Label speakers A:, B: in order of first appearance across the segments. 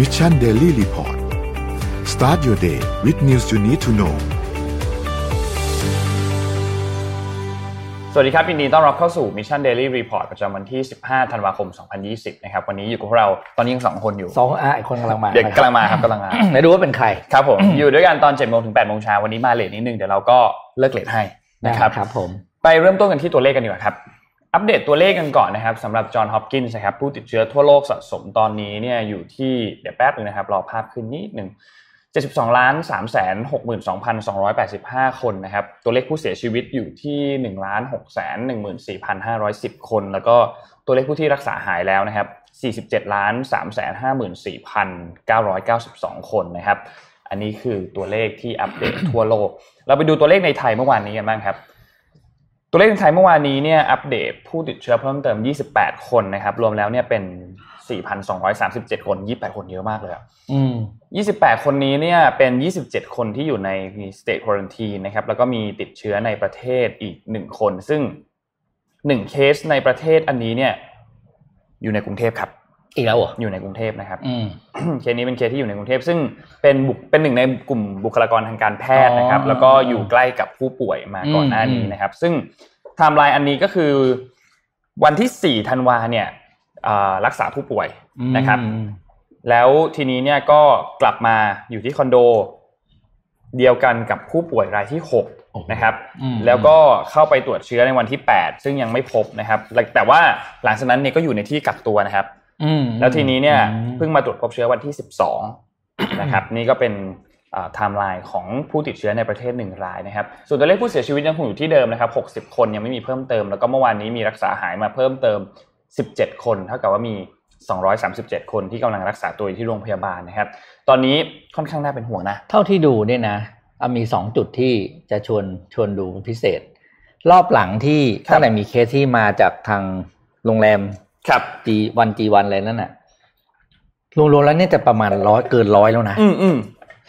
A: Mission Daily Report start your day with news you need to know
B: สวัสดีครับยินดีต้อนรับเข้าสู่ Mission Daily Report ประจำวันที่ 15 ธันวาคม 2020 นะครับ วันนี้อยู่กับพวกเราตอนนี้ยังสองคนอยู่
C: สองอาอีกคนกำลังมา
B: เดี๋ยวกำลังมาครับกำลังมา
C: ไหนดูว่าเป็นใคร
B: ครับผม อยู่ด้วยกันตอน7โมงถึง8โมงเช้าวันนี้มาเลทนิดนึง เดี๋ยวเราก็เลิกเลทให้นะครับ
C: ได้ครับผม
B: ไปเริ่มต้นกันที่ตัวเลขกันดีกว่าครับ อัปเดตตัวเลขกันก่อนนะครับสำหรับจอห์นฮอปกินส์นะครับผู้ติดเชื้อทั่วโลกสะสมตอนนี้เนี่ยอยู่ที่เดี๋ยวแป๊บหนึงนะครับ รอภาพขึ้นนิดหนึ่ง72ล้าน3แสน62,285 คนนะครับ ตัวเลขผู้เสียชีวิตอยู่ที่1ล้าน6แสน14,510 คน แล้วก็ตัวเลขผู้ที่รักษาหายแล้วนะครับ47ล้าน3แสน54,992 คนนะครับ อันนี้คือตัวเลขที่อัปเดตทั่วโลก เราไปดูตัวเลขในไทยเมื่อวานนี้กันบ้างครับ ตัวเลขในไทยเมื่อวานนี้เนี่ยอัปเดตผู้ติดเชื้อเพิ่มเติม 28 คนนะครับ รวมแล้วเนี่ยเป็น 4,237 คน 28 คนเยอะมากเลยอะ
C: อืม
B: 28 คนนี้เนี่ยเป็น 27 คนที่อยู่ใน state quarantine นะครับ แล้วก็มีติดเชื้อในประเทศอีก 1 คน ซึ่ง 1 เคสในประเทศอันนี้เนี่ยอยู่ในกรุงเทพครับ
C: อีกแล้วเหรอ
B: อยู่ในกรุงเทพนะครับ
C: อืม
B: เคสนี้เป็นเคสที่อยู่ในกรุงเทพซึ่งเป็นบุคเป็นหนึ่งในกลุ่มบุคลากรทางการแพทย์นะครับ
C: อ๋อ
B: แล้วก็อยู่ใกล้กับผู้ป่วยมาก่อนหน้านี้
C: อืม
B: นะครับ ซึ่งไทม์ไลน์อันนี้ก็คือวันที่4ธันวาเนี่ยอ่ารักษาผู้ป่วยนะครับ
C: อืม
B: แล้วทีนี้เนี่ยก็กลับมาอยู่ที่คอนโด เดียวกันกับผู้ป่วยรายที่
C: โอ้โห
B: 6นะครับ
C: อืม
B: แล้วก็เข้าไปตรวจเชื้อในวันที่ 8 ซึ่งยังไม่พบนะครับแต่แต่ว่าหลังจากนั้นเนี่ยก็อยู่ในที่กักตัวนะครับ
C: อืม
B: แล้วทีนี้เนี่ย
C: อืม
B: เพิ่งมาตรวจพบเชื้อวันที่ 12 นะครับ นี่ก็เป็นไทม์ไลน์ของผู้ติดเชื้อในประเทศหนึ่งรายนะครับ ส่วนตัวเลขผู้เสียชีวิตยังคงอยู่ที่เดิมนะครับ 60 คนยังไม่มีเพิ่มเติม แล้วก็เมื่อวานนี้มีรักษาหายมาเพิ่มเติม 17 คนเท่ากับว่ามี 237 คนที่กำลังรักษาตัวอยู่ที่โรงพยาบาลนะครับ ตอนนี้ค่อนข้างน่าเป็นห่วงนะ
C: เท่าที่ดูเนี่ยนะเอามีสองจุดที่จะชวนชวนดูพิเศษ รอบหลังที่
B: ครับ
C: ตั้งแต่มีเคสที่มาจากทางโรงแรม
B: ครับ
C: จีวันจีวันอะไรนั่นน่ะรวมๆแล้วเนี่ยจะประมาณร้อยเกินร้อยแล้วนะ
B: อืมอืม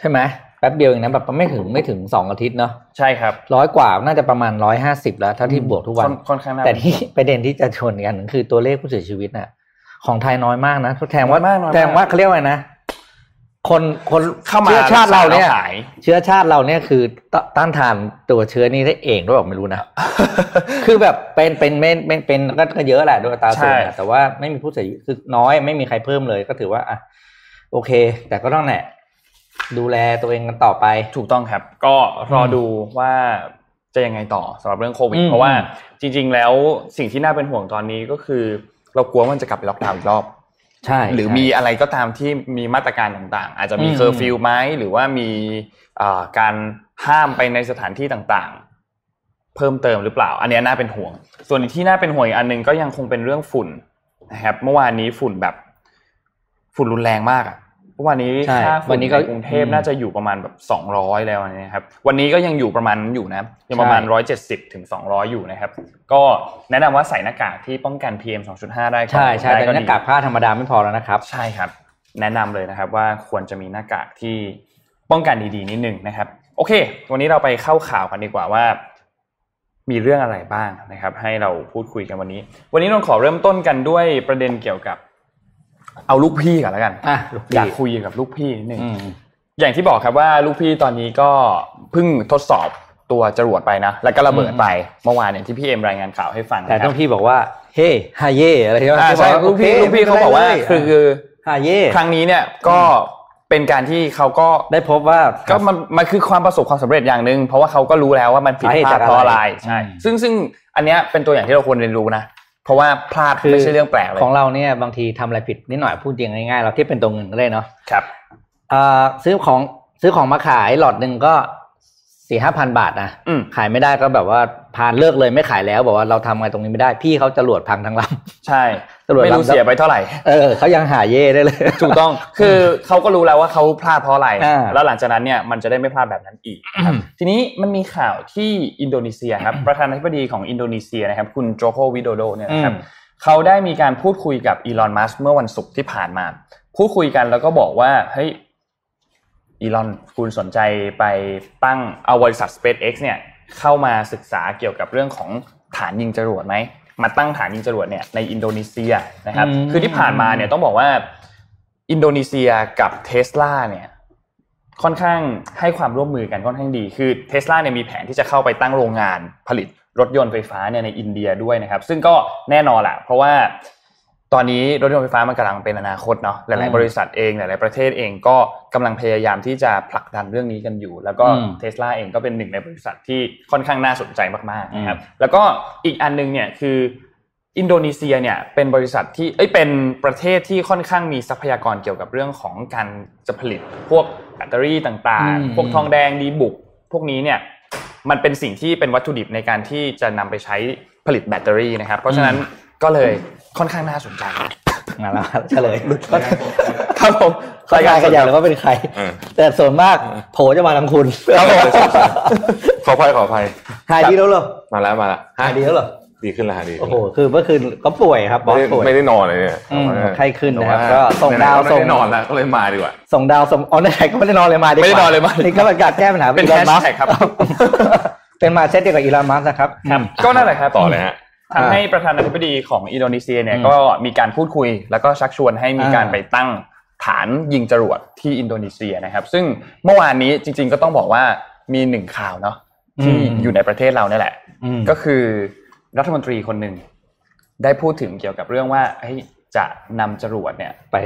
C: ใช่ไหมแป๊บเดียวเองนะแบบไม่ถึงไม่ถึงสองอาทิตย์เนาะ
B: ใช่ครับ
C: ร้อยกว่าน่าจะประมาณร้อยห้าสิบแล้วเท่าที่บวกทุกวัน
B: ค่อค่อนข้างน่า
C: แต่
B: เป็นห่วง
C: ที่ ประเด็นที่จะชวนกันคือตัวเลขผู้เสียชีวิตน่ะ ของไทยน้อยมากนะแทนว่า
B: น้อยมากน้อยมาก
C: แทนว่าเขาเรียกว่าไงนะ คนคน
B: เข้ามา
C: เชื้อชาติเราเนี่ย
B: กษแล้วหาย
C: เชื้อชาติเราเนี่ยคือตต้านทานตัวเชื้อนี้ได้เองด้วยบอกไม่รู้นะ คือแบบเป็นเป็นเป็นเป็นเป็นก็ก็เยอะแหละโดยอัตราส่วน
B: ใช่
C: อะแต่ว่าไม่มีผู้เสียชีวิตคือน้อยไม่มีใครเพิ่มเลยก็ถือว่าอ่ะโอเค แต่ก็ต้องแหละดูแลตัวเองกันต่อไป
B: ถูกต้องครับ ก็รอดูว่าจะยังไงต่อสำหรับเรื่องโควิด
C: อืม
B: เพราะว่าจริง ๆ แล้วสิ่งที่น่าเป็นห่วงตอนนี้ก็คือ เรากลัวว่ามันจะกลับไปล็อกดาวน์อีกรอบ
C: ใช่
B: หรือ
C: ใช่
B: มีอะไรก็ตามที่มีมาตรการต่างๆ อาจจะมี
C: อืม
B: เคอร์ฟิวไหมหรือว่ามีเอ่อการห้ามไปในสถานที่ต่างๆ เพิ่มเติมหรือเปล่า อันเนี้ยน่าเป็นห่วง ส่วนอีกที่น่าเป็นห่วงอีกอันหนึงก็ยังคงเป็นเรื่องฝุ่นนะครับเมื่อวานนี้ฝุ่นแบบฝุ่นรุนแรงมากอะเมื่อวานนี้
C: ใช่
B: ค่าฝุ่
C: วัน นนี้
B: ใน
C: ก็
B: กรุงเทพ
C: อืม
B: น่าจะอยู่ประมาณแบบสองร้อยแล้วนะครับวันนี้ก็ยังอยู่ประมาณนั้นอยู่นะยังประมาณ
C: ใช่
B: ร้อยเจ็ดสิบถึงสองร้อยอยู่นะครับก็แนะนำว่าใส่หน้ากากที่ป้องกัน PM 2.5 ได้ก่อน
C: ใช่ใช่
B: ได้
C: แต่ห
B: ดี
C: น้ากากผ้าธรรมดาไม่พอแล้วนะครับ
B: ใช่ครับ แนะนำเลยนะครับว่าควรจะมีหน้ากากที่ป้องกันดีๆนิดนึงนะครับ โอเค วันนี้เราไปเข้าข่าวกันดีกว่าว่า มีเรื่องอะไรบ้างนะครับ ให้เราพูดคุยกันวันนี้ วันนี้เราขอเริ่มต้นกันด้วยประเด็นเกี่ยวกับ เอาลูกพี่ก่อนแล้วกัน
C: อ่ะลูกพี่
B: อยากคุยกับลูกพี่นิดนึง
C: อืม
B: อย่างที่บอกครับว่าลูกพี่ตอนนี้ก็เพิ่งทดสอบตัวจรวดไปนะ แล้วก็ระเบิดไปเมื่อวานอย่างที่พี่เอ็มรายงานข่าวให้ฟัง
C: แต่
B: นะค
C: ต้
B: รั
C: อง
B: บ
C: พี่บอกว่า เฮ้ฮาเย่อะไรใช่ไหม
B: อ่าใช่ลูกพี่ลูกพี่เขาบอกว่าคือ
C: ฮาเย่
B: ครั้งนี้เนี่ยก็เป็นการที่เขาก็
C: ได้พบว่า
B: ก็มันมันคือความประสบความสำเร็จอย่างหนึ่งเพราะว่าเขาก็รู้แล้วว่ามันผิดพลาดเพราะอะไรใช่
C: อืม
B: ซึ่งซึ่งอันเนี้ยเป็นตัวอย่างที่เราควรเรียนรู้นะ เพราะว่าพลาดไม่ใช่เรื่องแปลกเลย
C: ของเราเนี่ยบางทีทำอะไรผิดนิดหน่อยพูดจริงง่ายๆ เราที่เป็นตัวเงินก็ได้เนาะ
B: ครับ
C: เอ่อซื้อของซื้อของมาขายหลอดหนึ่งก็สี่ห้าพันบาทนะ
B: อืม
C: ขายไม่ได้ก็แบบว่าพานเลิกเลยไม่ขายแล้วบอกว่าเราทำไงตรงนี้ไม่ได้พี่เขาจรวดพังทั้งล
B: ใช่
C: ำจ รวด
B: ไม่รู้
C: ลำ
B: เสียไปเท่าไหร่
C: เออเขายังหาเย่ได้เลย
B: ถูกต้อง คือเขาก็รู้แล้วว่าเขาพลาดเพราะอะไร
C: อ่า
B: แล้วหลังจากนั้นเนี่ยมันจะได้ไม่พลาดแบบนั้นอีกนะครับ
C: อืม
B: ทีนี้มันมีข่าวที่อินโดนีเซียครับประธานาธิบดีของอินโดนีเซียนะครับ คุณโจโควิโดโดเนี่ย
C: อื
B: นะค
C: ม
B: รับ เขาได้มีการพูดคุยกับอีลอนมัสเมื่อวันศุกร์ที่ผ่านมา พูดคุยกันแล้วก็บอกว่าเฮ้ยอีลอนคุณสนใจไปตั้งเอาบริษัท SpaceX เนี่ยเข้ามาศึกษาเกี่ยวกับเรื่องของฐานยิงจรวดไหมมาตั้งฐานยิงจรวดเนี่ยในอินโดนีเซียนะครับ คือที่ผ่านมาเนี่ยต้องบอกว่า อินโดนีเซียกับเทสลาเนี่ยค่อนข้างให้ความร่วมมือกันค่อนข้างดี คือเทสลาเนี่ยมีแผนที่จะเข้าไปตั้งโรงงานผลิตรถยนต์ไฟฟ้าเนี่ยในอินเดียด้วยนะครับ ซึ่งก็แน่นอนแหละเพราะว่าตอนนี้รถยนต์ไฟฟ้ามันกำลังเป็นอนาคตเนาะห
C: อื
B: ลาย
C: ม
B: ๆบริษัทเองหลายๆประเทศเองก็กำลังพยายามที่จะผลักดันเรื่องนี้กันอยู่ แล้วก็
C: อืม
B: เทสลาเองก็เป็นหนึ่งในบริษัทที่ค่อนข้างน่าสนใจมากๆนะครับ แล้วก็อีกอันหนึงเนี่ยคืออินโดนีเซียเนี่ยเป็นบริษัทที่เอ้ยเป็นประเทศที่ค่อนข้างมีทรัพยากรเกี่ยวกับเรื่องของการจะผลิตพวกแบตเตอรี่ต่าง
C: อืม
B: ๆ พวกทองแดงดีบุก พวกนี้เนี่ยมันเป็นสิ่งที่เป็นวัตถุดิบในการที่จะนำไปใช้ผลิตแบตเตอรี่นะครับ เพราะฉะนั้นก็เลยค่อนข้างน่าสนใจ
C: มาแล้วครับเฉลยก็
B: ครับผม
C: ใคร
B: ยกร
C: ขยันหรือว่าเป็นใคร
D: เออ
C: แต่ส่วนมากโผจะมาทางคุณ
D: ครับผมขออภัยขออภัย
C: หายดีแล้วเหรอ
D: มาแล้วมาแล้วฮะ
C: หายดีแล้วเหรอ
D: ดีขึ้นแล้วฮะดีขึ้
C: โอ้
D: น
C: โห
D: แล้ว
C: คือเมื่อคืนก็ป่วยครับบอส
D: ไม่ได้
C: ป่วย
D: ไม่ได้นอนเลยเนี่ย
C: อืม
D: เออ
C: ไข้ขึ้นนะครับ
D: แต่
C: ก็ส่งดาว
D: ไหนๆก็
C: ส่ง
D: ไม่ได้นอนแล้วก็เลยมาดีกว่า
C: ส่งดาวส่งอ๋อไหนๆก็ไม่ได้นอนเลยมาดีกว่า
D: ไม่ได้นอนเลยมา
C: นี่ก็เป็นการแก้ปัญหา
B: เป็น
C: อี
B: แฮ
C: ลอ
B: ช
C: มัส
B: แท็กครับ
C: เป็นมาเซตเดียวกับอีลอนมัสก์นะครับ
B: ครับก็นั่นแหละครับ
D: ต่อเลยฮะ
B: ทำให้ประธานาธิบดีของอินโดนีเซียเนี่ย
C: อืม
B: ก็มีการพูดคุย แล้วก็ชักชวนให้มีการ
C: อ่า
B: ไปตั้งฐานยิงจรวดที่อินโดนีเซียนะครับ ซึ่งเมื่อวานนี้จริง ๆ ก็ต้องบอกว่ามีหนึ่งข่าวเนาะที่อยู่ในประเทศเราเนี่ยแหละ
C: อืม
B: ก็คือรัฐมนตรีคนหนึ่งได้พูดถึงเกี่ยวกับเรื่องว่าเฮ้ยจะนำจรวดเนี่ย
C: ไป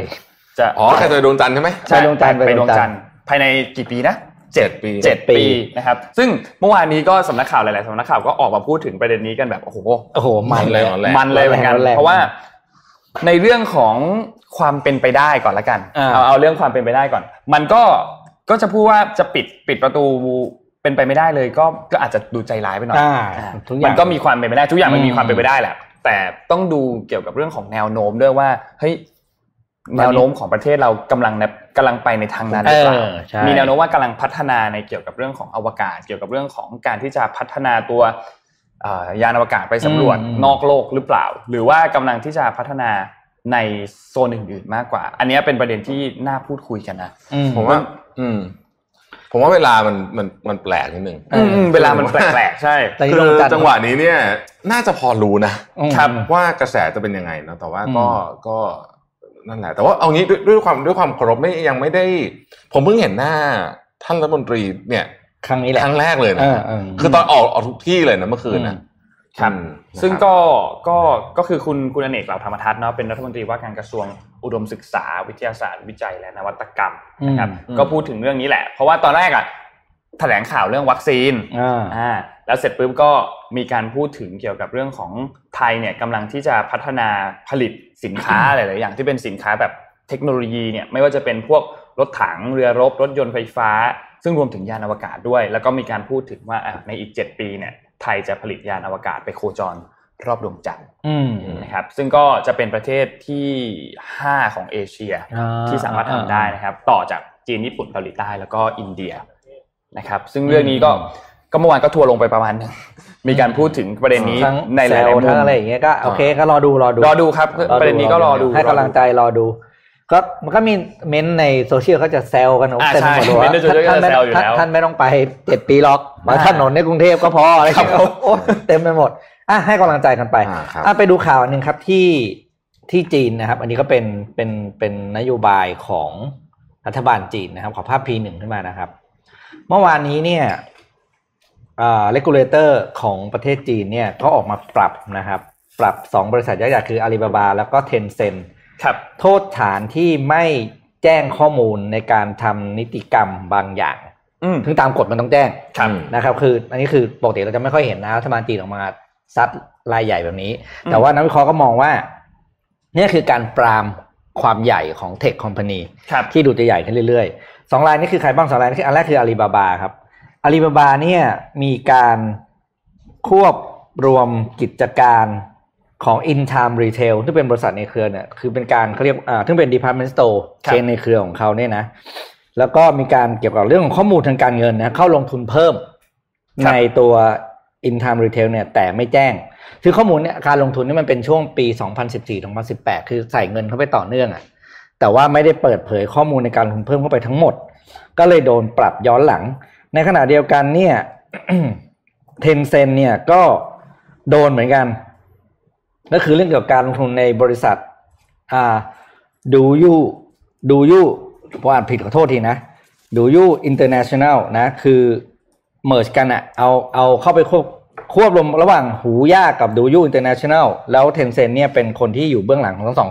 B: จะ
D: อ๋อใครจะดวงจันทร์ใช่ไหม
B: ใช่
C: ไปดวงจันทร์
B: ไปดวงจัน
C: ไปดวงจั
B: ท
C: นทร์
B: ร์ภายในกี่ปีนะ
D: เจ็ดปี
B: เจ็ด
C: ปี
B: ปีนะครับ ซึ่งเมื่อวานนี้ก็สำนักข่าวหลายๆสำนักข่าวก็ออกมาพูดถึงประเด็นนี้กันแบบโอ้โห
C: โอ้โหมันเลย
D: มันเลย
B: มันเลยเหมือนกัน
C: แรงแรง
B: เพราะว่าในเรื่องของความเป็นไปได้ก่อนละกัน
C: อ่า
B: เอาเอาเรื่องความเป็นไปได้ก่อน มันก็ก็จะพูดว่าจะปิดปิดประตูเป็นไปไม่ได้เลย ก็ก็อาจจะดูใจร้ายไปหน่อย
C: อ่า
B: อ่า
C: ทุกอย่า
B: มั
C: ง
B: นก็มีความเป็นไปได้ทุกอย่างมันมี
C: อืม
B: ความเป็นไปได้แหละ แต่ต้องดูเกี่ยวกับเรื่องของแนวโน้มด้วยว่าเฮ้ย
C: ตอนนี้
B: แนวโน้มของประเทศเรากำลังนะกำลังไปในทางนั้นหรือเปล่า
C: เออใช่
B: มีแนวโน้มว่ากำลังพัฒนาในเกี่ยวกับเรื่องของอวกาศ เกี่ยวกับเรื่องของการที่จะพัฒนาตัว เอ่อยานอวกาศไปสำรวจ
C: อืม
B: นอกโลกหรือเปล่า หรือว่ากำลังที่จะพัฒนาในโซนอื่นๆมากกว่า อันเนี้ยเป็นประเด็นที่น่าพูดคุยกันนะ
C: อืม
D: ผมว่า อืม ผมว่าเวลามันมันมันแปลกนิดนึง
C: อืม
B: เวลามันแปลกๆใช่
C: แต่
D: คื
C: ดว
D: อง
C: จันทร์
D: จังหวะนี้เนี่ย น่าจะพอรู้นะ
C: อืม
B: ครับ
D: ว่ากระแสจะเป็นยังไงเนาะแต่ว่าก็ก็นั่นแหละ แต่ว่าเอางี้ด้วยด้วยความด้วยความเคารพไม่ยังไม่ได้ ผมเพิ่งเห็นหน้าท่านรัฐมนตรีเนี่ย
C: ครั้งนี้แหละ
D: ครั้งแรกเลยนะ
C: เออเออ
D: คือตอนออกออกทุกที่เลยนะเมื่อคืนนะครับ อืม
B: ซึ่ง
D: นะครับ
B: ก็ก็ก็คือคุณคุณอเนกเหล่าธรรมทัศน์เนาะเป็นรัฐมนตรีว่าการกระทรวงอุดมศึกษา วิทยาศาสตร์วิจัยและนวัตกรรมนะครับ
D: อืม
B: ก็พูดถึงเรื่องนี้แหละ เพราะว่าตอนแรกอ่ะแถลงข่าวเรื่องวัคซีน
C: อ่า
B: อ่าแล้วเสร็จปุ๊บก็มีการพูดถึงเกี่ยวกับเรื่องของไทยเนี่ยกำลังที่จะพัฒนาผลิตสินค้า หลายๆอย่างที่เป็นสินค้าแบบเทคโนโลยีเนี่ยไม่ว่าจะเป็นพวกรถถังเรือรบ รถยนต์ไฟฟ้า ซึ่งรวมถึงยานอวกาศด้วย แล้วก็มีการพูดถึงว่าอ่ะในอีก 7 ปีเนี่ยไทยจะผลิตยานอวกาศไปโคจรรอบดวงจันทร์
C: อืม
B: นะครับซึ่งก็จะเป็นประเทศที่ 5 ของเอเชีย
C: อ่
B: ที่สามารถทำได้นะครับ ต่อจากจีนญี่ปุ่นเกาหลีใต้แล้วก็อินเดียนะครับ ซึ่งเรื่องนี้ก็ก็เมื่อวานก็ทัวร์ลงไปประมาณหนึง มีการพูดถึงประเด็นนี้
C: ทั้ง
B: ในหลายๆมุ
C: ทั้ง
B: ม
C: อะไรอย่างเงี้ยก็โอเคก็รอดูรอดู
B: รอดูครับ ประเด็นนี้ก็รอดู
C: ให้กำลังใจรอดู ก็มันก็มีเม้นในโซเชียลเขาจะแซวกัน
B: อ่าใช่
C: หมด
B: เมนเดอร์โจโจก็จะแซวอยู่แล้
C: ท่าน
B: ว
C: ท่านไม่ต้องไปเจ็ดปีหรอกมา
B: อ่า
C: ถนนในกรุงเทพก็พออะไร
B: ครับผม
C: โอ้เต็มไปหมดอ่ะให้กำลังใจกันไป
D: อ่าครับ
C: อ่ะไปดูข่าวอันหนึ่งครับที่ที่จีนนะครับ อันนี้ก็เป็นเป็นเป็นนโยบายของรัฐบาลจีนนะครับ ขอภาพพีหนึ่งขึ้นมานะครับ เมื่อวานนี้เนี่ยอ่าเลกูเลเตอร์ของประเทศจีนเนี่ยก็ออกมาปรับนะครับ ปรับสองบริษัทยักษ์ใหญ่คืออาลีบาบาแล้วก็เทนเซ็น
B: ครับ
C: โทษฐานที่ไม่แจ้งข้อมูลในการทำนิติกรรมบางอย่าง
B: อืม
C: ถึงตามกฎมันต้องแจ้ง
B: ครับ
C: นะครับ คือ อันนี้คือปกติเราจะไม่ค่อยเห็นนะรัฐบาลจีนออกมาซัดรายใหญ่แบบนี้
B: อืม
C: แต่ว่านักวิเคราะห์ก็มองว่าเนี่ยคือการปรามความใหญ่ของเทคคอมพานี
B: ครับ
C: ที่ดูจะใหญ่ขึ้นเรื่อยๆ สองรายนี้คือใครบ้างสองรายนี้คืออันแรกคืออาลีบาบาครับ อาลีบาบาเนี่ยมีการควบรวมกิจการของ In Time Retail ที่เป็นบริษัทในเครือเนี่ย คือเป็นการเขาเรียกอ่าซึ่งเป็น Department Store
B: ครับ
C: เชนในเครือของเขาเนี่ยนะ แล้วก็มีการเกี่ยวกับเรื่องของข้อมูลทางการเงินนะ เข้าลงทุนเพิ่มในตัว In Time Retail เนี่ย แต่ไม่แจ้ง คือข้อมูลเนี่ยการลงทุนนี่มันเป็นช่วงปี 2014-2018 คือใส่เงินเข้าไปต่อเนื่องอะ แต่ว่าไม่ได้เปิดเผยข้อมูลในการลงทุนเพิ่มเข้าไปทั้งหมด ก็เลยโดนปรับย้อนหลัง ในขณะเดียวกันเนี่ย เทนเซนเนี่ยก็โดนเหมือนกัน ก็คือเรื่องเกี่ยวกับการลงทุนในบริษัทอ่าดูยู ดูยู่ผมอ่านผิดขอโทษทีนะดูยู่อินเตอร์เนชั่นแนลนะ คือเมิร์กันอะเอาเอาเข้าไปควบควบรวมระหว่างหูย่ากับดูยู่อินเตอร์เนชั่นแนลแล้วเทนเซ็นเนี่ยเป็นคนที่อยู่เบื้องหลังของทั้งสอง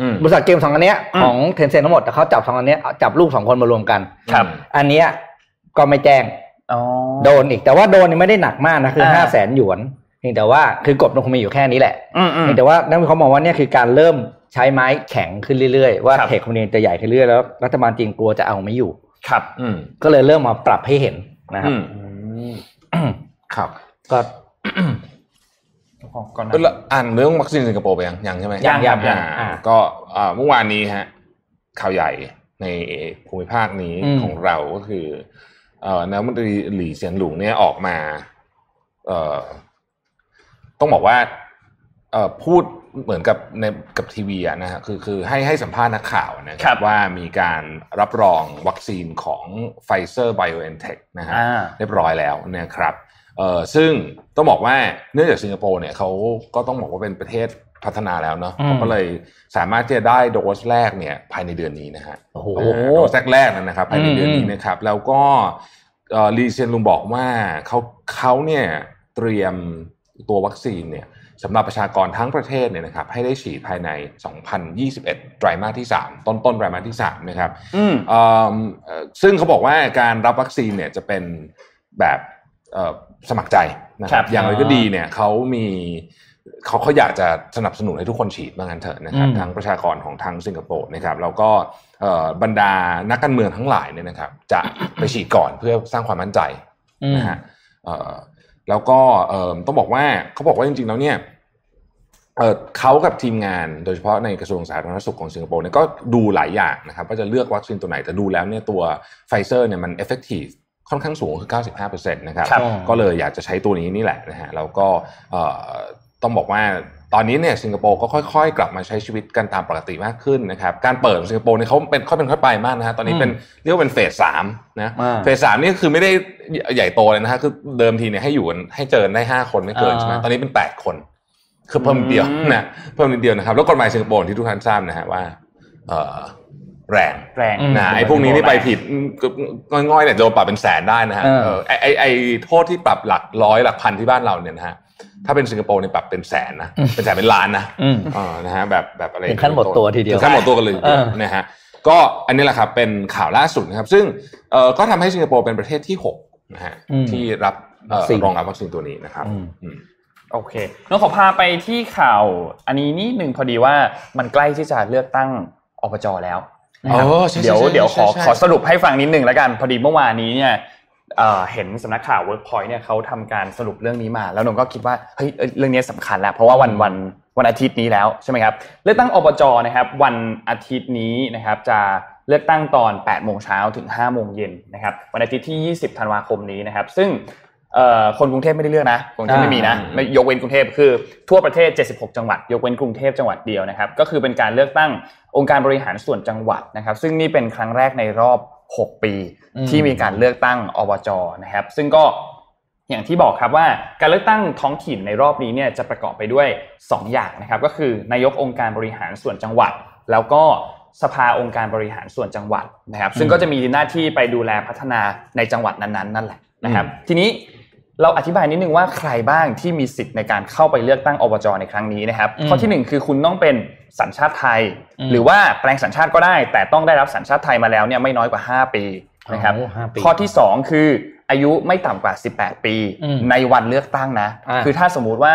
D: อืม
C: บริษัทเกมสองอันเนี้ยของเทนเซ็นทั้งหมดแต่เขาจับสองอันเนี้ยเอาจับลูกสองคนมารวมกัน
B: ครับ
C: อันเนี้ยก็ไม่แจ้ง
B: อ๋อ
C: โดนอีกแต่ว่าโดนเนี่ยไม่ได้หนักมากนะคือ
B: อ่า
C: ห้าแสนหยวนเพียงแต่ว่าคือกฎมันคงมีอยู่แค่นี้แหละ
B: อืมอืม
C: เพียงแต่ว่านักวิเคราะห์มองว่าเนี่ยคือการเริ่มใช้ไม้แข็งขึ้นเรื่อยๆว่า
B: ครับ
C: เทคคอมมิวนิสต์จะใหญ่ขึ้นเรื่อยๆแล้วรัฐบาลจีนกลัวจะเอาไม่อยู่
B: ครับ
D: อืม
C: ก็เลยเริ่มมาปรับให้เห็นนะครับ
D: อืม
B: อืม
D: ครับ
C: ก็
B: ก่อนนะ
D: แล้วอ่านเรื่องวัคซีนสิงคโปร์ไปยังยังใช่ไหม
B: ยังครับยัง
D: อ่า
C: อ่า
D: ก็อ่าเมื่อวานนี้ฮะ ข่าวใหญ่ในภูมิภาคนี้
C: อืม
D: ของเราก็คือเอ่อนายกรัฐมนตรีหลี่เซียนหลุงเนี่ยออกมา เอ่อ ต้องบอกว่า เอ่อพูดเหมือนกับในกับทีวีอะนะฮะคือคือให้ให้สัมภาษณ์นักข่าวนะค
B: ครั
D: รับ ว่ามีการรับรองวัคซีนของไฟเซอร์ไบโอเอนเทคนะฮะ
B: อ่า
D: เรียบร้อยแล้วนะครับเอ่อซึ่งต้องบอกว่าเนื่องจากสิงคโปร์เนี่ยเขาก็ต้องบอกว่าเป็นประเทศพัฒนาแล้วเนาะ
C: อืม
D: เขาก็เลยสามารถที่จะได้โดสแรกเนี่ยภายในเดือนนี้นะฮะ
C: โอ้โห
D: โดสแรกๆนะครับภายในเดือนนี้
C: อืม
D: นะครับ แล้วก็เอ่อลีเซียนลุงบอกว่าเขาเขาเนี่ยเตรียมตัววัคซีนเนี่ยสำหรับประชากรทั้งประเทศเนี่ยนะครับให้ได้ฉีดภายใน 2021 ไตรมาสที่ 3 ต้นต้นๆไตรมาสที่สามนะครับ
B: อืม
D: เอิ่มเอ่อซึ่งเขาบอกว่าการรับวัคซีนเนี่ยจะเป็นแบบเอ่อสมัครใจนะค
B: ครั
D: รับบ อย่างไรก็ดีเนี่ยเขามีเขาเขาอยากจะสนับสนุนให้ทุกคนฉีดว่างั้นเถอะนะครับ
C: อืม
D: ทั้งประชากรของทางสิงคโปร์นะครับแล้วก็เอ่อบรรดานักการเมืองทั้งหลายเนี่ยนะครับ จะไปฉีดก่อนเพื่อสร้างความมั่นใจ
C: อืม
D: นะฮะเอ่อแล้วก็เอ่อต้องบอกว่าเขาบอกว่าจริงๆแล้วเนี่ยเอ่อเขากับทีมงานโดยเฉพาะในกระทรวงสาธารณสุขของสิงคโปร์เนี่ยก็ดูหลายอย่างนะครับว่าจะเลือกวัคซีนตัวไหนแต่ดูแล้วเนี่ยตัวไฟเซอร์เนี่ยมันเอฟเฟกตีฟค่อนข้างสูงคือ 95%นะครับ
B: ครับ
D: ก็เลยอยากจะใช้ตัวนี้นี่แหละนะฮะแล้วก็เอ่อต้องบอกว่าตอนนี้เนี่ยสิงคโปร์ก็ค่อยๆ กลับมาใช้ชีวิตกันตามปกติมากขึ้นนะครับการเปิดของสิงคโปร์เนี่ยเขาเป็นเขาเป็นค่อยไปมากนะฮะตอนนี้เป็นเรียกว่าเป็นเฟสสามนะ
C: อ่า
D: เฟสสามนี่คือไม่ได้ใหญ่โตเลยนะฮะคือเดิมทีเนี่ยให้อยู่กันให้เจอกันได้ห้าคนไม่เกิน
C: อ่า
D: ใช่ไหมตอนนี้เป็นแปดคน คือเพิ่มนิดเดียว
B: อืม
D: นะเพิ่มนิดเดียวนะครับแล้วกฎหมายสิงคโปร์ที่ทุกท่านทราบนะฮะว่าเอ่อแรง
B: แรง
C: อืม
D: นะไอ้พวกนี้นี่ไปผิดก็ง่อยๆเนี่ยโดนปรับเป็นแสนได้นะฮะ
C: เออ
D: เออไอ้ไอ้ไอ้โทษที่ปรับหลักร้อยหลักพันที่บ้านเราเนี่ยนะฮะถ้าเป็นสิงคโปร์เนี่ยปรับเป็นแสนนะเป็นแสนเป็นล้านนะ
C: อืม
D: เออนะฮะแบบแบบอะไร
C: ถึงขั้นหมดตัวทีเดียว
D: ถึงขั้นหมดตัวกันเลย
C: เออ
D: นะฮะก็อันนี้แหละครับเป็นข่าวล่าสุดนะครับ ซึ่งเออก็ทำให้สิงคโปร์เป็นประเทศที่หกนะฮะ
C: อืม
D: ที่รับเอ่อ
C: วัคซีน
D: รองรับวัคซีนตัวนี้นะครับ
C: อืม
D: อืม
B: โอเคน้องขอพาไปที่ข่าว อันนี้นิดหนึ่งพอดีว่ามันใกล้ที่จะเลือกตั้งอบจแล้วนะครับ
D: โอ้ใช่ใช่
B: เดี๋ยว
D: ใช่
B: เดี๋ยวขอ
D: ใช่ใช่
B: ขอสรุปให้ฟังนิดหนึ่งแล้วกัน พอดีเมื่อวานนี้เนี่ยเอ่อเห็นสำนักข่าว Workpoint เนี่ยเขาทำการสรุปเรื่องนี้มา แล้วนนท์ก็คิดว่าเฮ้ยเอ้ยเรื่องนี้สำคัญแล้วเพราะว่าวันวันวันอาทิตย์นี้แล้วใช่ไหมครับเลือกตั้งอบจนะครับวันอาทิตย์นี้นะครับจะเลือกตั้งตอน8โมงเช้าถึง5โมงเย็นนะครับวันอาทิตย์ที่ 20ธันวาคมนี้นะครับซึ่งเอ่อคนกรุงเทพไม่ได้เลือกนะกรุงเทพไม่มีนะ
D: อ่า
B: ไม่ยกเว้นกรุงเทพคือทั่วประเทศ 76 จังหวัด ยกเว้นกรุงเทพจังหวัดเดียวนะครับ ก็คือเป็นการเลือกตั้งองค์การบริหารส่วนจังหวัดนะครับ ซึ่งนี่เป็นครั้งแรกในรอบ 6 ปี
C: อืม
B: ที่มีการเลือกตั้งอบจนะครับ ซึ่งก็อย่างที่บอกครับว่าการเลือกตั้งท้องถิ่นในรอบนี้เนี่ยจะประกอบไปด้วย 2 อย่างนะครับ ก็คือนายกองค์การบริหารส่วนจังหวัด แล้วก็สภาองค์การบริหารส่วนจังหวัดนะครับ ซึ่งก็จะมีหน้าที่ไปดูแลพัฒนาในจังหวัดนั้นๆนั่นแหละนะครับทีนี้ เราอธิบายนิดนึงว่าใครบ้างที่มีสิทธิ์ในการเข้าไปเลือกตั้งอบจในครั้งนี้นะครับ
C: อืม
B: ข้อทีหนึ่งคือคุณต้องเป็นสัญชาติไทย
C: อืม
B: หรือว่าแปลงสัญชาติก็ได้ แต่ต้องได้รับสัญชาติไทยมาแล้วเนี่ยไม่น้อยกว่า 5 ปีนะครับ
C: โอ้ห้าปี
B: ข้อที่สองคืออายุไม่ต่ำกว่า 18 ปี
C: อืม
B: ในวันเลือกตั้งนะ
C: อ่า
B: คือถ้าสมมุติว่า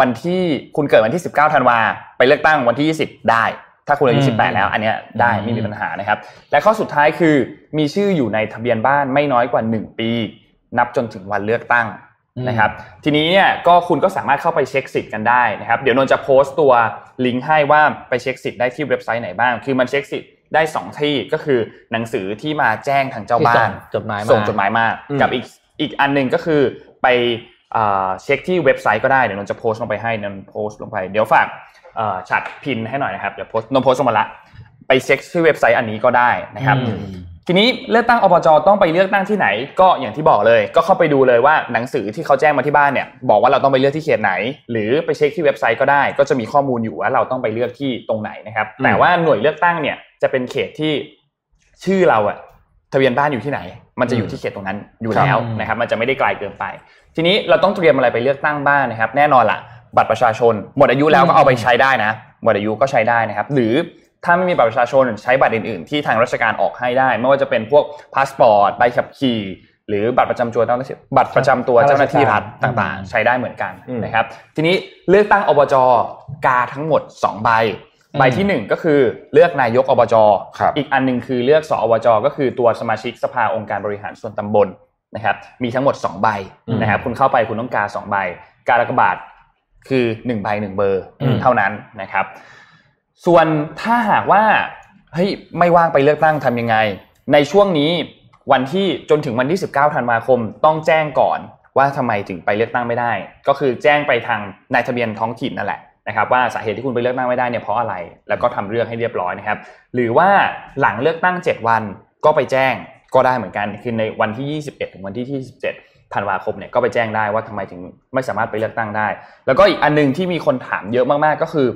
B: วันที่คุณเกิดวันที่ 19ธันวาไปเลือกตั้งวันที่ 20 ได้ ถ้าคุณอายุ 18 แล้ว อันเนี้ยได้ไม่มีปัญหานะครับ และข้อสุดท้ายคือมีชื่ออยู่ในทะเบียนบ้านไม่น้อยกว่า 1 ปี นับจนถึงวันเลือกตั้ง
C: อืม
B: นะครับ ทีนี้เนี่ยก็คุณก็สามารถเข้าไปเช็คสิทธิ์กันได้นะครับ เดี๋ยวนนท์จะโพสต์ตัวลิงก์ให้ว่าไปเช็คสิทธิ์ได้ที่เว็บไซต์ไหนบ้าง คือมันเช็คสิทธิ์ได้สองที่ก็คือหนังสือที่มาแจ้งทางเจ้า
C: ที่
B: บ้า
C: ส่ง
B: น
C: จดหมายมา
B: ส่งจดหมายมา
D: อืม
B: กับอีกอีกอันหนึ่งก็คือไปเอ่อเช็คที่เว็บไซต์ก็ได้ เดี๋ยวนนท์จะโพสต์ลงไปให้นนท์โพสต์ลงไปเดี๋ยวฝากเอ่อฉัดพินให้หน่อยนะครับเดี๋ยวโพสต์นนท์โพสต์ลงมาละไปเช็คที่เว็บไซต์อันนี้ก็ได้นะครับ
C: อืม
B: ทีนี้เลือกตั้งอบจต้องไปเลือกตั้งที่ไหน ก็อย่างที่บอกเลย ก็เข้าไปดูเลยว่าหนังสือที่เขาแจ้งมาที่บ้านเนี่ยบอกว่าเราต้องไปเลือกที่เขตไหน หรือไปเช็คที่เว็บไซต์ก็ได้ ก็จะมีข้อมูลอยู่ว่าเราต้องไปเลือกที่ตรงไหนนะครับแต่ว่าหน่วยเลือกตั้งเนี่ยจะเป็นเขตที่ชื่อเราอะทะเบียนบ้านอยู่ที่ไหน มันจะอยู่ที่เขตตรงนั้นอยู่แล้ว
C: ครับ
B: นะครับ มันจะไม่ได้ไกลเกินไป ทีนี้เราต้องเตรียมอะไรไปเลือกตั้งบ้างนะครับ แน่นอนละบัตรประชาชน หมดอายุแล้วก็เอาไปใช้ได้นะ หมดอายุก็ใช้ได้นะครับ หรือถ้าไม่มีบัตรประชาชนใช้บัตรอื่นๆ ที่ทางราชการออกให้ได้ ไม่ว่าจะเป็นพวกพาสปอร์ตใบขับขี่ หรือบัตรประจำตัวเจ้าหน้าที่บัตรประจำตัวเจ้าหน้าที่รัฐต่างๆ ใช้ได้เหมือนกัน
D: อืม
B: นะครับ ทีนี้เลือกตั้งอบจกาทั้งหมดสองใบ ใบที่หนึ่งก็คือเลือกนายกอบจ
D: ครับ
B: อีกอันหนึ่งคือเลือกสอวจ ก็คือตัวสมาชิกสภาองค์การบริหารส่วนตำบลนะครับมีทั้งหมด 2 ใบ
D: อืม
B: นะครับคุณเข้าไปคุณต้องกา 2 ใบ การกบาทคือ 1 ใบ 1 เบอร์
D: อืม
B: เท่านั้นนะครับ ส่วนถ้าหากว่าเฮ้ยไม่ว่างไปเลือกตั้งทำยังไง ในช่วงนี้วันที่จนถึงวันที่ 19ธันวาคมต้องแจ้งก่อนว่าทำไมถึงไปเลือกตั้งไม่ได้ ก็คือแจ้งไปทางนายทะเบียนท้องถิ่นนั่นแหละนะครับว่าสาเหตุที่คุณไปเลือกตั้งไม่ได้เนี่ยเพราะอะไร แล้วก็ทำเรื่องให้เรียบร้อยนะครับ หรือว่าหลังเลือกตั้ง 7 วันก็ไปแจ้งก็ได้เหมือนกันคือในวันที่ 21 ถึงวันที่ 27ธันวาคมเนี่ยก็ไปแจ้งได้ว่าทำไมถึงไม่สามารถไปเลือกตั้งได้ แล้วก็อีกอันหนึงที่มีคนถามเยอะมากๆก็คือ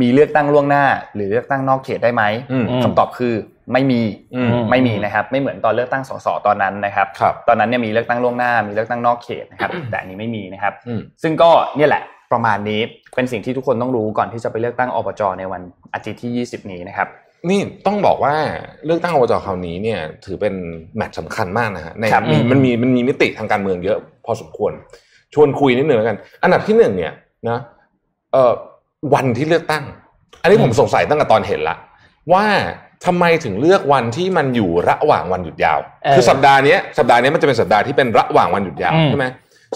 B: มีเลือกตั้งล่วงหน้า หรือเลือกตั้งนอกเขตได้ไหม
D: อืม
B: คำตอบคือไม่มี
D: อืม
B: ไม่มีนะครับ ไม่เหมือนตอนเลือกตั้งสสตอนนั้นนะครับ
D: ครับ
B: ตอนนั้นเนี่ยมีเลือกตั้งล่วงหน้า มีเลือกตั้งนอกเขตนะครับ แต่อันนี้ไม่มีนะครับ
D: อืม
B: ซึ่งก็เนี่ยแหละประมาณนี้เป็นสิ่งที่ทุกคนต้องรู้ก่อนที่จะไปเลือกตั้งอบจในวันอาทิตย์ที่ 20 นี้นะครับ
D: นี่ต้องบอกว่าเลือกตั้งอบจคราวนี้เนี่ย ถือเป็นแมตช์สำคัญมากนะฮะใน
B: ครับ
D: มีมันมีมันมีมิติทางการเมืองเยอะพอสมควร ชวนคุยนิดหนึ่งแล้วกัน อันดับที่หนึ่งเนี่ยนะเอ่อวันที่เลือกตั้ง อันนี้ผมสงสัยตั้งแต่ตอนเห็นละว่าทำไมถึงเลือกวันที่มันอยู่ระหว่างวันหยุดยาว
C: เออ
D: คือสัปดาห์เนี้ยสัปดาห์เนี้ยมันจะเป็นสัปดาห์ที่เป็นระหว่างวันหยุดยาว
C: อืม
D: ใช่ไหม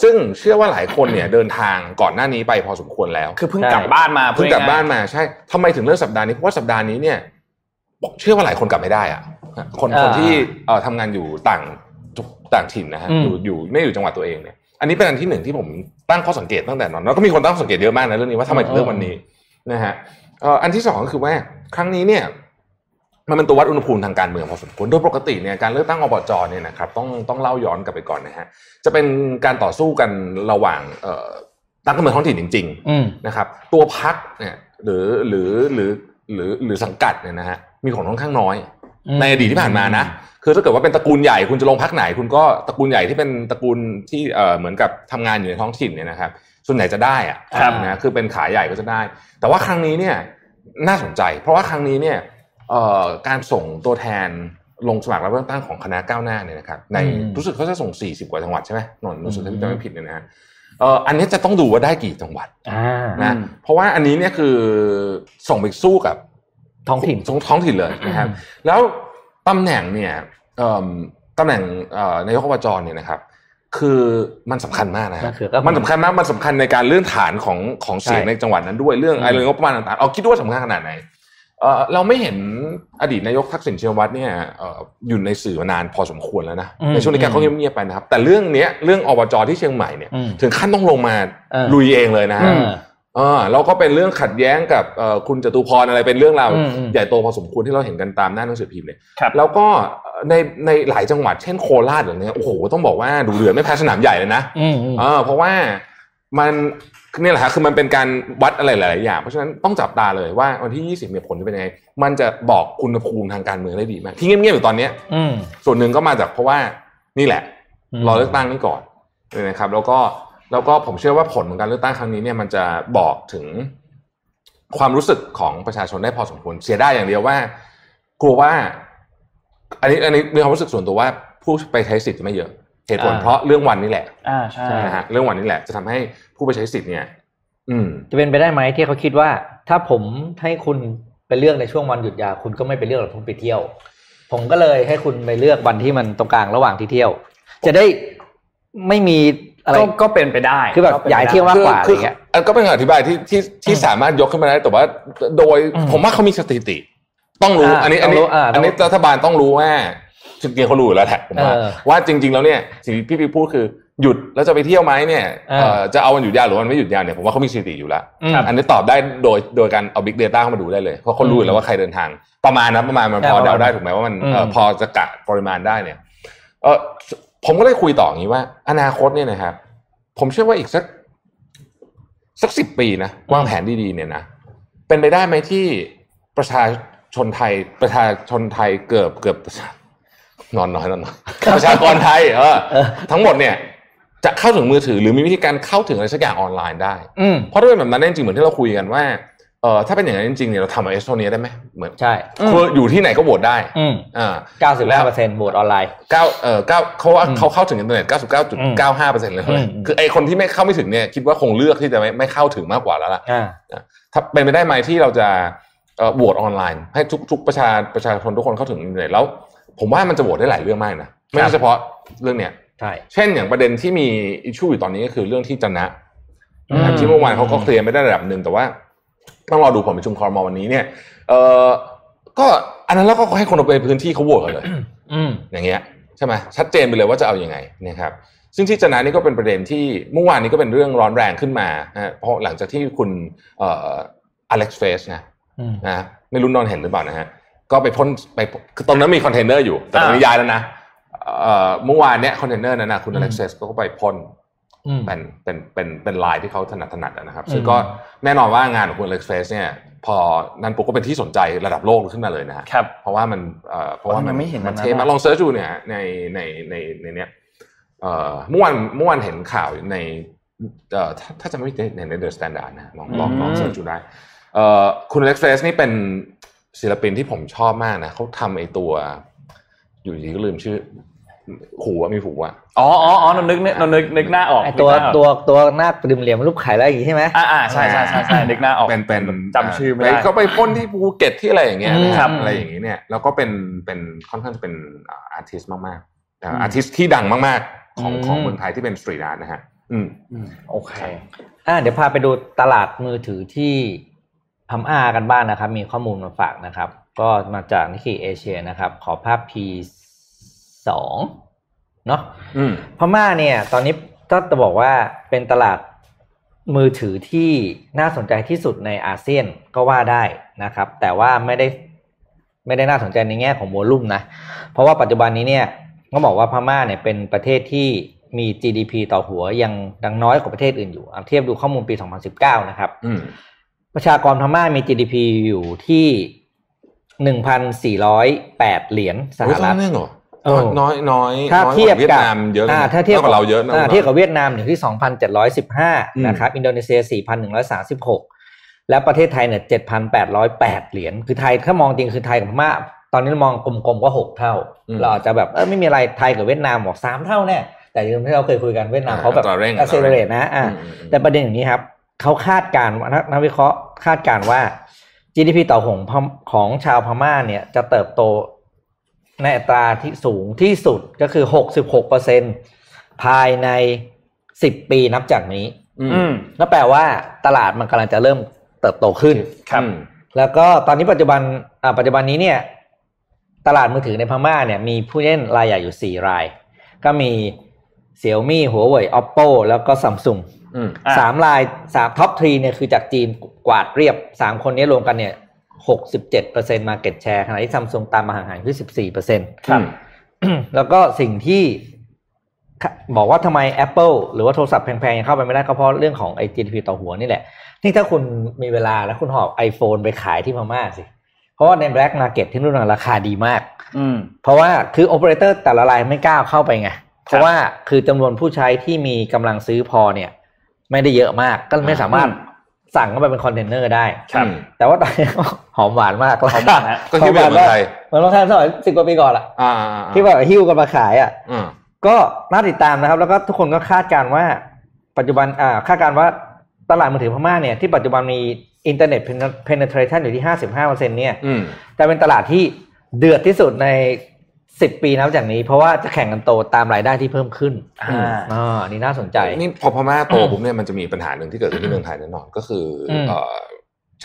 D: ซึ่งเชื่อว่าหลายคนเนี่ยเดินทางก่อนหน้านี้ไปพอสมควรแล้ว
B: คือเพิ่ง
C: ใช่
B: กลับบ้านมา
D: เพิ่งกลับบ้านมาใช่ทำไมถึงเลือกสัปดาห์นี้เพราะว่าสัปดาห์นี้เนี่ยบอกเชื่อว่าหลายคนกลับไม่ได้อะคน
C: อ่า
D: คนที่เอ่อทำงานอยู่ต่างต่างถิ่นนะฮะ
C: อืม
D: อยู่อยู่ไม่อยู่จังหวัดตัวเองเนี่ยอันนี้เป็นอันที่หนึ่งที่ผมตั้งข้อสังเกตตั้งแต่นั้นแล้วก็มีคนตั้งข้อสังเกตเยอะมากนะเรื่องนี้ว่าทำไมถึงเลือกวันนี้นะฮะเอ่ออันที่สองก็คือว่าครั้งนี้เนี่ย มันเป็นตัววัดอุณหภูมิทางการเมืองพอสมควรโดยปกติเนี่ยการเลือกตั้งอบจเนี่ยนะครับต้องต้องเล่าย้อนกลับไปก่อนนะฮะจะเป็นการต่อสู้กันระหว่างเอ่อนักการเมืองท้องถิ่นจริง ๆ
C: อืม
D: นะครับตัวพักเนี่ยหรือหรือหรือหรือหรือสังกัดเนี่ยนะฮะมีผลค่อนข้างน้อย
C: อืม
D: ในอดีตที่ผ่านมานะคือถ้าเกิดว่าเป็นตระกูลใหญ่คุณจะลงพักไหน คุณก็ตระกูลใหญ่ที่เป็นตระกูลที่เอ่อเหมือนกับทำงานอยู่ในท้องถิ่นเนี่ยนะครับ ส่วนใหญ่จะได้อะ
C: ครับ
D: นะคือเป็นขาใหญ่ก็จะได้ แต่ว่าครั้งนี้เนี่ยน่าสนใจ เพราะว่าครั้งนี้เนี่ยเอ่อการส่งตัวแทนลงสมัครรับเลือกตั้งของคณะก้าวหน้าเนี่ยนะครับในรู้สึกเขาจะส่ง 40 กว่าจังหวัดใช่ไหมนนท์รู้สึกถ้าจำไม่ผิดเนี่ยนะฮะเอ่ออันนี้จะต้องดูว่าได้กี่จังหวัด
C: อ่า
D: นะ
B: อืม
D: เพราะว่าอันนี้เนี่ยคือส่งไปสู้กับ
C: ท้องถิ่น
D: ส่ท้องถิ่นเลยนะครับแล้วตำแหน่งเนี่ยเอิ่มตำแหน่งเอ่อนายกอบจเนี่ยนะครับ คือมันสำคัญมากนะฮะ
C: มันคือก็
D: มันสำคัญมากมันสำคัญในการเลื่อนฐานของของเสียง
C: ใช่
D: ในจังหวัดนั้นด้วยเรื่องอะไรงบประมาณต่างๆเอาคิดว่าสำคัญขนาดไหนเอ่อเราไม่เห็นอดีตนายกทักษิณชินวัตรเนี่ยเอ่ออยู่ในสื่อมานานพอสมควรแล้วนะในช่วงนี้แกก็เงียบๆไปนะครับ แต่เรื่องเนี้ยเรื่องอบจที่เชียงใหม่เนี่ย
C: อืม
D: ถึงขั้นต้องลงมา
C: เออ
D: ลุยเองเลยนะ
C: อื
D: ฮะ
C: ม
D: เออแล้วก็เป็นเรื่องขัดแย้งกับเอ่อคุณจตุพรอะไรเป็นเรื่องราว
C: อืมอืม
D: ใหญ่โตพอสมควรที่เราเห็นกันตามหน้าหนังสือพิมพ์เนี่ย
B: ครับ
D: แล้วก็ในในหลายจังหวัดเช่นโคราชอย่างเนี้ยโอ้โหต้องบอกว่าดูเดือดไม่แพ้สนามใหญ่เลยนะ
C: อืมอืม
D: เออเพราะว่ามันเนี่ยแหละฮะคือมันเป็นการวัดอะไรหลายๆอย่างเพราะฉะนั้นต้องจับตาเลยว่าวันที่ 20เนี่ยผลจะเป็นยังไง มันจะบอกคุณภูมิทางการเมืองได้ดีมากที่เงียบๆอยู่ตอนเนี้ย
C: อืม
D: ส่วนหนึ่งก็มาจากเพราะว่านี่แหละ
C: อืม
D: รอเลือกตั้งนี้ก่อนนะครับ แล้วก็แล้วก็ผมเชื่อว่าผลของการเลือกตั้งครั้งนี้เนี่ยมันจะบอกถึงความรู้สึกของประชาชนได้พอสมควรเสียได้อย่างเดียวว่า กลัวว่า อันนี้อันนี้มีความรู้สึกส่วนตัวว่าผู้ไปใช้สิทธิ์จะไม่เยอะเหตุผล
C: อ่า
D: เพราะเรื่องวันนี้แหละ
B: อ่าใช่
D: นะฮะเรื่องวันนี้แหละจะทำให้ผู้ไปใช้สิทธิ์เนี่ย อืม
C: จะเป็นไปได้ไหมที่เขาคิดว่า ถ้าผมให้คุณไปเลือกในช่วงวันหยุดยาวคุณก็ไม่ไปเลือกหรอกคุณไปเที่ยว ผมก็เลยให้คุณไปเลือกวันที่มันตรงกลางระหว่างที่เที่ยว จะได้ไม่มีอะไร
B: ก็ก็เป็นไปได้
C: คือแบบ
B: ก็เป็นไป
C: อยากให้
B: ได้
C: เที่ยว มกก
D: คื
C: ว่าะไรเงี้ย
D: นก็เป็นคำอธิบายที่ที่ที่สามารถยกขึ้นมาได้แต่ว่าโดย
C: อืม
D: ผมว่าเขามีสถิติ ต้องรู้
C: อ่า
D: อันนี้อันนี้
C: ต้องรู้อ่า
D: อันนี้รัฐบาลต้องรู้ว่าจริงๆเขารู้อยู่แล้วแหละผมว่า
C: เออ
D: ว่าจริง ๆ แล้วเนี่ยสิ่งที่พี่พีพูดคือ หยุดแล้วจะไปเที่ยวไหมเนี่ย
C: อ่า
D: เอ่อจะเอาวันหยุดยาวหรือวันไม่หยุดยาวเนี่ยผมว่าเขามีสถิติอยู่แล้ว
C: อืม
D: อันนี้ตอบได้โดยโดยการเอา Big Data เข้ามาดูได้เลย เพราะเขารู้อยู่แล้วว่าใครเดินทาง ประมาณนะประมาณมัน
C: ใช่
D: พอเดาได้
C: ประมาณ
D: ถูกไหมว่ามัน
C: อืม
D: เอ่อพอจะกะปริมาณได้เนี่ยเออผมก็ได้คุยต่ออย่างนี้ว่า อนาคตเนี่ยนะครับ ผมเชื่อว่าอีกสัก สักสิบปีนะวางแผนดีๆเนี่ยนะ เป็นไปได้ไหมที่ประชาชนไทย ประชาชนไทยเกือบเกือบ นอนน้อยนอนน้อยประชากรไทยเออ
C: เออ
D: ทั้งหมดเนี่ย จะเข้าถึงมือถือ หรือมีวิธีการเข้าถึงอะไรสักอย่างออนไลน์ได้
C: อืม
D: เพราะถ้าเป็นแบบนั้นจริงๆเหมือนที่เราคุยกันว่าเออถ้าเป็นอย่างนั้นจริงๆเนี่ยเราทำเอาเอสโตเนียได้ไหมเหมือน
C: ใช่
D: คืออยู่ที่ไหนก็โหวตได้
C: อืม
D: อ่า
C: เก้าสิบห้าเปอร์เซ็นต์โหวตออนไลน์
D: เก้าเออเก้าเขาว่า
C: อืม
D: เขาเข้าถึงอินเทอร์เน็ต99.95เปอร์เซ็นต์เลย
C: อืม
D: คือไอคนที่ไม่เข้าไม่ถึงเนี่ยคิดว่าคงเลือกที่จะไม่ไม่เข้าถึงมากกว่าแล้วล่ะ
C: อ่า
D: ถ้าเป็นไปได้ไหมที่เราจะเอ่อโหวตออนไลน์ ให้ทุกทุกประชาประชาชนทุกคนเข้าถึงอินเทอร์เน็ตแล้ว ผมว่ามันจะโหวตได้หลายเรื่องมากนะไม่
C: ครับ
D: ใช่เฉพาะเรื่องเนี้ย
C: ใช่
D: เช่นอย่างประเด็นที่มีอิชชูอยู่ตอนนี้ก็คือเรื่องที่จะนะ
B: อืม
D: นะครับที่เมื่อวานเขาก็เคลียร์ไม่ได้ระดับหนึ่งแต่ว่าต้องรอดูผลประชุมคอรมอวันนี้เนี่ยเออก็อันนั้นแล้วก็ให้คนในพื้นที่เขาโหวตกันเลย
C: อืม
D: อย่างเงี้ยใช่ไหมชัดเจนไปเลยว่าจะเอาอยัางไงนะครับซึ่งที่จะนะนี่ก็เป็นประเด็นที่เมื่อวานนี้ก็เป็นเรื่องร้อนแรงขึ้นมานะฮะเพราะหลังจากที่คุณเอ่ออเล็กซ์เฟสนะ
C: อืม
D: นะไม่รู้นอนเห็นหรือเปล่านะฮะก็ไปพ่นไปคือตอนนั้นมีคอนเทนเนอร์อยู่ แต่ตอนนี้
B: อ่า
D: ย้ายแล้วนะเอ่อเมื่อวานเนี้ยคอนเทนเนอร์นั้นนะคุณอเล็กซ์เฟสก็ไปพ่น
C: อืม
D: เป็นเป็นเป็นเป็นลายที่เขาถนัดถนัดอะนะครับ
C: อืม
D: ซึ่งก็แน่นอนว่างานของคุณเล็กเฟสเนี่ย พอนั้นปุ๊บก็เป็นที่สนใจระดับโลกขึ้นมาเลยนะฮะ
B: ครับ
D: เพราะว่ามันเอ่อเพราะว่า
B: โอ้ยมั
D: มัน
B: ไม่เห็น
D: มัน
B: มันนะ
D: เท่มากลองเซิร์ชดูเนี่ยในในในในเนี้ยเอ่อเมื่อวันเมื่อวันเห็นข่าวในเอ่อถ้าถ้าจะไม่ผิดในในเดอะสแตนดาร์ดนะฮะลองลองลองเซิร์ชดูได้เอ่อคุณเล็กเฟสนี่เป็นศิลปินที่ผมชอบมากนะเขาทำไอตัว อยู่ดีก็ลืมชื่อหูอะมีหูอะ
B: อ๋ออ๋ออ๋อนนนึกเนี่ยนนนึกนึกหน้าออก
C: ไอตัว
B: นึกหน้าออก
C: ตัวตัวหน้าเหลี่ยมๆรูปไข่แล้วอย่างงี้ใช่ไหม
B: อ่าอ่าใช่ใช่ใช่ใช่นึกหน้าออก
D: เป็นเป็น
B: จำชื่อไม่ได้
D: ปก็ไปพ่นที่ภูเก็ตที่อะไรอย่างเงี้ย
C: อืม
D: นะค
C: ครั
D: รับบ อะไรอย่างงี้เนี่ยแล้วก็เป็นเป็นค่อนข้างจะเป็นอาร์ติสต์มากๆแต่อาร์ติสต์ที่ดังมากๆ ของ
C: อืม
D: ของเมืองไทยที่เป็นสตรีทอาร์ตนะฮะอืม
B: โอเค
C: อ่าเดี๋ยวพาไปดูตลาดมือถือที่พม่ากันบ้างนะครับ มีข้อมูลมาฝากนะครับ ก็มาจากนิกิเอเชียนะครับ ขอภาพ P สองเนาะ
D: อืม
C: พม่าเนี่ย ตอนนี้ก็จะบอกว่าเป็นตลาดมือถือที่น่าสนใจที่สุดในอาเซียนก็ว่าได้นะครับ แต่ว่าไม่ได้ไม่ได้น่าสนใจในแง่ของวอลลุ่มนะ เพราะว่าปัจจุบันนี้เนี่ยก็บอกว่าพม่าเนี่ยเป็นประเทศที่มี GDP ต่อหัวยังดังน้อยกว่าประเทศอื่นอยู่อ่ะเทียบดูข้อมูลปี 2019 นะครับ
D: อืม
C: ประชากรพม่ามี GDP อยู่ที่ 1,408 เหรียญสห
D: โอ้ย
C: รัฐ
D: เรื่องเหรอ
C: เออ
D: น้อยน้อย
C: ถ้า
D: น้อย
C: เทียบ
D: กว่เวีย
C: กั
D: ด
C: บ
D: นามเยอะนะ
C: อ่าถ้าเทียบ
D: น้อกว่าเราเยอะนะ
C: อ่าเทียบกับเวียดนามอยู่ที่
D: อืม
C: 2,715 นะครับ อินโดนีเซีย 4,136 และประเทศไทยเนี่ย 7,808 เหรียญ คือไทยถ้ามองจริงคือไทยกับพม่า ตอนนี้มองกลมๆก็ 6 เท่า
D: อืม
C: เราอาจจะแบบ เออไม่มีอะไร ไทยกับเวียดนามบอก3เท่าแน่ แต่อย่างที่เราเคยคุยกันเวียดนามเขาแบบ
D: อัตราเร่ง
C: accelerate นะอ่า
D: อืมอืม
C: แต่ประเด็นอย่างนี้ครับ เขาคาดการณ์ว่านักนักวิเคราะห์คาดการณ์ว่า GDP ต่อหงพมของชาวพม่าเนี่ยจะเติบโตในอัตราที่สูงที่สุดก็คือ 66%ภายใน 10 ปีนับจากนี้
D: อื
B: อื
D: ม
B: ม
C: นั่นแปลว่าตลาดมันกำลังจะเริ่มเติบโตขึ้น
B: ครับ
D: อืม
C: แล้วก็ตอนนี้ปัจจุบันอ่าปัจจุบันนี้เนี่ยตลาดมือถือในพม่าเนี่ยมีผู้เล่นรายใหญ่อยู่ 4 ราย ก็มี Xiaomi Huawei Oppo แล้วก็ Samsung
D: อืม
B: อ่ะ
C: สามลายสามท็อปทรีเนี่ยคือจากจีนกวาดเรียบสามคนนี้รวมกันเนี่ยหกสิบเจ็ดเปอร์เซ็นต์มาเก็ตแชร์ขณะที่ซัมซุงตามมาห่างๆที่สิบสี่เปอร์เซ็ นต์
B: ครับ
C: แล้วก็สิ่งที่ค่ะบอกว่าทำไม Apple หรือว่าโทรศัพท์แพงๆยังเข้าไปไม่ได้ก็เพราะเรื่องของไอ้ GDP ต่อหัวนี่แหละ นี่ถ้าคุณมีเวลาแล้วคุณหอบ iPhone ไปขายที่พม่าสิ เพราะว่าใน Black Market ที่นู่นนะราคาดีมาก
B: อืม
C: เพราะว่าคือโอเปอเรเตอร์แต่ละรายไม่กล้าเข้าไปไง เพราะว่าคือจำนวนผู้ใช้ที่มีกำลังซื้อพอเนี่ย ไม่ได้เยอะมากก็ไม่สามารถ
B: อืม
C: สั่งเข้าไปเป็นคอนเทนเนอร์ได้
B: ครับ
C: แต่ว่าตอนนี้ หอมหวานมาก
B: หอมหวานฮะ
D: ก็เทียบกับเมืองไทย
C: เห มือนเมืองไทยสมัยสิบกว่าปีก่อนอะ
D: อ่าอ่าอ่า
C: ที่แบบหิ้วกันมาขายอ่ะ
D: อืม
C: ก็น่าติดตามนะครับ แล้วก็ทุกคนก็คาดการณ์ว่า ปัจจุบันอ่าคาดการณ์ว่าตลาดมือถือพม่าเนี่ยที่ปัจจุบันมีอินเทอร์เน็ต penetration อยู่ที่ห้าสิบห้าเปอร์เซ็นเนี่ย
D: อืม
C: แต่เป็นตลาดที่เดือดที่สุดใน 10 ปีนับจากนี้ เพราะว่าจะแข่งกันโตตามรายได้ที่เพิ่มขึ้น
B: อ่า
C: อ่านี่น่าสนใจ
D: นี่พอพม่าโตปุ๊บเนี่ยมันจะมีปัญหาหนึ่งที่เกิดขึ้นที่เมืองไทยแน่นอนก็คืออ
C: ม
D: เอ่อ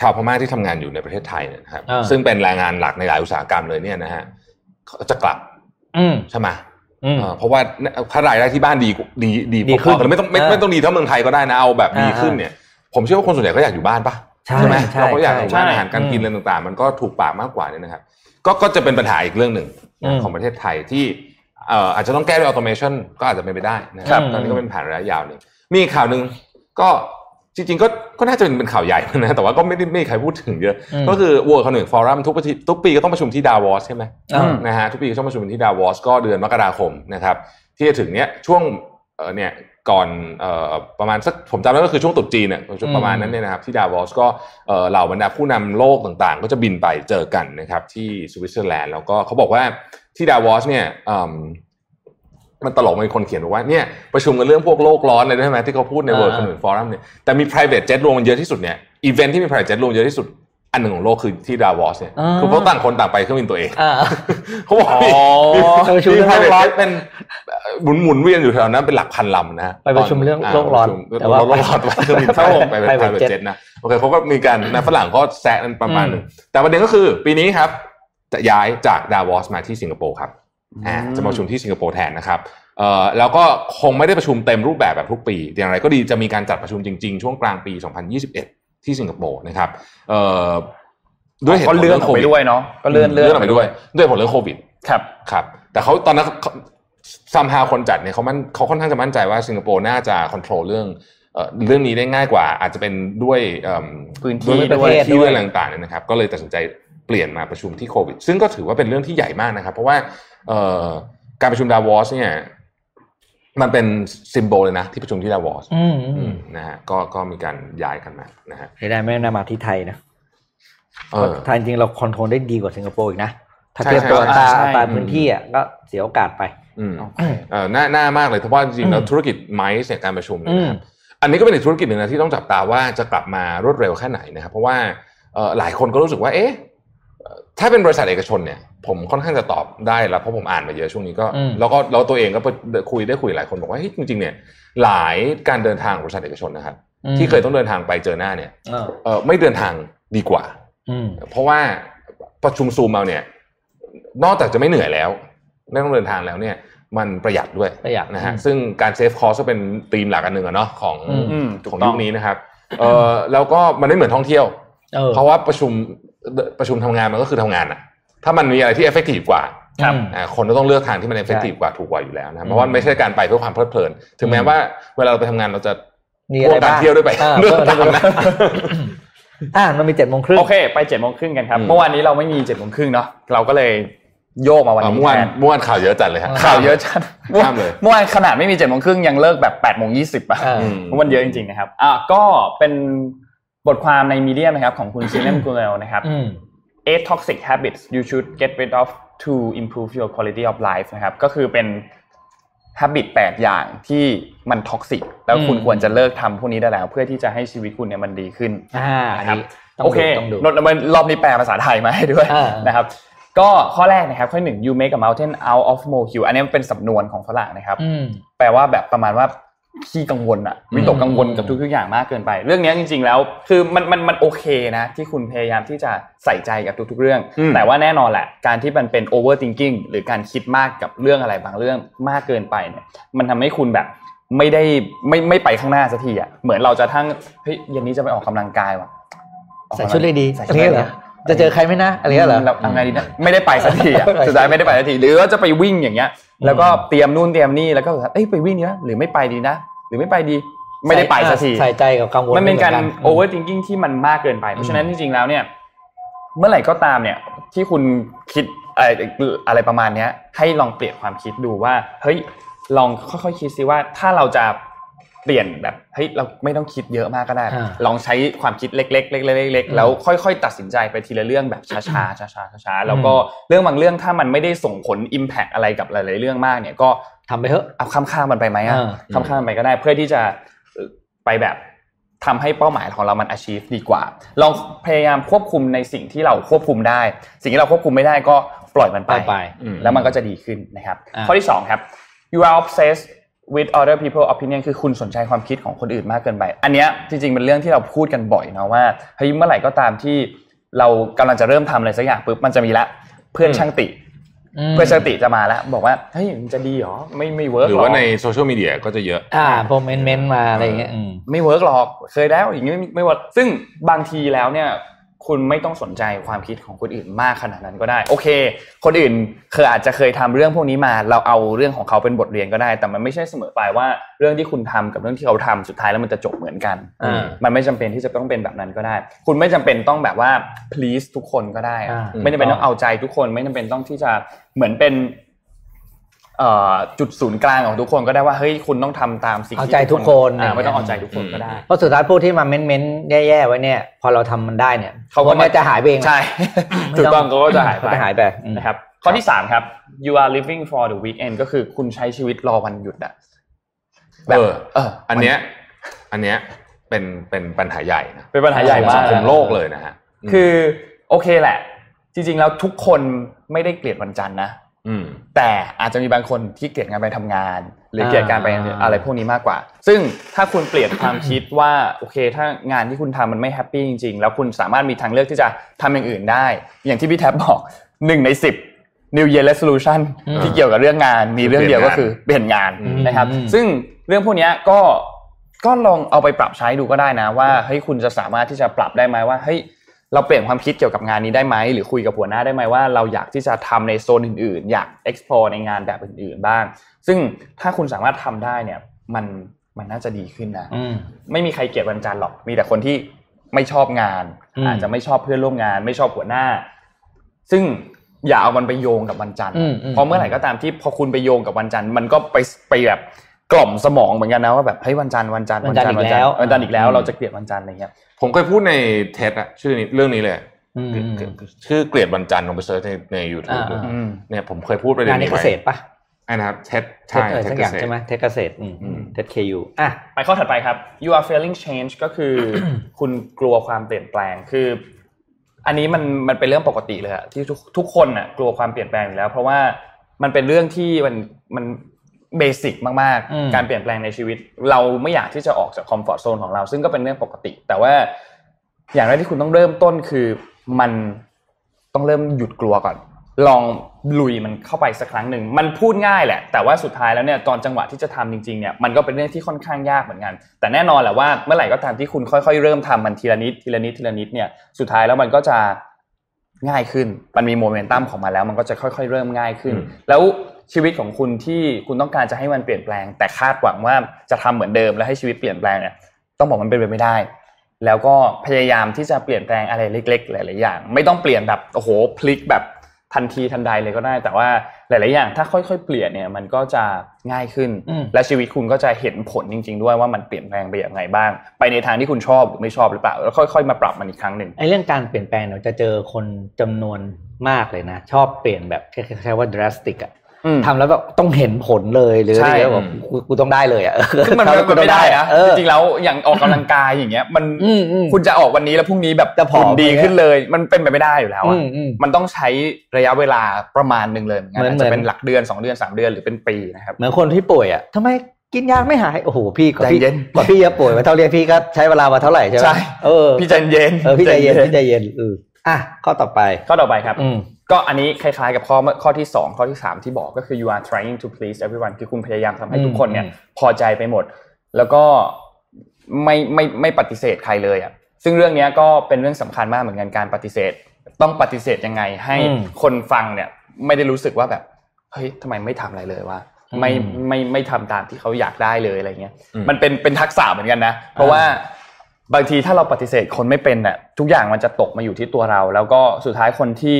D: ชาวพม่าที่ทำงานอยู่ในประเทศไทยเนี่ยนะครับ
C: อ่า
D: ซึ่งเป็นแรงงานหลักในหลายอุตสาหกรรมเลยเนี่ยนะฮะเขาจะกลับ
C: อืม
D: ใช่ไหม
C: อืม
D: เอ่อเพราะว่าค่ารายได้ที่บ้านดีกว่าดีดี
C: ดีขึ้น
D: พอๆกันไม่ต้องไม่
C: อ่า
D: ไม่ต้องดีเท่าเมืองไทยก็ได้นะเอาแบบดี
C: อ่า
D: ขึ้นเนี่ย ผมเชื่อว่าคนส่วนใหญ่ก็อยากอยู่บ้านปะ
C: ใช่
D: ไหม
C: ใช่
D: เราก็อยากอยู่บ้าน
B: ใช่
D: อาหารการกินอะไรต่างๆ มันก็ถูกปากมากกว่าเนี่ยนะครับ ก็ก็จะเป็นปัญหาอีกเรื่องหนึ่ง
C: อืม
D: ของประเทศไทยที่เอ่ออาจจะต้องแก้ด้วยออโตเมชันก็อาจจะเป็นไปได้นะครั
C: ครับ บ
D: ตอนนี้ก็เป็นแผนระยะยาวหนึ่งมีอีกข่าวหนึ่งก็จริงๆก็ก็น่าจะเป็นข่าวใหญ่นะ แต่ว่าก็ไม่ได้ไม่มีใครพูดถึงเยอะ ก็คือ World Economic Forum ทุกปีทุกปีก็ต้องประชุมที่ดาวอสใช่ไหม
C: อ่า
D: นะฮะทุกปีก็ต้องประชุมกันที่ดาวอสก็เดือนมกราคมนะครับที่จะถึงเนี้ยช่วงเอ่อเนี่ยก่อนเอ่อประมาณสักผมจำได้ก็คือช่วงตรุษจีนเนี่ยช่วงประมาณนั้นเนี่ยนะครับที่ดาวอสก็เอ่อเหล่าบรรดาผู้นำโลกต่างๆ ก็จะบินไปเจอกันนะครับที่สวิตเซอร์แลนด์แล้วก็เขาบอกว่าที่ดาวอสเนี่ยเอิ่มมันตลกมีคนเขียนบอกว่าเนี่ยประชุมกันเรื่องพวกโลกร้อนเลยใช่ไหมที่เขาพูดใน World
C: อ่า
D: Economic Forum เนี่ยแต่มี private jet รวมกันเยอะที่สุดเนี่ยอีเวนท์ที่มี private jet รวมเยอะที่สุดอันหนึ่งของโลกคือที่ดาวอสเนี่ย
C: อ่า
D: คือเพราะต่างคนต่างไปเครื่องบินตัวเอง
C: อ่า
D: เขาบอกว่ามี
B: อ๋อ
C: เออชุม
D: มี
C: เรื่อง
D: พา
C: โล
D: ย
C: กร้
D: เร้
C: อ
D: อน นเป็นหมุนหมุนเวียนอยู่แถวนั้นเป็นหลักพันลำนะฮ
C: ไปประชุมเรื่องโลกร้อนแต่
D: แต่
C: ว่า
D: ว่าโลกร้อนไปเครื่องบิน
C: ครับผม
D: ไปไป
C: ไป
D: ไป
C: แบบ
D: ไป
C: เจ็ต
D: เจ็ตนะโอเคเขาก็มีการนะฝรั่งเขาแซะนั้นประมาณหนึงแต่ประเด็นก็คือปีนี้ครับ จะย้ายจากดาวอสมาที่สิงคโปร์ครับอ่าจะมาประชุมที่สิงคโปร์แทนนะครับเอ่อแล้วก็คงไม่ได้ประชุมเต็มรูปแบบแบบทุกปี อย่างไรก็ดีจะมีการจัดประชุมจริง ๆ ช่วงกลางปี 2021 ที่สิงคโปร์นะครับเอ่อด้วยเหตุผ
B: ก็
D: ล
B: เลื่อน
D: ง
B: ออ
D: โค
B: กไป
D: วิด
B: ด้วยเนาะก็เลื่อน
D: เลื่อนออกไปด้วยด้วยเหตุผลเรื่องโควิด
B: ครับ
D: ครับแต่เขาตอนนั้นซัมฮา somehow คนจัดเนี่ยเขามันเขาค่อนข้างจะมั่นใจว่าสิงคโปร์น่าจะควบคุมเรื่องเอ่อเรื่องนี้ได้ง่ายกว่า อาจจะเป็นด้วยเอิ่ม
B: พื้นที่
D: ด้
C: ด้ว
D: วย
C: ย
D: พื้นที่
C: ด้
D: ด้
C: ว
D: วย ยอะไรต่างๆเนี่ยนะครับ ก็เลยตัดสินใจเปลี่ยนมาประชุมที่โควิด ซึ่งก็ถือว่าเป็นเรื่องที่ใหญ่มากนะครับ เพราะว่าเอ่อการประชุมดาวอสเนี่ยมันเป็นซิมโบลเลยนะที่ประชุมที่ดาวอส
C: อืมอื
D: อื
C: ม
D: มนะฮะก็ก็มีการย้ายกันมานะฮะ
C: เสียดายไม่ได้นำมาที่ไทยนะ
D: เออ
C: ไทยจริงๆเราคอนโทรลได้ดีกว่าสิงคโปร์อีกนะ ถ้า
D: ใช่
C: เทียบตัว
D: ใช่
C: ตา
B: ใช่
C: ตาพื้นที่อ่ะก็เสียโอกาสไป
D: อืม
B: โอเค
D: เออหน้าหน้ามากเลยเพราะว่าจริงๆแล้ว
C: อืม
D: ธุรกิจไมซ์เนี่ยการประชุมเนยนะครับ
C: อื
D: อันนี้ก็เป็นอีกธุรกิจหนึ่งนะที่ต้องจับตาว่าจะกลับมารวดเร็วแค่ไหนนะครับเพราะว่าเอ่อหลายคนก็รู้สึกว่าเอ๊ะเอ่อถ้าเป็นบริษัทเอกชนเนี่ย ผมค่อนข้างจะตอบได้แล้วเพราะผมอ่านมาเยอะช่วงนี้ก็แล้วก็แล้วตัวเองก็คุยได้คุยหลายคนบอกว่าเฮ้ยจริงๆเนี่ยหลายการเดินทางของบริษัทเอกชนนะครับที่เคยต้องเดินทางไปเจอหน้าเนี่ย
C: เออ
D: เออไม่เดินทางดีกว่า
C: อืม
D: เพราะว่าประชุมซูมเอาเนี่ย นอกจากจะไม่เหนื่อยแล้วไม่ต้องเดินทางแล้วเนี่ย มันประหยัดด้วย
C: ประหยัด
D: นะฮะ
C: อืม
D: ซึ่งการเซฟคอสก็เป็นธีมหลักอันหนึ่งอะเนาะของ
C: อืม
B: อืมถูก
D: ของ
B: ต้อ
D: ยุ
B: ง
D: คนี้นะครับเออแล้วก็มันไม่เหมือนท่องเที่ยว
C: เออ
D: เพราะว่าประชุมประชุมทำงานมันก็คือทำงานอะถ้ามันมีอะไรที่เอฟเฟกตีฟกว่า
B: ครับ
C: อืม
D: อ่าคนก็ต้องเลือกทางที่มันเอฟเฟกตีฟกว่าถูกกว่าอยู่แล้วนะเพราะว่า
C: อืม
D: ไม่ใช่การไปเพื่อความเพลิดเพลิน ถึงแม้ว่าเวลาเราไปทำงานเราจะ
C: มี
D: พ่วงการ
C: บ้าง
D: เที่ยวด้วยไป
C: อ่า
D: เรื่องตามนะ
C: อ่ามันมีเจ็ดโมงครึ่ง
B: โอเค ไปเจ็ดโมงครึ่งกันครับ
D: อืม
B: เมื่อวานนี้เราไม่มีเจ็ดโมงครึ่งเนาะเราก็เลยโยกมาวัน
D: อ่า
B: นี้
D: เมื่อวาน
B: แทน
D: เมื่อวานข่าวเยอะจัดเลยฮะ
B: ข่าวเยอะจัด
D: ข้ามเลย
B: เมื่อวานขนาดไม่มีเจ็ดโมงครึ่งยังเลิกแบบแปดโมงยี่สิบอะ
C: เออ
D: อืม
B: มันเยอะจริงๆนะครับ อ่ะก็เป็นบทความในมีเดียนะครับของ คุณซีเลมกูเลนะครับ
C: อืม
B: eight toxic habits you should get rid of to improve your quality of life นะครับก็คือเป็น habit 8 อย่างที่มันท็อกซิกแล้วคุณ
C: อืม
B: ควรจะเลิกทำพวกนี้ได้แล้ว เพื่อที่จะให้ชีวิตคุณเนี่ยมันดีขึ้น
C: อ่าอันนี้ต้ง
B: โอเค
C: ดูต้องดู
B: นนมันรอบนี้แปลภาษาไทยมาให้ด้วย
C: อ่า
B: นะครับ ก็ข้อแรกนะครับ ข้อหนึ่ง you make a mountain out of molehill อันนี้มันเป็นสำนวนของฝรั่งนะครับ
C: อืม
B: แปลว่าแบบประมาณว่าขี้กังวลอะวิตกกังวลกับทุกๆอย่างมากเกินไป เรื่องเนี้ยจริง ๆ แล้ว คือมันมันมันโอเคนะ ที่คุณพยายามที่จะใส่ใจกับทุก ๆ เรื่อง
D: อืม
B: แต่ว่าแน่นอนแหละการที่มันเป็น overthinking หรือการคิดมากกับเรื่องอะไรบางเรื่องมากเกินไปเนี่ยมันทำให้คุณแบบไม่ได้ไม่ไม่ไปข้างหน้าสักทีอะเหมือนเราจะทั้งเฮ้ยเย็นนี้จะไปออกกำลังกายว่ะออก
C: ใส่
B: กำลัง
C: ชุดเลยดี
B: ใส่
C: อะ
B: ชุ
C: ไร
B: ด
C: เงี้ย
B: อะ
C: เหร
B: ไร
C: อ จะเจอใครไหมนะอะไรเงี้ยเหรอ
B: าทำไงดีนะไม่ได้ไปสักทีอะ สุดท้ายไม่ได้ไปสักทีหรือว่าจะไปวิ่งอย่างเงี้ย แล้วก็เตรียมนู่นเตรียมนี่แล้วก็แบบเอ้ยไปวิ่งดีนะหรือไม่ไปดีนะ หรือไม่ไปดีไม่ได้ไปสักที
C: ใส่ใจกับกังวล
B: มันเป็นการ
C: หมื
B: overthinking ที่มันมากเกินไป เพราะฉะนั้นจริงๆแล้วเนี่ย เมื่อไหร่ก็ตามเนี่ย ที่คุณคิดอะไรอะไรประมาณเนี้ย ให้ลองเปลี่ยนความคิดดูว่าเฮ้ยลองค่อยๆคิดซิว่าถ้าเราจะเปลี่ยนแบบเฮ้ยเราไม่ต้องคิดเยอะมากก็ได้
C: อ่า
B: ลองใช้ความคิดเล็กๆเล็กๆเล็กๆแล้วค่อยๆ ตัดสินใจไปทีละเรื่องแบบช้าๆช้าๆช้าๆแล้วก็เรื่องบางเรื่องถ้ามันไม่ได้ส่งผล Impact อะไรกับหลายๆเรื่องมากเนี่ยก็
C: ทำไปเถอะ
B: เอาข้ามข้ามมันไปไหมอะ
C: อ่า
B: ข้ามข้ามมันไปก็ได้เพื่อที่จะเอ่อไปแบบทำให้เป้าหมายของเรามัน achieve ดีกว่า ลองพยายามควบคุมในสิ่งที่เราควบคุมได้ สิ่งที่เราควบคุมไม่ได้ก็ปล่อยมัน
C: ไป
B: ไป
C: ไป
D: อืม
B: แล้วมันก็จะดีขึ้นนะครับ
C: อ่า
B: ข้อที่ 2 ครับ you are obsessed with other people opinion คือคุณสนใจความคิดของคนอื่นมากเกินไป อันเนี้ยจริงๆเป็นเรื่องที่เราพูดกันบ่อยเนาะว่าเฮ้ยเมื่อไหร่ก็ตามที่เรากำลังจะเริ่มทำอะไรสักอย่างปุ๊บมันจะมีละเพื่อนช่างติ
C: อืม
B: เพื่อสติจะมาแล้ว บอกว่าเฮ้ยมันจะดีเหรอไม่ไม่เวิร์ก
D: หรือว่าในโซเชียลมีเดียก็จะเยอะ
C: อ่าผมเมนเมนต์มาอะไรอย่างเงี้ยอืม
B: ไม่เวิร์กหรอกเคยแล้วอย่างนี้ไม่ไม่เวิร์กซึ่งบางทีแล้วเนี่ย คุณไม่ต้องสนใจความคิดของคนอื่นมากขนาดนั้นก็ได้ โอเค คนอื่นเคยอาจจะเคยทำเรื่องพวกนี้มา เราเอาเรื่องของเขาเป็นบทเรียนก็ได้ แต่มันไม่ใช่เสมอไปว่าเรื่องที่คุณทำกับเรื่องที่เขาทำสุดท้ายแล้วมันจะจบเหมือนกัน
C: อ่า
B: มันไม่จำเป็นที่จะต้องเป็นแบบนั้นก็ได้ คุณไม่จำเป็นต้องแบบว่า please ทุกคนก็ได้อะ
C: อ่า
B: ไม่จำเป็นต้องเอาใจทุกคน ไม่จำเป็นต้องที่จะเหมือนเป็นเอ่อจุดศูนย์กลางของทุกคนก็ได้ว่าเฮ้ยคุณต้องทำตามสิ่ง
C: เอาใจทุกคน
B: อ่าไม่ต้อง
C: อย่างเงี้ย
B: เอาใจทุกคนก็ได้
C: เพราะสุดท้ายพวกที่มาเม้นเมนต์แย่ๆไว้เนี่ย พอเราทำมันได้เนี่ย
B: เขาก็
C: พว
B: มา
C: นี่ยจะหายไปเอง
B: ใช่
C: ไม่
B: ถูกต้องเขาก็จะหาย
C: เข
B: ไป
C: หายไปอืม
B: นะครับ ข้อที่สามครับ you are living for the weekend ก็คือคุณใช้ชีวิตรอวันหยุดอะแบบ
D: เออ
B: เออ
D: อันเนี้ยอันเนี้ยเป็นเป็นปัญหาใหญ่นะ
B: เป็นปัญหาใหญ่
D: ข
B: มา
D: องสั
B: ก
D: งคมโลกเลยนะฮะ
B: คือ โอเคแหละ จริง ๆ แล้วทุกคนไม่ได้เกลียดวันจันทร์นะ
D: อืม
B: แต่อาจจะมีบางคนที่เกลียดการไปทำงาน หรือ
C: อ่า
B: เกลียดการไปอะไรพวกนี้มากกว่า ซึ่งถ้าคุณเปลี่ยนความ คิดว่าโอเค ถ้างานที่คุณทำมันไม่แฮปปี้จริงๆ แล้วคุณสามารถมีทางเลือกที่จะทำอย่างอื่นได้ อย่างที่พี่แท็บบอกหนึ่งในสิบ New Year Resolution ที่เกี่ยวกับเรื่องงานมีเรื่องเดียวก็คือเปลี่ยนงาน
D: อืม
B: นะครับ
C: อืม
B: ซึ่งเรื่องพวกเนี้ยก็ก็ลองเอาไปปรับใช้ดูก็ได้นะว่าเฮ้ยคุณจะสามารถที่จะปรับได้ไหมว่าเฮ้ยเราเปลี่ยนความคิดเกี่ยวกับงานนี้ได้ไหมหรือคุยกับหัวหน้าได้ไหมว่าเราอยากที่จะทำในโซนอื่นๆ อยาก explore ในงานแบบอื่นๆบ้าง ซึ่งถ้าคุณสามารถทำได้เนี่ยมันมันน่าจะดีขึ้นนะ
C: อืม
B: ไม่มีใครเกลียดวันจันทร์หรอก มีแต่คนที่ไม่ชอบงาน
C: อืม
B: อาจจะไม่ชอบเพื่อนร่วมงาน ไม่ชอบหัวหน้า ซึ่งอย่าเอามันไปโยงกับวันจันทร์
C: อืมอืม
B: เพราะเมื่อไหร่ก็ตามที่พอคุณไปโยงกับวันจันทร์มันก็ไปไปแบบกล่อมสมองเหมือนกันนะว่าแบบเฮ้ยวันจันทร์วันจันทร์วันจันทร์อีกแล้วเราจะเกลียดวันจันทร์อะไรเงี้ย
D: ผมเคยพูดในเท็ดอะชื่อนี้เรื่องนี้เลย
C: อืม
D: ชื่อเกลียดวันจันทร์ลองไปเซิร์ชในในยูทูบดู
B: อืม
D: เนี่ยผมเคยพูดประเด็น
C: งานนี้
D: นี้
C: เก
D: ไว้
C: ษตรปะ
D: ไอ้นะครับเท็ด
C: เทค
D: ใช่
C: อะไร
D: เท็
C: สั
D: ด
C: กอ
D: เก
C: ย่าง
D: ษตร
C: ใช่ไหมเทคเกษตรอืม
D: อืม
C: เทคเคยูอ่ะ
B: ไปข้อถัดไปครับ you are feeling change ก็ คือ คุณกลัวความเปลี่ยนแปลง คือ อันนี้มันมันเป็นเรื่องปกติเลยอะที่ทุกทุกคนน่ะกลัวความเปลี่ยนแปลงอยู่แล้ว เพราะว่ามันเป็นเรื่องที่มันมันเบสิกมาก
C: อืม
B: ๆ การเปลี่ยนแปลงในชีวิต เราไม่อยากที่จะออกจากคอมฟอร์ทโซนของเรา ซึ่งก็เป็นเรื่องปกติ แต่ว่าอย่างแรกที่คุณต้องเริ่มต้นคือมันต้องเริ่มหยุดกลัวก่อน ลองลุยมันเข้าไปสักครั้งหนึ่งมันพูดง่ายแหละ แต่ว่าสุดท้ายแล้วเนี่ยตอนจังหวะที่จะทำจริงๆเนี่ยมันก็เป็นเรื่องที่ค่อนข้างยากเหมือนกัน แต่แน่นอนแหละว่าเมื่อไหร่ก็ตามที่คุณค่อยๆ เริ่มทำมันทีละนิดทีละนิดทีละนิดเนี่ยสุดท้ายแล้วมันก็จะง่ายขึ้น มันมีโมเมนตัมของมันแล้ว มันก็จะค่อย ๆ เริ่มง่ายขึ้น
D: อืม
B: แล้วชีวิตของคุณที่คุณต้องการจะให้มันเปลี่ยนแปลง แต่คาดหวังว่าจะทำเหมือนเดิมแล้วให้ชีวิตเปลี่ยนแปลงเนี่ยต้องบอกมันเป็นไปไม่ได้ แล้วก็พยายามที่จะเปลี่ยนแปลงอะไรเล็ก ๆ หลาย ๆ อย่าง ไม่ต้องเปลี่ยนแบบโอ้โหพลิกแบบทันทีทันใดเลยก็ได้ แต่ว่าหลาย ๆ อย่าง ถ้าค่อย ๆ เปลี่ยนเนี่ยมันก็จะง่ายขึ้น
C: อืม
B: และชีวิตคุณก็จะเห็นผลจริง ๆ ด้วยว่ามันเปลี่ยนแปลงไปอย่างไรบ้าง ไปในทางที่คุณชอบหรือไม่ชอบหรือเปล่า แล้วค่อย ๆ มาปรับมันอีกครั้งหนึ่ง
C: ไอเรื่องการเปลี่ยนแปลงเราจะเจอคนจำนวนมากเลยนะ ชอบเปลี่ยนแบบคล้ายๆคล้ายๆว่า drastic อะทำแล้วแบบต้องเห็นผลเลยหรืออะไร
B: ใช่
C: เงี้ยแบบกูกูต้องได้เลยอะ
B: ซึ่งมัน
C: ทำแล้ว
B: มันไม่ได้นะ
C: เออ
B: จริงๆแล้วอย่างออกกำลังกายอย่างเงี้ย มัน
C: อืมอืม
B: คุณจะออกวันนี้แล้วพรุ่งนี้แบบ
C: จะผอม
B: หุ่นดีขึ้นเลย มันเป็นไปไม่ได้อยู่แล้ว
C: อื
B: อะ
C: มอืม
B: มันต้องใช้ระยะเวลาประมาณหนึ่งเลยเหมือนกัน
C: เหมือน
B: อาจจะเป็น
C: เหมือน
B: หลักเดือน 2 เดือน 3 เดือนหรือเป็นปีนะครับ
C: เหมือนคนที่ป่วยอ่ะทำไมกินยาไม่หาย โอ้โห พี่กว่าพี่
B: ใจเย็น
C: กว่าพี่จะป่วยมาเท่าเรียกพี่ก็ใช้เวลามาเท่าไหร่ใช่ไหม
B: ใช่
C: เออ
B: พี่ใจเย็น
C: เออพี่ใจเย็นพี่ใจเย็นเอออ่ะข้อต่อไป
B: ข้อต่อไปครับ
C: อืม
B: ก็อันนี้คล้ายๆกับข้อเมื่อข้อที่ 2 ข้อที่ 3 ที่บอกก็คือ you are trying to please everyone คือคุณพยายามทำให้ทุกคนเนี่ย
C: อืม
B: พอใจไปหมด แล้วก็ไม่ไม่ไม่ปฏิเสธใครเลยอ่ะซึ่งเรื่องเนี้ยก็เป็นเรื่องสำคัญมากเหมือนกันการปฏิเสธ ต้องปฏิเสธยังไงให้คนฟังเนี่ยไม่ได้รู้สึกว่าแบบเฮ้ยทำไมไม่ทำอะไรเลยวะไม่ไม่ไม่ทำตามที่เขาอยากได้เลยอะไรเงี้ย
D: อืม
B: มันเป็นเป็นทักษะเหมือนกันนะ เพราะว่าบางทีถ้าเราปฏิเสธคนไม่เป็นน่ะทุกอย่างมันจะตกมาอยู่ที่ตัวเรา แล้วก็สุดท้ายคนที่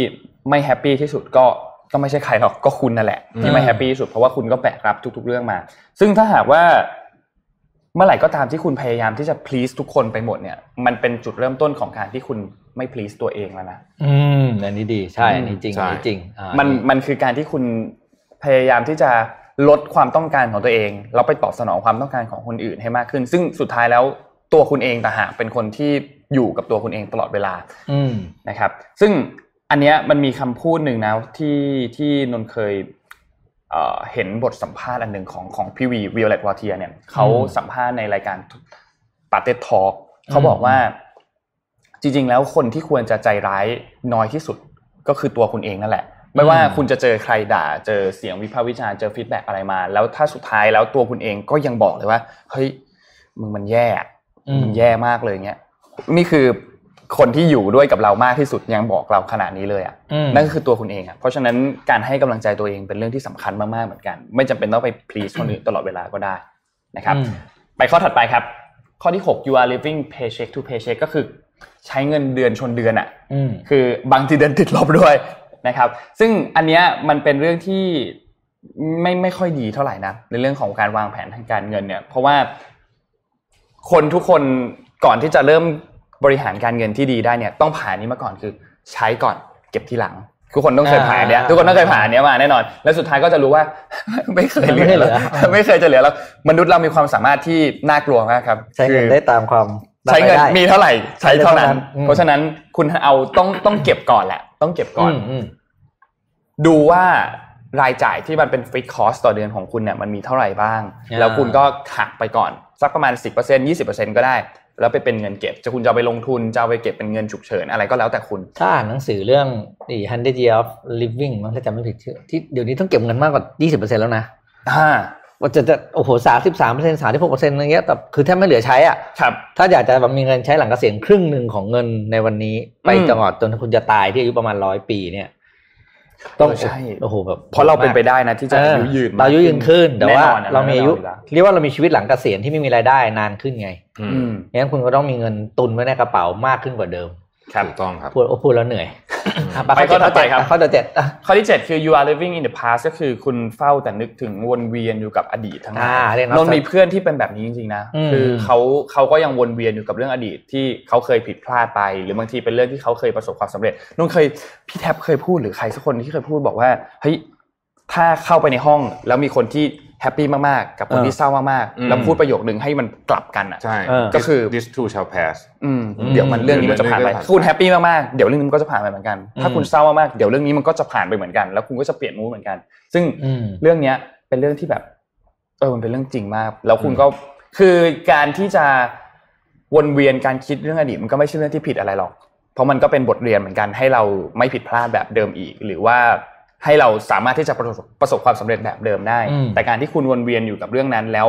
B: ไม่แฮปปี้ที่สุดก็ก็ไม่ใช่ใครหรอกก็คุณนั่นแหละที่ไม่แฮปปี้ที่สุดเพราะว่าคุณก็แบกรับทุก ๆ เรื่องมา ซึ่งถ้าหากว่า เมื่อไหร่ก็ตามที่คุณพยายามที่จะ please ทุกคนไปหมดเนี่ย มันเป็นจุดเริ่มต้นของการที่คุณไม่ please ตัวเองแล้วนะ
C: อืมอันนี้ดีใช่อันนี้จริง
D: ใช่
C: อันนี้จริงอ่า
B: มันมันคือการที่คุณพยายามที่จะลดความต้องการของตัวเองแล้วไปตอบสนองความต้องการของคนอื่นให้มากขึ้น ซึ่งสุดท้ายแล้วตัวคุณเองต่างหากเป็นคนที่อยู่กับตัวคุณเองตลอดเวลา
C: อืม
B: นะครับ ซึ่งอันเนี้ยมันมีคำพูดหนึ่งนะที่ที่นนท์เคยเอ่อเห็นบทสัมภาษณ์อันหนึ่งของของพี่วีวิโอเลตวอเทียเนี่ยเขาสัมภาษณ์ในรายการปาเต็ดทอล์กเขาบอกว่าจริงๆแล้วคนที่ควรจะใจร้ายน้อยที่สุดก็คือตัวคุณเองนั่นแหละ ไม่ว่าคุณจะเจอใครด่า เจอเสียงวิพากษ์วิจารณ์เจอฟีดแบ็กอะไรมา แล้วถ้าสุดท้ายแล้วตัวคุณเองก็ยังบอกเลยว่าเฮ้ยมึงมันแย่อะ
C: อืม
B: มึงแย่มากเลยเงี้ยนี่คือคนที่อยู่ด้วยกับเรามากที่สุดยังบอกเราขนาดนี้เลยอ่ะ
C: อืม
B: นั่นก็คือตัวคุณเองอะเพราะฉะนั้นการให้กำลังใจตัวเองเป็นเรื่องที่สำคัญมากๆเหมือนกัน ไม่จำเป็นต้องไป please คนอื่นตลอดเวลาก็ได้นะครับ
C: อืม
B: ไปข้อถัดไปครับ ข้อที่ 6 you are living paycheck to paycheck ก็คือใช้เงินเดือนชนเดือนอะ
C: อืม
B: คือบางทีเดินติดลบด้วยนะครับ ซึ่งอันเนี้ยมันเป็นเรื่องที่ไม่ไม่ค่อยดีเท่าไหร่นะในเรื่องของการวางแผนทางการเงินเนี่ย เพราะว่า คนทุกคนก่อนที่จะเริ่มบริหารการเงินที่ดีได้เนี่ย ต้องผ่านนี้มาก่อนคือใช้ก่อนเก็บทีหลัง ทุกคนต้องเคยผ่านอันเนี่ย
C: อ่า
B: ทุกคนต้องเคยผ่านอันเนี้ยมาแน่นอน แล้วสุดท้ายก็จะรู้ว่า ไม่เคยเหลื
C: ไม่
B: อ
C: เหลือ
B: แล้วไม่เคยจะเหลือแล้วมนุษย์เรามีความสามารถที่น่ากลัวมากครับ
C: ใช้เงิน
B: คือ
C: ได้ตามความรับ
B: ใช้เงิน
C: รายได้
B: มีเท่าไหร่ใช้เท่านั้น
C: ใช้เท่านั้นอืม
B: เพราะฉะนั้นคุณเอาต้องต้องเก็บก่อนแหละ ต้องเก็บก่อน
C: มม
B: ดูว่ารายจ่ายที่มันเป็นฟิกคอสต่อเดือนของคุณเนี่ยมันมีเท่าไหร่บ้าง
C: อ่า
B: แล้วคุณก็หักไปก่อน สักประมาณ 10% 20%ก็ได้ แล้วไปเป็นเงินเก็บ จะคุณจะเอาไปลงทุนจะเอาไปเก็บเป็นเงินฉุกเฉินอะไรก็แล้วแต่คุณ
C: ถ้าอ่านหนังสือเรื่อง The Hundred Years of Living มั้งถ้าจำไม่ผิดชื่อที่เดี๋ยวนี้ต้องเก็บเงินมากกว่า 20%แล้วนะ
B: อ่า
C: ว่าจะจะโอ้โหสามสิบสามเปอร์เซ็นต์สามสิบหกเปอร์เซ็นต์อะไรเงี้ยแต่คือแทบไม่เหลือใช้อ่ะ
B: ครับ
C: ถ้าอยากจะแบบมีเงินใช้หลังเกษียณครึ่งหนึ่งของเงินในวันนี้ ไป
B: อืม
C: ตลอดจนคุณจะตายที่อายุประมาณร้อยปีเนี่ย ต้อง
B: เออใช่
C: โอ้โหแบบ
B: เพราะเราเป็นไปได้นะที่จะ
C: เอ
B: อา
C: อ
B: ยุยืนมก
C: เราอายุยืนขึ้น แต่ว่า
B: น่นอนนะ
C: เรามีอายุ
B: แน่นนแล้ว
C: เรียกว่าเรามีชีวิตหลังเกษียณที่ไม่มีรายได้นานขึ้นไง
D: อื
B: อื
D: ม
B: ม
C: งั้นคุณก็ต้องมีเงินตุนไว้ในกระเป๋ามากขึ้นกว่าเดิม
D: ถูกต้องครับ
C: พูดโอ้พูดแล้วเหนื่อยอ่ะ
B: ไปข้อถัดไปครับ
C: ข้อต่อเจ็ดอ่ะ
B: ข้อที่ 7 คือ you are living in the past ก็คือคุณเฝ้าแต่นึกถึงวนเวียนอยู่กับอดีตทั้งนั้
C: อ่าน เรียก
B: นนท์มีเพื่อนที่เป็นแบบนี้จริงๆนะ
C: อืม
B: คือเขาเขาก็ยังวนเวียนอยู่กับเรื่องอดีตที่เขาเคยผิดพลาดไป หรือบางทีเป็นเรื่องที่เขาเคยประสบความสำเร็จนนท์เคยพี่แท็บเคยพูดหรือใครสักคนที่เคยพูดบอกว่าเฮ้ยถ้าเข้าไปในห้องแล้วมีคนที่แฮปปี้มากๆกับคนที่เศร้ามาก
D: อืม
B: ๆแล้วพูดประโยคนึงให้มันกลับกันอ่ะ
D: ใช่
C: เออ
B: ก็คือ
D: this too shall pass
B: อืม
D: อืม
B: เดี๋ยวมันเรื่องนี้มันจะผ่านไป
D: เรื่องนี้ก็ผ่านไป
B: ถ้าคุณแฮปปี้มากๆเดี๋ยวเรื่องนี้มันก็จะผ่านไปเหมือนกัน ถ้าคุณเศร้ามากๆเดี๋ยวเรื่องนี้มันก็จะผ่านไปเหมือนกัน แล้วคุณก็จะเปลี่ยนมูดเหมือนกัน ซึ่ง
C: อืม
B: เรื่องเนี้ยเป็นเรื่องที่แบบเออมันเป็นเรื่องจริงมาก แล้วคุณก็คือการที่จะวนเวียนการคิดเรื่องอดีตมันก็ไม่ใช่เรื่องที่ผิดอะไรหรอก เพราะมันก็เป็นบทเรียนเหมือนกัน ให้เราไม่ผิดพลาดแบบเดิมอีก หรือว่าให้เราสามารถที่จะประสบประสบความสำเร็จแบบเดิมได้
C: อืม
B: แต่การที่คุณวนเวียนอยู่กับเรื่องนั้นแล้ว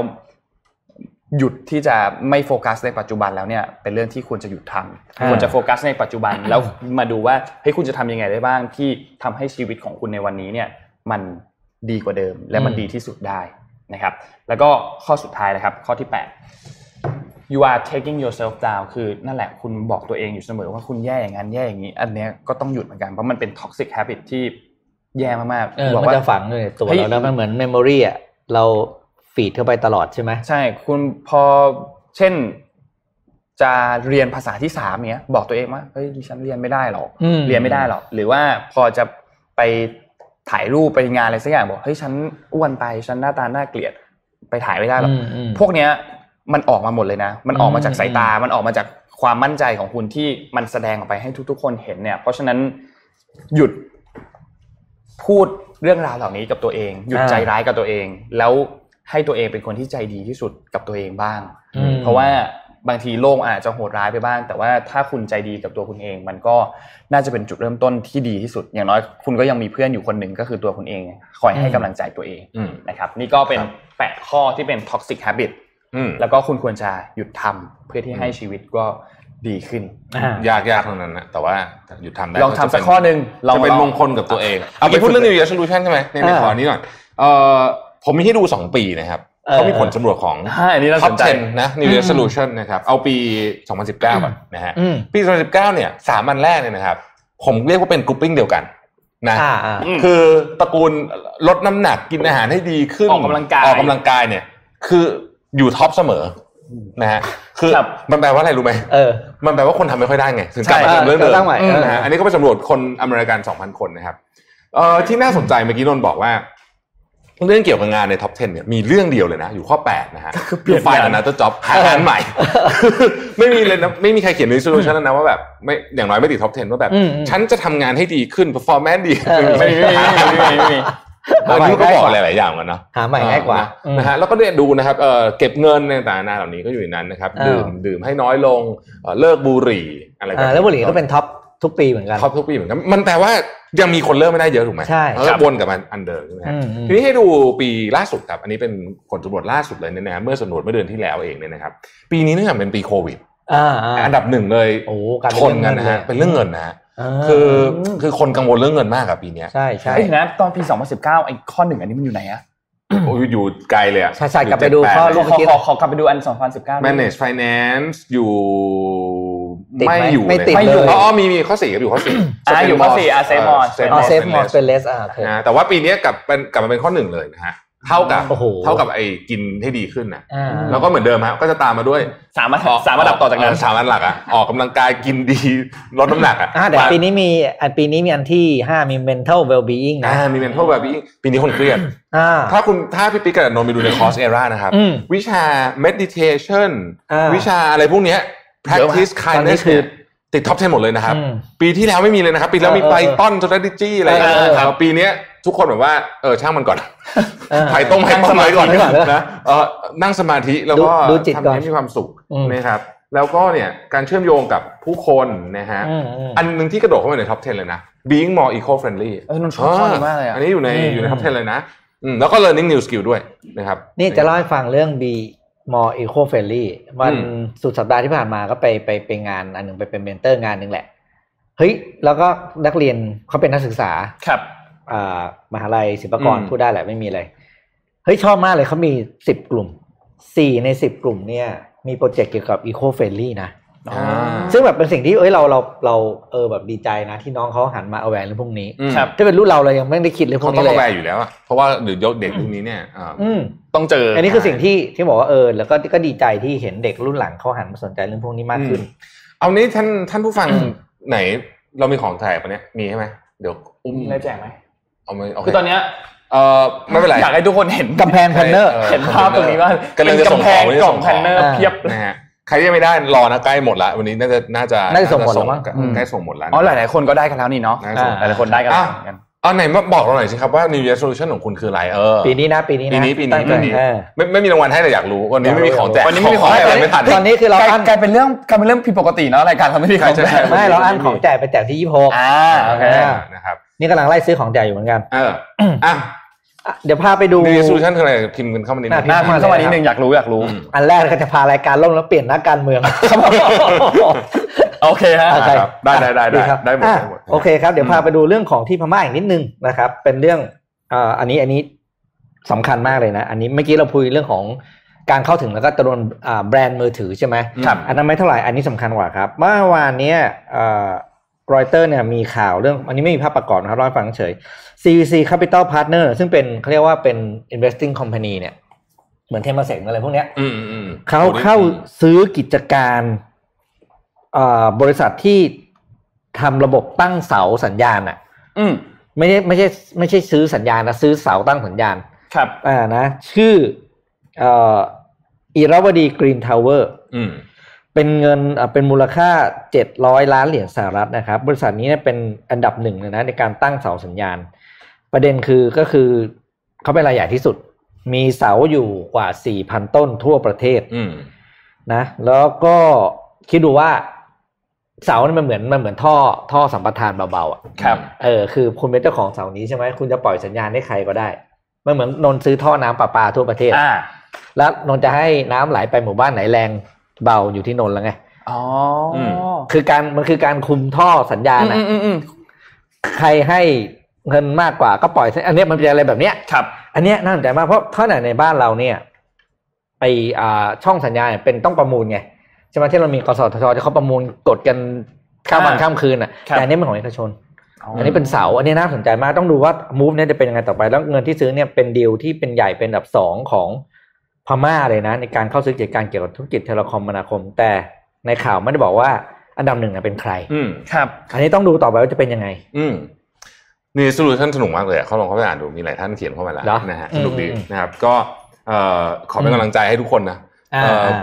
B: หยุดที่จะไม่โฟกัสในปัจจุบันแล้วเนี่ย เป็นเรื่องที่ควรจะหยุดทำควรจะโฟกัสในปัจจุบันแล้วมาดูว่าเฮ้ยคุณจะทำยังไงได้บ้างที่ทำให้ชีวิตของคุณในวันนี้เนี่ย มันดีกว่าเดิมและมัน
C: อืม
B: ดีที่สุดได้นะครับ แล้วก็ข้อสุดท้ายนะครับ ข้อที่ 8 you are taking yourself down คือนั่นแหละคุณบอกตัวเองอยู่เสมอว่าคุณแย่อย่างนั้นแย่อย่างนี้ อันเนี้ยก็ต้องหยุดเหมือนกันเพราะมันเป็น toxic habit ที่แย่มาก
C: เออ
B: ๆ
C: มันจะฝังอยู่ในตัว
B: เฮ้ย
C: เราแล้วมันเหมือนเมมโมรีอ่ะเราฟีดเข้าไปตลอดใช่ไหม
B: ใช่คุณพอเช่นจะเรียนภาษาที่สามเนี้ย บอกตัวเองว่าเฮ้ยดิฉันเรียนไม่ได้หรอก
C: อืม
B: เรียนไม่ได้หรอกหรือว่าพอจะไปถ่ายรูปไปงานอะไรสักอย่างบอกเฮ้ยฉันอ้วนไปฉันหน้าตาน่าเกลียดไปถ่ายไม่ได้หรอก
C: อืมอืม
B: พวกเนี้ยมันออกมาหมดเลยนะ มันออกมาจากสายตา มันออกมาจากความมั่นใจของคุณที่มันแสดงออกไปให้ทุก ๆ คนเห็นเนี่ย เพราะฉะนั้นหยุดพูดเรื่องราวเหล่านี้กับตัวเอง หยุด
C: อ่า
B: ใจร้ายกับตัวเอง แล้วให้ตัวเองเป็นคนที่ใจดีที่สุดกับตัวเองบ้าง
C: อืม
B: เพราะว่าบางทีโลกอาจจะโหดร้ายไปบ้าง แต่ว่าถ้าคุณใจดีกับตัวคุณเอง มันก็น่าจะเป็นจุดเริ่มต้นที่ดีที่สุด อย่างน้อยคุณก็ยังมีเพื่อนอยู่คนหนึ่งก็คือตัวคุณเอง คอยให้กำลังใจตัวเอง
D: อืม
B: นะครับนี่ก็เป็น
D: ครับ
B: แปดข้อที่เป็น toxic habit
D: อืม
B: แล้วก็คุณควรจะหยุดทำเพื่อที่ให้ชีวิตก็ดีขึ้น
C: อ่าย
D: ากยากเท่านั้นนะแต่ว่าหยุดทำได้
B: ลองทำสัก
D: จะเป็
B: ข้อหนึ่งลอง
D: จะเป็น
B: ลอ
D: มงคลกับตัวเองเอาไปพูดเรื่อง New Year Resolution ใช่ไหมในในขอนี้หน่อยเอ่อผมมีให้ดูสองปีนะครับเขามีผลสำรวจของ
B: ใช่อันนี้น่าส
D: ท็อป
B: นใจ
D: 10นะ New Year Solution นะครับ เอาปี 2019ก่อนนะฮะ
C: อืม
D: ปี 2019เนี่ยสามอันแรกเนี่ยนะครับ ผมเรียกว่าเป็นกรุ๊ปปิ้งเดียวกันนะ
C: อ่าอ่า
B: อืม
D: คือตระกูลลดน้ำหนักกินอาหารให้ดีขึ้น
B: ออกกำลังกาย
D: ออกกำลังกายเนี่ย คืออยู่ท็อปเสมอนะฮะคือ
B: ครับ
D: มันแปลว่าอะไรรู้ไหม
C: เออ
D: มันแปลว่าคนทำไม่ค่อยได้ไง ถึงกลับมา
C: ใช่
D: ทำเรื่องเดิ
C: ก็ตั้
D: ม
C: งใหม่
D: อืมนะ
C: เออ
D: ฮะ
C: อั
D: อันนี้ก็ไปสำรวจคนอเมริกัน 2,000 คนนะครับเอ่อที่น่าสนใจเมื่อกี้นนท์บอกว่า เรื่องเกี่ยวกับงานในท็อป 10 เนี่ยมีเรื่องเดียวเลยนะ อยู่ข้อ 8 นะฮะ
B: คือเปลี่ยน
D: ไฟล์
B: งาน
D: นะตัวจ็อบหางานใหม่ ไม่มีเลยนะไม่มีใครเขียนในโซลูชันนะว่าแบบไม่อย่างน้อยไม่ติดท็อป 10 ว่าแบบ
C: อืมอืม
D: ฉันจะทำงานให้ดีขึ้น performance ดี
C: เออ
D: ไม่มีไม่มีไม่มีไม่มี
B: ไม่มี
D: เออนี่ก็บอกหลายๆอย่างเหมือนกันเนาะ
C: หาใหม่ง่ายกว่า
D: เออนะนะฮะแล้วก็เนี่ยดูนะครับเอ่อเก็บเงินในต่างๆนานาเหล่านี้ก็อยู่ในนั้นนะครับ ดื่มดื่มให้น้อยลงเอ่อเลิกบุหรี่อะไรแบบ
C: อ่า
D: นี้
C: แล้วบุหรี่ก็เป็นท็อป ทุกปีเหมือนกัน
D: ครอบทุกปีเหมือนกันมันแปลว่ายังมีคนเริ่มไม่ได้เยอะถูกไหม
C: ใช่
D: แล้
C: ค
D: วก็
C: รับ
D: วนกลับมันอันเดิมใช่ไหมฮะ
C: อืมอืม
D: ทีนี้ให้ดูปีล่าสุดครับ อันนี้เป็นผลสำรวจล่าสุดเลยเนี่ยนะเมื่อสำรวจเมื่อเดือนที่แล้วเองเนี่ยนะครับ ปีนี้เนื่องจากเป็นปีโควิด
C: อ่าๆ
D: อันดับหนึ่งเลย
C: โอ้กลาร
D: ชนกันนะฮะเป็นเรื่องเงินนะฮะ
C: คื
D: คือ อคือคนกังวลเรื่องเงินมากอะปีเนี้ย
C: ใช่ใช่
B: เอ้ยเดี๋ยวนะตอนปี 2019ไอ้ข้อหนึ่งอันนี้มันอยู่ไหนอะ
D: โอ้ยอยู่ไกลเลยอะ
C: ใช่ใช่ๆกลับไปดู
D: 78
C: ข้อ
B: ข
C: ลู
B: อก ขอ
C: เมื่อกี้
B: ขอขอกลับไปดูอัน 2019
D: manage finance อยู่
C: ติดไหม
D: ไม่อยู่
C: ไม่ติด
D: เลย
C: เลย
D: อ๋อมีมีข้อสี่ครับอยู่ข้อสี่
B: อ่าอยู่ข้อสี่อ่ะ save more
D: เซฟ
C: อ๋
D: มอ
C: อ
D: ส
C: เซฟมอร์สเปนเลสอ่าโอเค
D: นะแต่ว่าปีเนี้ยกลับเป็นกลับมาเป็นข้อหนึ่งเลยนะฮะเท่ากับ
C: โอ้โห
D: เท่ากับไอ้กินให้ดีขึ้นนะ
C: อ่า
D: แล้วก็เหมือนเดิมฮะก็จะตามมาด้วย
B: สามอันสามอันดับต่อจากนั้น
D: เสามอันหลักอ่ะออกกำลังกายกินดี ลดน้ำหนักอ่ะ
C: อ่าแต่ปีนี้มีอันปีนี้มีอันที่ห้ามี mental well being นะ
D: อ่ามีเมนเทลแบบนี้ปีนี้คนเครียด
C: อ่า
D: ถ้าคุณถ้าพี่ปิ๊กกับนนท์ไปดูในคอร์สเอรานะครับ
C: อืม
D: วิชา meditation
C: อ่า
D: วิชาอะไรพวกเนี้ย practice
C: ตอนนี้
D: kindness
C: คือ
D: เนี่ยติดท็อป 10 หมดเลยนะครับ
C: อืม
D: ปีที่แล้วไม่มีเลยนะครับ ปีที่แล้วมี
C: เออ
D: ไพ
C: เออ
D: ทอน strategy อะไร
C: เออเออ
D: ครับปีเนี้ยทุกคนแบบว่าเออช่างมันก่อน
C: เออ
D: ไผ่ต้มไผ่ต้ม
C: นั่งสมา
D: ไว้
C: ธิ
D: ก่อน
C: ไว้ก่อน
D: นะเออนั่งสมาธิแล้วก็
C: ดูดูจิตก่อน
D: ทำให้มีความสุข
C: อืม
D: นะครับ แล้วก็เนี่ยการเชื่อมโยงกับผู้คนนะฮะ
C: อืมอืม
D: อันหนึ่งที่กระโดดเข้ามาในท็อป 10 เลยนะ being more eco friendly
B: เออนนท์ชอบข้อนี้มากเลยอะ
D: นนี้อยู่ใน
C: อืม
D: อยู่ในท็อป 10 เลยนะอืมแล้วก็ learning new skill ด้วยนะครับ
C: นี่จะเล่าให้ฟังเรื่อง B More Eco Friendly วัน
D: อืม
C: สุดสัปดาห์ที่ผ่านมาก็ไปไปไปงานอันหนึ่งไปเป็นเมนเตอร์งานหนึ่งแหละ เฮ้ย แล้วก็นักเรียนเขาเป็นนักศึกษา
B: ครับ
C: อ่ามหาลัยศิลปากร
D: อืม
C: พูดได้แหละไม่มีอะไร เฮ้ย ชอบมากเลยเขามีสิบกลุ่มสี่ในสิบกลุ่มเนี่ย มีโปรเจกต์เกี่ยวกับ Eco Friendly นะ
D: อ่า
C: ซึ่งแบบเป็นสิ่งที่เอ้ยเราเราเราเออแบบดีใจนะ ที่น้องเขาหันมาเอาแวนเรื่องพวกนี้
D: อืม
B: ครับ
C: ถ้าเป็นรุ่นเราเรายังไม่ได้คิดเลยพว
D: เขา
C: ก
D: ต้อ
C: นี้เล
D: งระแวง
C: ย
D: อยู่แล้วอะเพราะว่าเดี๋ยวเด็กยุคนี้เนี่ยเอ่ออ
C: อืม
B: ต้องเจอ
C: อันนี้คือสิ่งที่ที่บอกว่าเออแล้วก็ก็ดีใจที่เห็นเด็กรุ่นหลังเขาหันมาสนใจเรื่องพวกนี้มากขึ้น
D: เอานี้ท่านท่านผู้ฟังไหนเรามีของถ่ายปะเนี่ยมีใช่ไหมเดี๋ยวอุ้ม
B: ได้แจกไหม
D: เอาไหมโอเค
B: คือตอนเนี้ย
D: เออไม่เป็นไร
B: อยากให้ทุกคนเห็น
C: กำแพงแพนเนอร์
B: เห็นภาพตรงนี้ว่าก
D: ำลังจะส่งของ
B: เป็นกำแพงกล่องแพนเนอร์
D: จะส่ขง
B: เพียบ
D: นะฮะใครที่ยังไม่ได้รอนะใกล้หมดละวันนี้น่าจะน่าจะ
C: น่าจะส่งหมดแล้วมั้ง
D: ใกล้ส่งหมดแล้วนะ
B: อ๋อหลาย ๆ คนก็ได้กันแล้วนี่เนาะ
D: ได้ส่ง
B: หลายๆคนได้กันแล้วเหมือนกัน
D: เอาไหนมาบอกเราหน่อยสิครับว่า New Year Resolution ของคุณคืออะไรเออ
C: ปีนี้นะปีนี้
D: ปี
C: นะ
D: นี้ปีนี้
C: ตั้งใจ
D: ปีนี้
C: เออ
D: ไม่ไม่มีรางวัลให้แต่อยากรู้ วันนี้ไม่มีของแจก
B: วันนี้ไม่มีของ
D: ให้
B: แจก
D: อะไรไม่ทัน
C: ตอนนี้คือเรา
B: กลาย
C: อั้น
B: กลายเป็นเรื่องกลายเป็นเรื่องผิดปกติเนาะรายการเราไม่ได้ของแจก
D: ใช่
C: ไม่เราอั้นของแจกไปแจกที่ยี่หก
B: อ่าโอเค
D: นะครับ
C: นี่กำลังไล่ซื้อของแจกอยู่เหมือนกัน
D: เอออ่ะ
C: อ่ะเดี๋ยวพาไปดู
D: New Year Resolution คืออะไรพิมพ์กันเข้ามานิดนึง
B: หน้าคุณเข้ามานิดนึงอยากรู้อยากรู้
C: อันแรกก็จะพารายการล่มแล้วเปลี่ยนนักการเมืองครับ
B: โอเคฮะ
C: โอเค
D: ครับได้ได้ได้ได้ได้หมด
C: อ่ะ
D: ได้หมด
C: โอเคครับเดี๋ยวพาไปดูเรื่องของที่พม่าอีกนิดนึงนะครับ เป็นเรื่องอ่าอันนี้อันนี้สำคัญมากเลยนะ อันนี้เมื่อกี้เราพูดเรื่องของการเข้าถึงแล้วก็จำนวนอ่าแบรนด์มือถือใช่ไหม
B: ครับ
C: อันนั้นไม่เท่าไหร่ อันนี้สำคัญกว่าครับ เมื่อวานเนี้ยรอยเตอร์เนี่ยมีข่าวเรื่อง อันนี้ไม่มีภาพประกอบนะครับร้อยฟังเฉย CVC Capital Partner ซึ่งเป็นเขาเรียกว่าเป็น investing company เนี่ยเหมือนเทมเปอร์เซ็นต์อะไรพวกเนี้ย
D: อืมอืมอืม
C: เขาเข้าซื้อกิจการเอ่อบริษัทที่ทำระบบตั้งเสาสัญญาณอ่ะ
B: อืม
C: ไม่ใช่ไม่ใช่ไม่ใช่ซื้อสัญญาณนะซื้อเสาตั้งสัญญาณ
B: ครับ
C: อ่านะชื่อเอ่ออิราวดีกรีนทาวเวอร์
D: อืม
C: เป็นเงินเอ่อเป็นมูลค่า 700 ล้านเหรียญสหรัฐนะครับ บริษัทนี้เนี่ยเป็นอันดับหนึ่งเลยนะในการตั้งเสาสัญญาณ ประเด็นคือก็คือเขาเป็นรายใหญ่ที่สุด มีเสาอยู่กว่า 4,000 ต้นทั่วประเทศ
D: อืม
C: นะ แล้วก็คิดดูว่าเสาเนี่ยมันเหมือนมันเหมือนท่อท่อสัมปทานเบาๆอะ
B: ครับ
C: เออคือคุณเป็นเจ้าของเสานี้ใช่ไหมคุณจะปล่อยสัญญาณให้ใครก็ได้ มันเหมือนนนท์ซื้อท่อน้ำประปาทั่วประเทศ
B: อ่า
C: แล้วนนท์จะให้น้ำไหลไปหมู่บ้านไหนแรงเบาอยู่ที่นนท์แล้วไง
B: อ๋อ
C: คือการมันคือการคุมท่อสัญญาณ
B: อืม
C: นะ
B: อืมอืมอืม
C: ใครให้เงินมากกว่าก็ปล่อย อันเนี้ยมันเป็นอะไรแบบเนี้ย
B: ครับ
C: อันเนี้ยน่าสนใจมากเพราะถ้าไหนในบ้านเราเนี่ยไปอ่าช่องสัญญาณเนี่ยเป็นต้องประมูลไงใช่ไหมที่เรามีกสทชที่เขาประมูลกดกันข้ามวัน
B: อ่า
C: ข้ามคืนอ่ะ
B: ครับ
C: แต่อันนี้เป็นของเอกชน อันนี้เป็นเสาอันนี้น่าสนใจมากต้องดูว่ามูฟเนี่ยจะเป็นยังไงต่อไปแล้วเงินที่ซื้อเนี่ยเป็นดีลที่เป็นใหญ่เป็นอันดับสองของพม่าเลยนะ ในการเข้าซื้อกิจการเกี่ยวกับธุรกิจเทเลคอมมนาคม แต่ในข่าวไม่ได้บอกว่าอันดับหนึ่งน่ะเป็นใคร
D: อืม
B: ครับ
C: อันนี้ต้องดูต่อไปว่าจะเป็นยังไง
D: อืมนี่สรุปท่านสนุกมากเลยอะเขาลองเข้าไปอ่านดูมีหลายท่านเขียนเข้ามาแล้ว
C: เหรอ
D: นะฮะ
C: อืม
D: สนุกดี
C: อืม
D: นะครับ ก็เอ่อขอเป็น
C: อืม
D: กำลังใจให้ทุกคนนะ
C: อ่า
D: เอ่อ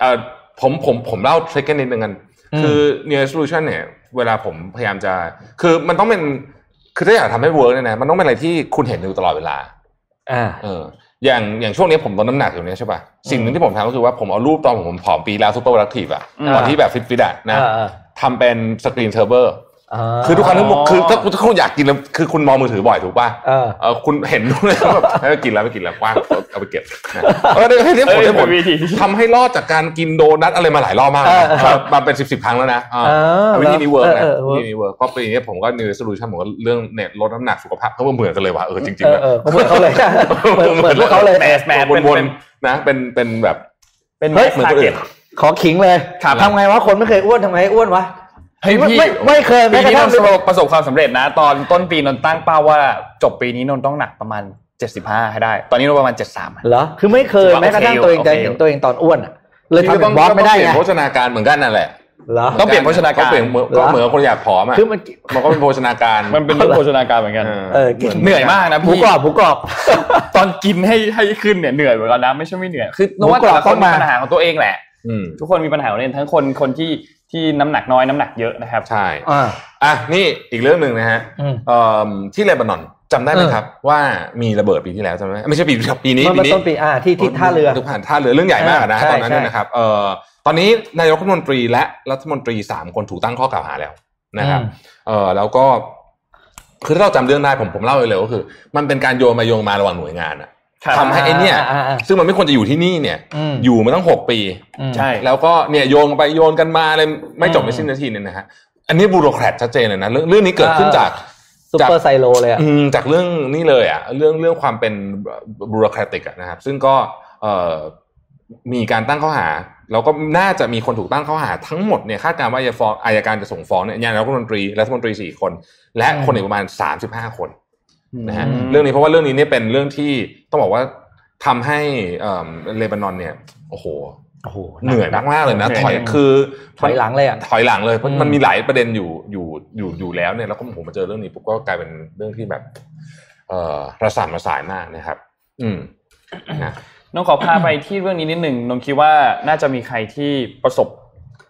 D: เอ่อผมผมผมเล่าทริคกันนิดนึงกัน
C: อืม
D: คือ New Year Resolution เนี่ย เวลาผมพยายามจะ คือมันต้องเป็น คือถ้าอยากทำให้เวิร์กเนี่ยนะ มันต้องเป็นอะไรที่คุณเห็นอยู่ตลอดเวลา
C: อ่า
D: เออ อย่างอย่างช่วงนี้ผมลดน้ำหนักอยู่เนี่ยใช่ป่ะ สิ่งหนึ่งที่ผมทำก็คือว่าผมเอารูปตอนผมผอมปีแล้วซุปเปอร์วัคทีฟอะ
C: อ่า
D: ตอนที่แบบฟิตฟิตๆอะนะ
C: เออเออ
D: ทำเป็นสกรีนเซิร์ฟเวอร์
C: า
D: คือทุกครั้งที่ผม
B: อ๋อ
D: คือถ้าถ้าคุณอยากกินแล้วคือคุณมองมือถือบ่อยถูกป่ะ
C: เออ
D: เออคุณเห็นด้วยแล้วแบบ เออกินแล้วไม่กินแล้วกว้าง เอาไปเก็บนะเออได้ให้ได้ผลได้
B: เอ้ย
D: ผล
B: เป็นวิธี
D: ทำให้รอดจากการกินโดนัทอะไรมาหลายรอบมาก
C: เออ
D: นะ แบบมาเป็นสิบสิบครั้งแล้วนะอ่า
C: เออ
D: วิธีนี้เวิร์กนะ
C: เออเออเวิร์ก
D: วิธีนี้เวิร์กก็ปีนี้ผมก็ New Resolution ผมก็เรื่องเน็ตลดน้ำหนักสุขภาพก็เหมือนกันเลยว่ะเออจริง
C: เอ
D: ๆ
C: อ
D: นะ
C: เออเหมือนเขาเลยเหมือนเหมือนพวกเขาเลย
B: แมสแมสเป็น
D: วน
B: เป็น
D: ๆนะเป็นเป็นแบบ
B: เป็น
C: เฮ้ย
D: เหมือน
B: ทา
D: คนอื่
B: เก็ต
D: น
C: ขอขิงเลย
D: ครับ
C: ทำไงวะคนไม่เคยอ้วนทำไงให้อ้วนวะ
B: เฮ้ยพี่
C: ไม่ไม่เคยแม้
B: ปี
C: ก
B: นี้
C: ระทั่
B: น
C: ง
B: นท์ประสบความสำเร็จนะ ตอนต้นปีนนท์ตั้งเป้าว่าจบปีนี้นนท์ต้องหนักประมาณ 75 ให้ได้ ตอนนี้นนท์ประมาณ 73อะ
C: เหรอคือไม่เคย
B: ถือว่า
C: แม้กระทั่ง
B: โอเค
C: ตัวเองจะ
B: โอเค
C: เห็นตัวเองตอนอ้วนอะเลยทำ
D: ก็
C: เป็
D: ต้อน ง
C: บล็อกไม่ได้
D: เปลี่ย
C: ไง
D: นโภชนาการเหมือนกันนั่นแหละ
C: เหรอ
B: ต้องเปลี่ยนโภชนาการ
D: ต้องเปลี่ยนโภก็เหมือนกับคนอยากผอมอ่ะ
C: คือมัน
D: มันก็เป็นโภชนาการ
B: มันเป็นเรื่องโภชนาการเหมือนกัน
C: เออกิน
B: เหนื่อยมากนะ
C: หมู
B: พี่
C: กรอบหมูกรอบ
B: ตอนกินให้ให้ขึ้นเนี่ยเหนื่อยเหมือนกันนะไม่ใช่ไม่เหนื่อย คือ
C: หมู
B: นกว่ากแต่
C: รอบ
B: ละคน
C: ต้
B: มี
C: องมา
B: ปัญหาของตัวเองแหละ
D: อืม
B: ทุกคนมีปัญหาของตัวเองทั้งคนคนที่ที่น้ำหนักน้อยน้ำหนักเยอะนะครับ
D: ใช่
C: อ่า
D: อ่ะนี่อีกเรื่องหนึ่งนะฮะ
C: อืม
D: เอิ่มที่เลบานอนจำได้ไหม
C: เออ
D: ครับ ว่ามีระเบิดปีที่แล้วจำได้ไหมไม่ใช่ปีที่แล้วปีนี้
C: เมื่อ
D: ปี
C: เมื่อ
D: นี้
C: ต้นปีอ่าที่ที่ท่าเรือ
D: ทุกผ่านท่าเรือเรื่องใหญ่มากอะนะ
C: ใช่
D: ตอนนั้นเนี่ย
C: ใช่
D: นะครับเอ่อตอนนี้นายกรัฐมนตรีและรัฐมนตรีสามคนถูกตั้งข้อกล่าวหาแล้วนะครับ เออแล้วก็คือถ้าเราจำเรื่องได้ผมผมเล่าเลยเลยก็คือ มันเป็นการโยนมาโยงมาระหว่างหน่วยงานอะ
B: ครับ
D: ทำให้ไอเนี่ย
C: อ่าอ่าอ่า
D: ซึ่งมันไม่ควรจะอยู่ที่นี่เนี่ย
C: อืม
D: อยู่มาตั้งหกปี
C: อืม
B: ใช่
D: แล้วก็เนี่ยโยงไปโยนกันมาอะไรไม่จบ
C: อืม
D: ไม่สิ้นนาทีเนี่ยนะฮะอันนี้บูโรแครตชัดเจนเลยนะเรื่องเรื่องนี้เกิดขึ้นจาก
C: ซูเปอร์ไซโลเลยอ่ะ
D: อืมจากเรื่องนี้เลยอ่ะเรื่องเรื่องความเป็นบูโรแครติกอะนะครับ ซึ่งก็เอ่อมีการตั้งข้อหา แล้วก็น่าจะมีคนถูกตั้งข้อหาทั้งหมดเนี่ยคาดการณ์ว่าจะฟ้องอายการจะส่งฟ้องเนี่ยยานรัฐมนตรีรัฐมนตรีสี่คน และคนอีกประมาณสามสิบห้าคนนะฮะ
B: อืม
D: เรื่องนี้เพราะว่าเรื่องนี้เนี่ยเป็นเรื่องที่ต้องบอกว่าทำให้เอ่อเลบานอนเนี่ยโอ้โห
C: โอ้โห
D: เหนื่อยมากๆเลยนะถอย
B: เหนื่อย
D: คือ
C: ถอยหลังเลยอ่ะ
D: ถอยหลังเลยเพราะ
C: อืม
D: มันมีหลายประเด็นอยู่อยู่อยู่อยู่แล้วเนี่ยแล้วก็ผมมาเจอเรื่องนี้ปุ๊บก็กลายเป็นเรื่องที่แบบ เอ่อระสามระสายมากนะครับ อืมนะ
B: นนท์ขอพาไปที่เรื่องนี้นิดหนึ่งนนท์คิดว่าน่าจะมีใครที่ประสบ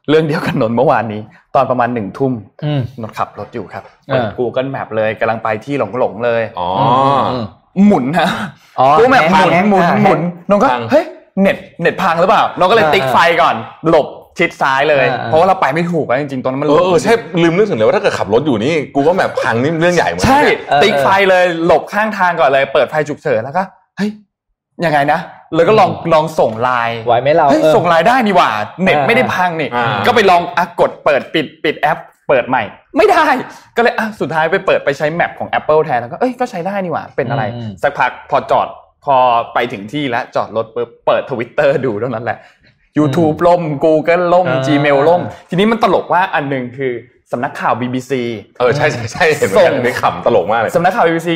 B: เรื่องเดียวกับนนท์เมื่อวานนี้ ตอนประมาณหนึ่งทุ่ม
C: อืม
B: นนท์ขับรถอยู่ครับ
C: เออ
B: กูเกิลแมปเลยกำลังไปที่หลงหลงๆเลย
D: อ๋อ
C: ม
B: หมุนนะ
C: อ๋อ
B: กูแมปหมุน
C: แฮงค์
B: หมุน
C: แฮงค์
B: หมุนนนท์ก็
D: พัง
B: เฮ้ยเน็ตเน็ตพังหรือเปล่า นนท์ก็เลย
C: อ่า
B: ติ๊กไฟก่อน หลบชิดซ้ายเลย
C: อ่า
B: เพราะว่าเราไปไม่ถูกอะจริงๆตอนนั้นมัน
D: เออเออใช่ลืมนึกถึงเลยว่าถ้าเกิดขับรถอยู่นี่กูก็แบบพังนี่เรื่องใหญ่เหมือนกัน
B: ใช่
D: เนี่ย
C: เออ
B: ติ๊กไฟเลยหลบข้างทางก่อนเลย เปิดไฟฉุกเฉินแล้วก็เฮ้ยยังไงนะแล้วก็ลองลองส่งไลน์
C: ไหวไหมเรา
B: เฮ้ย
C: เออ
B: ส่งรายได้นี่หว่า เน็ต
C: อ่า
B: ไม่ได้พังนี่
D: อ่า
B: ก็ไปลองอะกดเปิดปิดปิดแอป เปิดใหม่ ไม่ได้ ก็เลยอ่ะสุดท้ายไปเปิดไปใช้แมปของ Apple แทนแล้วก็เอ้ยก็ใช้ได้นี่หว่า เป็นอะไร
C: อืม
B: สักพักพอจอดพอไปถึงที่แล้วจอดรถปุ๊บเปิดทวิตเตอร์ดูเท่านั้นแหละ YouTube ล่ม Google ล่ม
C: อ่า
B: Gmail ล่ม ทีนี้มันตลกว่าอันหนึ่งคือสำนักข่าว BBC
D: เออใช่ใช่ใช่เห็นเหมือนกันในขำตลกมากเลย
B: สำนักข่าว BBC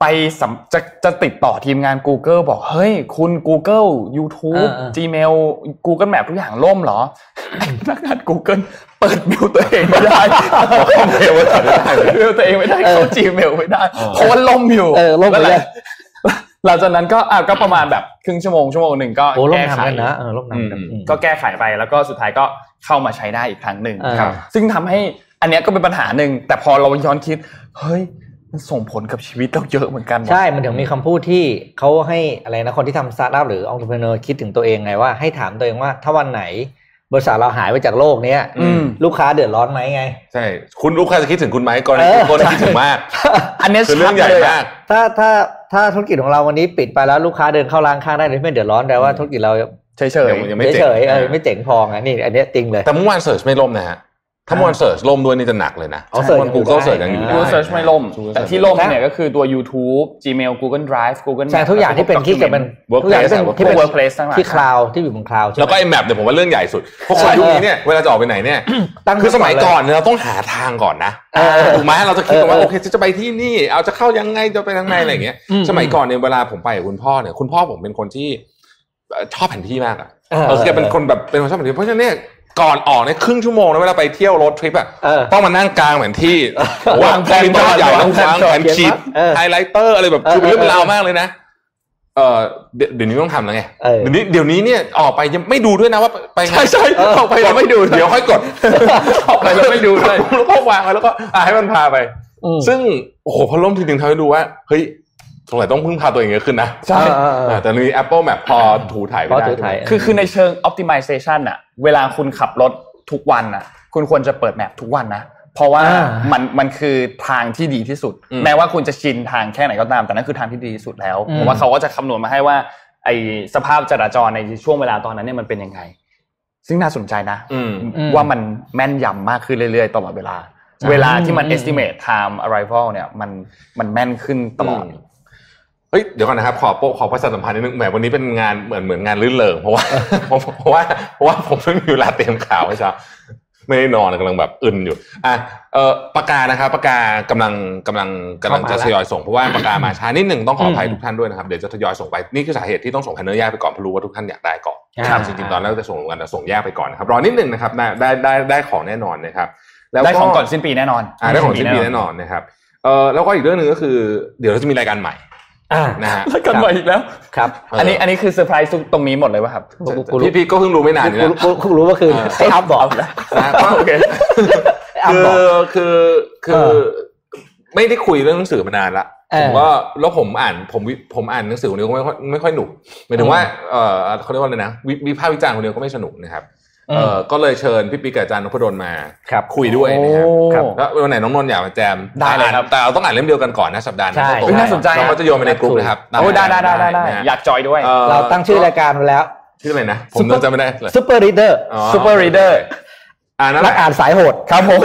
B: ไปสำจะจะติดต่อทีมงาน Google บอก เฮ้ย คุณ Google YouTube
C: อ่าๆ
B: Gmail Google Map ทุกอย่างล่มเหรอไอ้พนักงาน Google เปิดเมลตัวเองไม่ ได้
D: เข้าเมลไม่ได้เลย
B: เมลตัวเองไม่ได้เข้า Gmail ไม่ได้
D: เออ
B: เพราะว่าล่มอยู่
C: เออล่มไป
B: แวห
C: เล
B: ลั
C: ย
B: งหลังจากนั้นก็อ่ะก็ประมาณแบบครึ่งชั่วโมงชั่วโมงหนึ่งก็
C: โอ้ล่ม
B: แก้ไข
C: นำกันนะเออล่มนำกัน
D: อืม
B: ก็แก้ไขไปแล้วก็สุดท้ายก็เข้ามาใช้ได้อีกครั้งหนึ่ง
C: อ่า
B: ครับ ซึ่งทำให้อันเนี้ยก็เป็นปัญหาหนึ่งแต่พอเราย้อนคิด เฮ้ย มันส่งผลกับชีวิตเราเยอะเหมือนกันว่ะ
C: ใช่ มันถึงมีคำพูดที่เขาให้อะไรนะ คนที่ทำสตาร์ทอัพหรือองค์ประกอบคิดถึงตัวเองไงว่าให้ถามตัวเองว่าถ้าวันไหน บริษัทเราหายไปจากโลกเนี้ย
B: อืม
C: ลูกค้าเดือดร้อนไหมไง
D: ใช่ คุณลูกค้าจะคิดถึงคุณไหมก่อนที่คนคิดถึงมาก
B: อันเนี้ย
D: คือเรื่องใหญ่
B: ชัดลย
D: มาก
B: อะ
C: ถ้าถ้าถ้าธุรกิจของเราวันนี้ปิดไปแล้วลูกค้าเดินเข้าร้านข้างได้เลยไม่เดือดร้อนแปลว่าธุรกิจเรา
B: เฉยๆ
D: ยังไม่เจ๋ง
C: เฉยๆเออไม่เจ๋งพอไงนี่ อันเนี้ยจริงเลย
D: แต่เมื่อวานเสิร์ชไม่ล่มนะฮะถ้าเมื่อวานเสิร์ชล่มด้วยนี่จะหนักเลยนะ
C: เอา search
D: กูเกิลเสิร์ชยังอยู่ได้
B: Google Search ไม่ล่ม
D: Google
B: แต่
D: Search
B: ที่ล่มเนี่ยก็คือตัว YouTube Gmail Google Drive Google
C: ใช่
B: Maps
C: ทุกอย่างที่เป็นที่เกิดเป็น
D: Workplace
C: ทุกอย่างที่เป็นที่
D: อะ
C: เป็น
B: Workplace ทั้งหลาย
C: ที่คลาวที่อยู่บนคลาวใช่
D: แล้ว
C: ไหม
D: ก็ไอ้แมปเนี่ยผมว่าเรื่องใหญ่สุดเพราะคน
C: ใช่
D: ยุคนี้เนี่ยเวลาจะออกไปไหนเนี่ย
C: ตั้ง
D: คือสมัยก่อนเนี่ยเราต้องหาทางก่อนนะ
C: เออ
D: ถูกไหมเราจะคิดกันว่า
C: เออ
D: โอเคจะไปที่นี่ เอาจะเข้ายังไงจะไปทางไหนอะไรอย่างเงี้ย
C: อืม
D: สมัยก่อนเนี่ยเวลาผมไปกับคุณพ่อเนี่ยคุณพ่อผมเป็นคนที่เอ่อชอบแผนที่มากอ่ะ
C: เออ
D: เออคือแกเป็นคนแบบเป็นคนชอบแผนที่เพราะฉะนั้นเนี่ยก่อนออกเนี่ยครึ่งชั่วโมงนะเวลาไปเที่ยวรถทริปอ่ะ
C: เออ
D: ต้องมานั่งกลางแผนที่
C: วางแผน
D: จอใหญ่ต้องวางแผน
C: เขียน
D: ขีด
C: เออ
D: ไฮไลท์เตอร์อะไรแบบคือเป็นเรื่องเป็นราวมากเลยนะ เออเดี๋ยวเดี๋ยวนี้ต้องทำแล้วไง
C: เออ
D: เดี๋ยวนี้เดี๋ยวนี้เนี่ยออกไปยังไม่ดูด้วยนะว่าไปไง
B: ใช่ใช่ออกไปเราไม่ดู
D: เดี๋ยวค่อยกด ออกไปแล้วไม่ดูเลยแล้วก็วางไว้แล้วก็อ่ะให้มันพาไป
C: อืม
D: ซึ่งโอ้โหพอล่มทีหนึ่งทำให้ดูว่า เเฮ้ยสงสัยต้องพึ่งพาตัวเองเยอะขึ้นนะ
C: ใช่เออเออเออ
D: ะแต่นี้ Apple Map พอถูถ่าย
C: เพ
D: ไม่
C: ราะ
D: ได้
C: ถือถ่าย
B: คือคือในเชิง optimization อะเวลาคุณขับรถทุกวันอะ
E: คุณควรจะเปิดแมปทุกวันนะ เพราะว่า
C: อ่ามั
E: มันมันคือทางที่ดีที่สุด
D: อืม
E: แม้ว่าคุณจะชินทางแค่ไหนก็ตาม แต่นั่นคือทางที่ดีที่สุดแล้ว
C: อืม
E: เพราะว่าเขาก็จะคำนวณมาให้ว่า ไอสภาพจราจรในช่วงเวลาตอนนั้นเนี่ยมันเป็นยังไง ซึ่งน่าสนใจนะ
D: อืม
E: ว่ามันแม่นยำมากขึ้นเรื่อยๆ ตลอดเวลา เวลาที่มัน estimate time arrival เนี่ยมันมันแม่นขึ้นตลอด
D: มเฮ้ยเดี๋ยวก่อนนะครับขอโปะขอประชาสัมพันธ์นิดนึงแหมวันนี้เป็นงานเหมือนเหมือนงานลื่นเริงเพรา ะว่า เพราะว่าเพราะว่าผมเพิ่งมีเวลาเตรียมข่าวให้เช้าไม่ได้นอนกำลังแบบอึนอยู่อ่ะเออปากกานะครับปากกากำลังกำลังกำลังจะ
E: เข้ามาแล้ว
D: ทยอยส่งเพราะว่าปากกามาช้านิดหนึ่งต้องขออภัย
C: อืม
D: ทุกท่านด้วยนะครับเดี๋ยวจะทยอยส่งไปนี่คือสาเหตุที่ต้องส่งแผ่นเนื้อแยกไปก่อนเพราะรู้ว่าทุกท่านอยากได้ก่อน
C: อ่า
D: ครับจริงๆตอนแรกจะส่งกันแต่ส่งแยกไปก่อนนะครับรอนิดหนึ่งนะครับได้ได้ได้ได้ของแน่นอนนะครับแล้วก็
E: ได้ของก่อนสิ้นปีแน่นอน
D: อ่าได้ของชิ้นดีแน่นอนนะครับเออแล้วก็อีกเรื่องหนึ่งก็คือ เดี๋ยวเราจะมีรายการใหม่
C: อ่า
D: นะฮะ
E: แล้วกันใหม่อีกแล้ว
C: ครับ
E: อันนี้อันนี้คือเซอร์ไพรส์ตรงนี้หมดเลยป่ะครับ
D: พี่พี่ก็เพิ่งรู้ไม่นานนี้นะ
C: กูกูรู้ว่าคือ
D: เออ
C: ไอ้อัพบอก
D: นะก็
E: โอเค
C: ไอ้อัพ
D: คื
C: บอก
D: อคือคือไม่ได้คุยเรื่องหนังสือมานานละ
C: เออ
D: ผมก็แล้วผมอ่านผมวิผมอ่านหนังสือคนเดียวก็ไม่ค่อยไม่ค่อยหนุกหมายถึงว่าเออเขาเรียกว่าอะไรนะวิวิพากษ์วิจารณ์คนเดียวก็ไม่สนุกนะครับ
C: อืม
D: เออก็เลยเชิญพี่ปีกับอาจารย์นพดลมา
C: ครับ
D: คุยด้วยนะครับ
E: โอ้
C: ครับ
D: แล้ววันไหนน้องนนท์อยากมาแจม
E: ได้เลยครับ
D: แต่เราต้องอ่านเล่มเดียวกันก่อนนะสัปดาห์ห
C: ใช่
D: ตรง
E: เฮ้ยน่าสนใจ
D: เราก็จะโยนไปในกลุ่มนะครับ
E: โอ้ยได้ได้ได้ได้ได้
D: นะฮะ
E: อยากจอยด้วย
D: อ่อ
C: เราตั้งชื่อรายการมาแล้ว
D: ชื่ออะไรนะ ผม
C: Super-
D: จำไม่ได้เลย
C: ซูเปอร์รีเดอร์
D: อ๋อ
E: Super Reader
D: อ่านั่นแห
C: นัก
D: ละ
C: อ่านสายโหด
E: ครับผม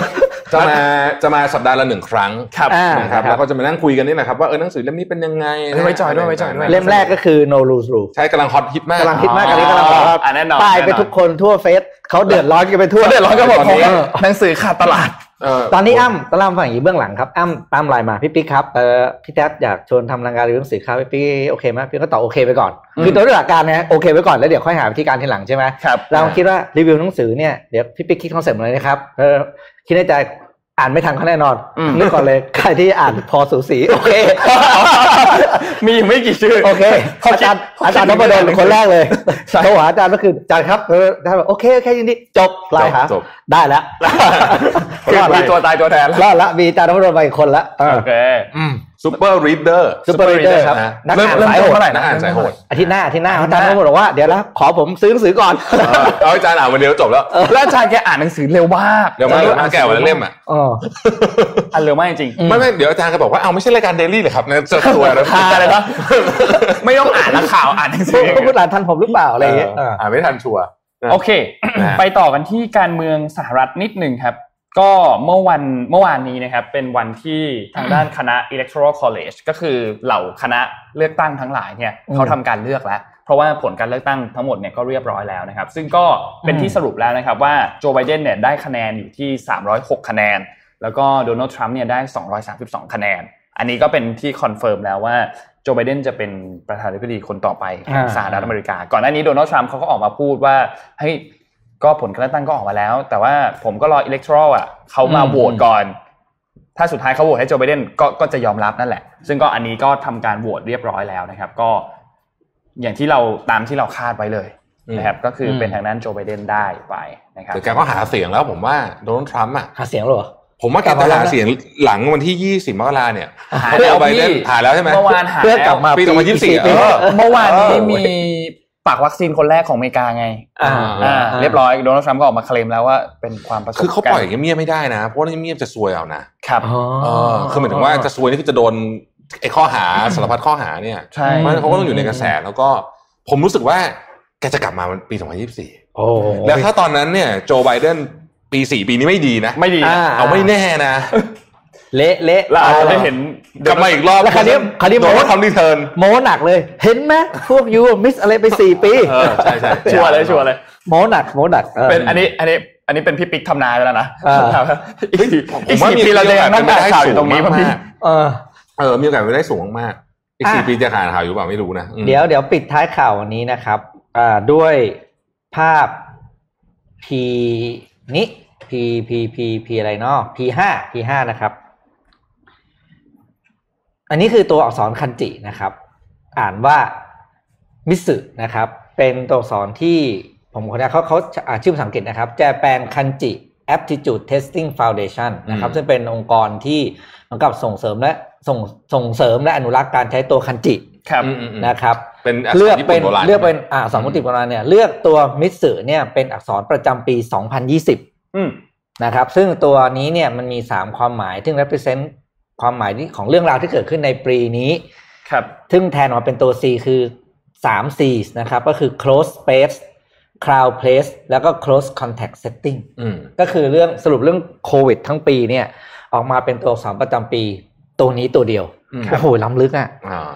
D: จะมาจะมาสัปดาห์ละหนึ่งครั้ง
E: ครับ
C: อ่า
D: นะค
C: ครั
D: รับ บแล้วก็จะมานั่งคุยกันนี่แหละครับว่าเออหนังสือเล่มนี้เป็นยังไง
E: เฮ้ยไว้จอยด้วยไว้จอยด้วย
C: เล่มแรกก็คือ no rules rule
D: ใช่กำลังฮอตฮิตมาก
C: กำลังฮิตมากอันนี้กำลังบอกว่า
E: อ่ะแน่นอน
C: ป้ายไป
E: แน่นอน
C: ทุกคนทั่วเฟซเขาเดือดร้อนกันไปทั่ว
E: เดือดร้อนกันหมดผม
C: เออ
E: หนังสือขาดตลาด
D: เ
C: ตอนนี้อ้ำตอนอ้ำฝั่งอยู่เบื้องหลังครับอ้ำตามไลน์มาพี่ปิ๊กครับเออพี่แท็บอยากชวนทำรายการเรื่องสื่อครับพี่ปิ๊กโอเคไหมพี่ก็ตอบโอเคไปก่อน คือตัวเรื่องหลักการนะฮะโอเคไปก่อนแล้วเดี๋ยวค่อยหาวิธีการทีหลังใช่ไหม
E: ครับ
C: เราคิดว่ารีวิวหนังสือเนี่ยเดี๋ยวพี่ปิ๊กคิดคอนเซ็ปต์อะไรนะครับเออคิดในใจอ่านไม่ทันเขาแน่นอน
E: อืม
C: นึกก่อนเลยใครที่อ่านพอสูสีโอเค
E: มีไม่กี่ชื่อ
C: โอเค
E: เขา
C: อา
E: คิด
C: จารย์
E: เขาคิด
C: อาจารย์นพ
E: ไม่
C: ดล
E: ได้
C: คนแรกเลยโทรหาอาจารย์ก็คืออาจารย์ครับเอออาจารย์บอกโอเคโอเคยินดีจบไลน์หา
D: จบ
C: ได้แล้ว
E: คือมีตัวตายตัวแทน
C: รอดละมีอาจารย์นพดลมาอีกคนละ
E: โอเค
D: ซูเปอร์รีดเดอร์
C: ซูเปอร์
E: Super
C: รีเดอ
E: Reader
C: ร์ครับ
D: นะ
C: นักอ่าน
E: เริ่ม
C: สายโห
E: ต้น
C: ด
E: เท่าไหร่
D: นักอ่านสายโหด
C: อาทิตย์หน้าอาทิตย์หน้า
E: อาทิ
C: อา
E: ตย์ห
C: จา
E: น้า
C: รย์นพดลบอกว่าเดี๋ยวละขอผมซื้อหนังสือก่อน
D: เออเอาอาจารย์อ่านวันเดียวจบแล้ว
E: แล้วอาจารย์แกอ่านหนังสือเร็วมาก
D: เดี๋ยวมาอ่านแก่วันละเล่มอ่ะ
C: เออ
E: อ่านเร็วมากจริง
D: ไม่ไม่เดี๋ยวอาจารย์ก็บอกว่าเอาไม่ใช่รายการเดลี่เหรอครับนะเจอตัวแล้ว
E: คาเลยปะไม่ต้องอ่านนักข่าวอ่านหนังสือ
C: พวกคุณอ่านทันผมหรือเปล่าอะไรอย่างเงี้ย
D: เอออ่านไม่ทันชัวร์
E: โอเค
D: นะฮะ
B: ไปต่อกันที่การเมืองสหรัฐนิดหนึ่งครับ ก็เมื่อวันเมื่อวานนี้นะครับ เป็นวันที่ทางด้านคณะ electoral college ก็คือเหล่าคณะเลือกตั้งทั้งหลายเนี่ยเขาทำการเลือกแล้ว เพราะว่าผลการเลือกตั้งทั้งหมดเนี่ยก็เรียบร้อยแล้วนะครับ ซึ่งก็เป็นที่สรุปแล้วนะครับว่าโจไบเดนเนี่ยได้คะแนนอยู่ที่ 306 คะแนน แล้วก็โดนัลด์ทรัมป์เนี่ยได้ 232 คะแนน อันนี้ก็เป็นที่คอนเฟิร์มแล้วว่าโจไบเดนจะเป็นประธานาธิบดีคนต่อไปของ
C: อ่า
B: สหรัฐอเมริกา ก่อนหน้านี้โดนัลด์ทรัมป์เขาก็ออกมาพูดว่าเฮ้ยก็ผลการเลือกตั้งก็ออกมาแล้ว แต่ว่าผมก็รออิเล็กทรออ่ะเขามา
C: อืม
B: โหวตก่อน ถ้าสุดท้ายเขาโหวตให้โจไบเดนก็ก็จะยอมรับนั่นแหละ ซึ่งก็อันนี้ก็ทำการโหวตเรียบร้อยแล้วนะครับ ก็อย่างที่เราตามที่เราคาดไว้เลยนะครับก็คือเป็นทางด้านโจไบเดนได้ไปนะครับ
D: แต่แกก็หาเสียงแล้วผมว่าโดนลด์ทรัมป์อ่ะ
C: หาเสียงเหรอ
D: ผมว่าแกจะหาเสียงหลังวันที่ยี่สิบมกราเนี่ย
B: หาแล้ว
D: เอไป
B: พี่
D: เล่นหาแล้วใช่ไหม
B: เมื่อวานหา
C: เพื่อ
B: แล้
C: กลั
B: ว
C: บมา
D: ปี2024
C: เอ
D: เอ
C: อ
D: อ
B: เมื่อวานนี้
D: เออ
B: มีปากวัคซีนคนแรกของอเมริกาไง
C: อ่า
B: อ่าเรียบร้อยโดนัลด์ทรัมป์ก็ออกมาเคลมแล้วว่าเป็นความประสบ
D: คือเขาปล่อย
B: กัน
D: เงียบๆไม่ได้นะ เพราะว่าเงียบๆจะซวยเอานะครับ
C: อ๋อ
D: เออคือหมายถึงว่าจะซวยนี่คือจะโดนไอ้ข้อหา สารพัดข้อหาเนี่ย
B: ใช่
D: เพราะฉะนั้นเขาก็ต้องอยู่ใน
C: อืม
D: กระแสแล้วก็ผมรู้สึกว่าแกจะกลับมาปี 2024
C: โอ้โห
D: แล้วถ้าตอนนั้นเนี่ยโจไบเดนปี 4 ปีนี้ไม่ดีนะ
B: ไม่ดี
C: อ่
D: เอาไม่แน่นะ
C: เละเละ
B: เราอาจจะได้เห็น
D: กลับมาอีกรอบ
C: แล้วคราวนี้คราวนี้
D: โด
C: โม้
D: นทำรีเทิร์น
C: โม้หนักเลย เห็นไหมพวกยูมิสอะไรไปสี่ปี
D: เออใช่ใช่
E: ชัวร์เลยชัวร์เลย
C: โม้หนักโม้หนักออ
E: เป็นอันนี้อันนี้อันนี้เป็นพี่ปิ๊กทำนายไปแล้วนะ
C: อ่า
E: ครับอีกสี่
D: ผ
E: อีก
D: มว่า
E: สี่
D: มี
E: ปีเราจะยังนั่งอ่านข่าวอยู่ตรงนี้
D: โอ
E: ป่ะ
D: ก
E: พี่
D: ส
C: เออ
D: เออมีโอกาสไปได้สูงมากๆอีกสี่
C: อ่ะ
D: ปีจะขาดหายอยู่เปล่าไม่รู้นะอืม
C: เดี๋ยวเดี๋ยวปิดท้ายข่าววันนี้นะครับอ่าด้วยภาพ P นี้ P P P P อะไรเนาะ P ห้า P ห้านะครับ อันนี้คือตัวอักษรคันจินะครับ อ่านว่ามิสึนะครับ เป็นตัวอักษรที่ผมคนนี้เขาเขาอ่าชื่อภาษาอังกฤษนะครับ แจแปนคันจิ aptitude testing foundation นะครับซึ่งเป็นองค์กรที่เหมือนกับส่งเสริมและส่งส่งเสริมและอนุรักษ์การใช้ตัวคันจิ
E: ครับ
D: อืมอืมอืม
C: นะครับ
D: เป็นอั
C: เลือก
D: ญี่
C: เป็
D: ปุ่
C: น
D: นโบราณ
C: เลือกเป็นอ่าสองมุติโบราณเนี่ยเลือกตัวมิตสึเนี่ยเป็นอักษรประจำปี 2020
E: อืม
C: นะครับ ซึ่งตัวนี้เนี่ยมันมี 3 ความหมาย ซึ่ง represent ความหมายที่ของเรื่องราวที่เกิดขึ้นในปีนี้
B: ครับ
C: ซึ่งแทนออกมาเป็นตัว C คือ3 C นะครับ ก็คือ close space crowd place แล้วก็ close contact setting
D: อืม
C: ก็คือเรื่องสรุปเรื่องโควิดทั้งปีเนี่ย ออกมาเป็นตัวอักษรประจำปี ตัวนี้ตัวเดียว
D: อืม
C: โอ้โหล้ำลึกอ่ะ
D: อ่า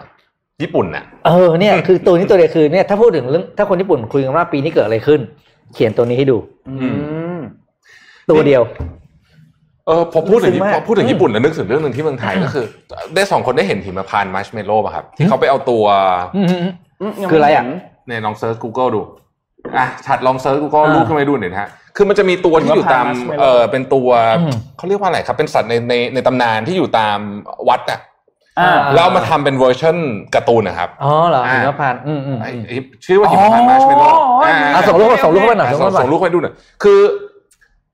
D: ญี่ปุ่นน่ะ
C: เออเนี่ย คือตัวนี้ตัวเดียวคือเนี่ยถ้าพูดถึงเรื่องถ้าคนญี่ปุ่นคุยกันว่าปีนี้เกิดอะไรขึ้น เขียนตัวนี้ให้ดู
B: อืม
C: ตัวเดียว
D: เออพอพูดถึง
C: ซึ้งมาก
D: พอพูดถึ
C: อื
D: ง
C: ม
D: ญี่ปุ่นแล้วนึกถึงเรื่องหนึ่งที่เมืองไทยก็คือ ได้สองคนได้เห็นหิมพานต์มัชเมลโล่ป่ะครับ ที่เขาไปเอาตัว
C: อืมอืมอืม คืออะไรอะ
D: เนี่ยลองเซิร์ช Google ดูอ่ะฉัดลองเซิร์ช Google
C: อ่ารู
D: รูปขึ้นไปดูหน่อยนะฮะคือมันจะมีตัวที่อยู่ตาม
B: หิมพานต์ marshmallow
D: เออเป็นตัว
C: อืม
D: เขาเรียกว่าอะไรครับ เป็นสัตว์ในในในตำนานที่อยู่ตามวัดอ่ะ
B: อ่า
C: อ่า
D: แล้วเอามาทำเป็นเวอร์ชันการ์ตูนนะครับ
C: อ๋อเหรอ
D: อ่า
C: หิมพานต์อืมอืม
D: ไอ้ไอ้ชื่อว่าหิมพานต์มัชเมลโล่อ่า
C: อ่ะส่งรูปมาส่งรูปเข้าไปหน่อย
D: อ่ะ
C: ส่งรูปมา
D: ส่งส่งลูกไปดูหน่อยคือ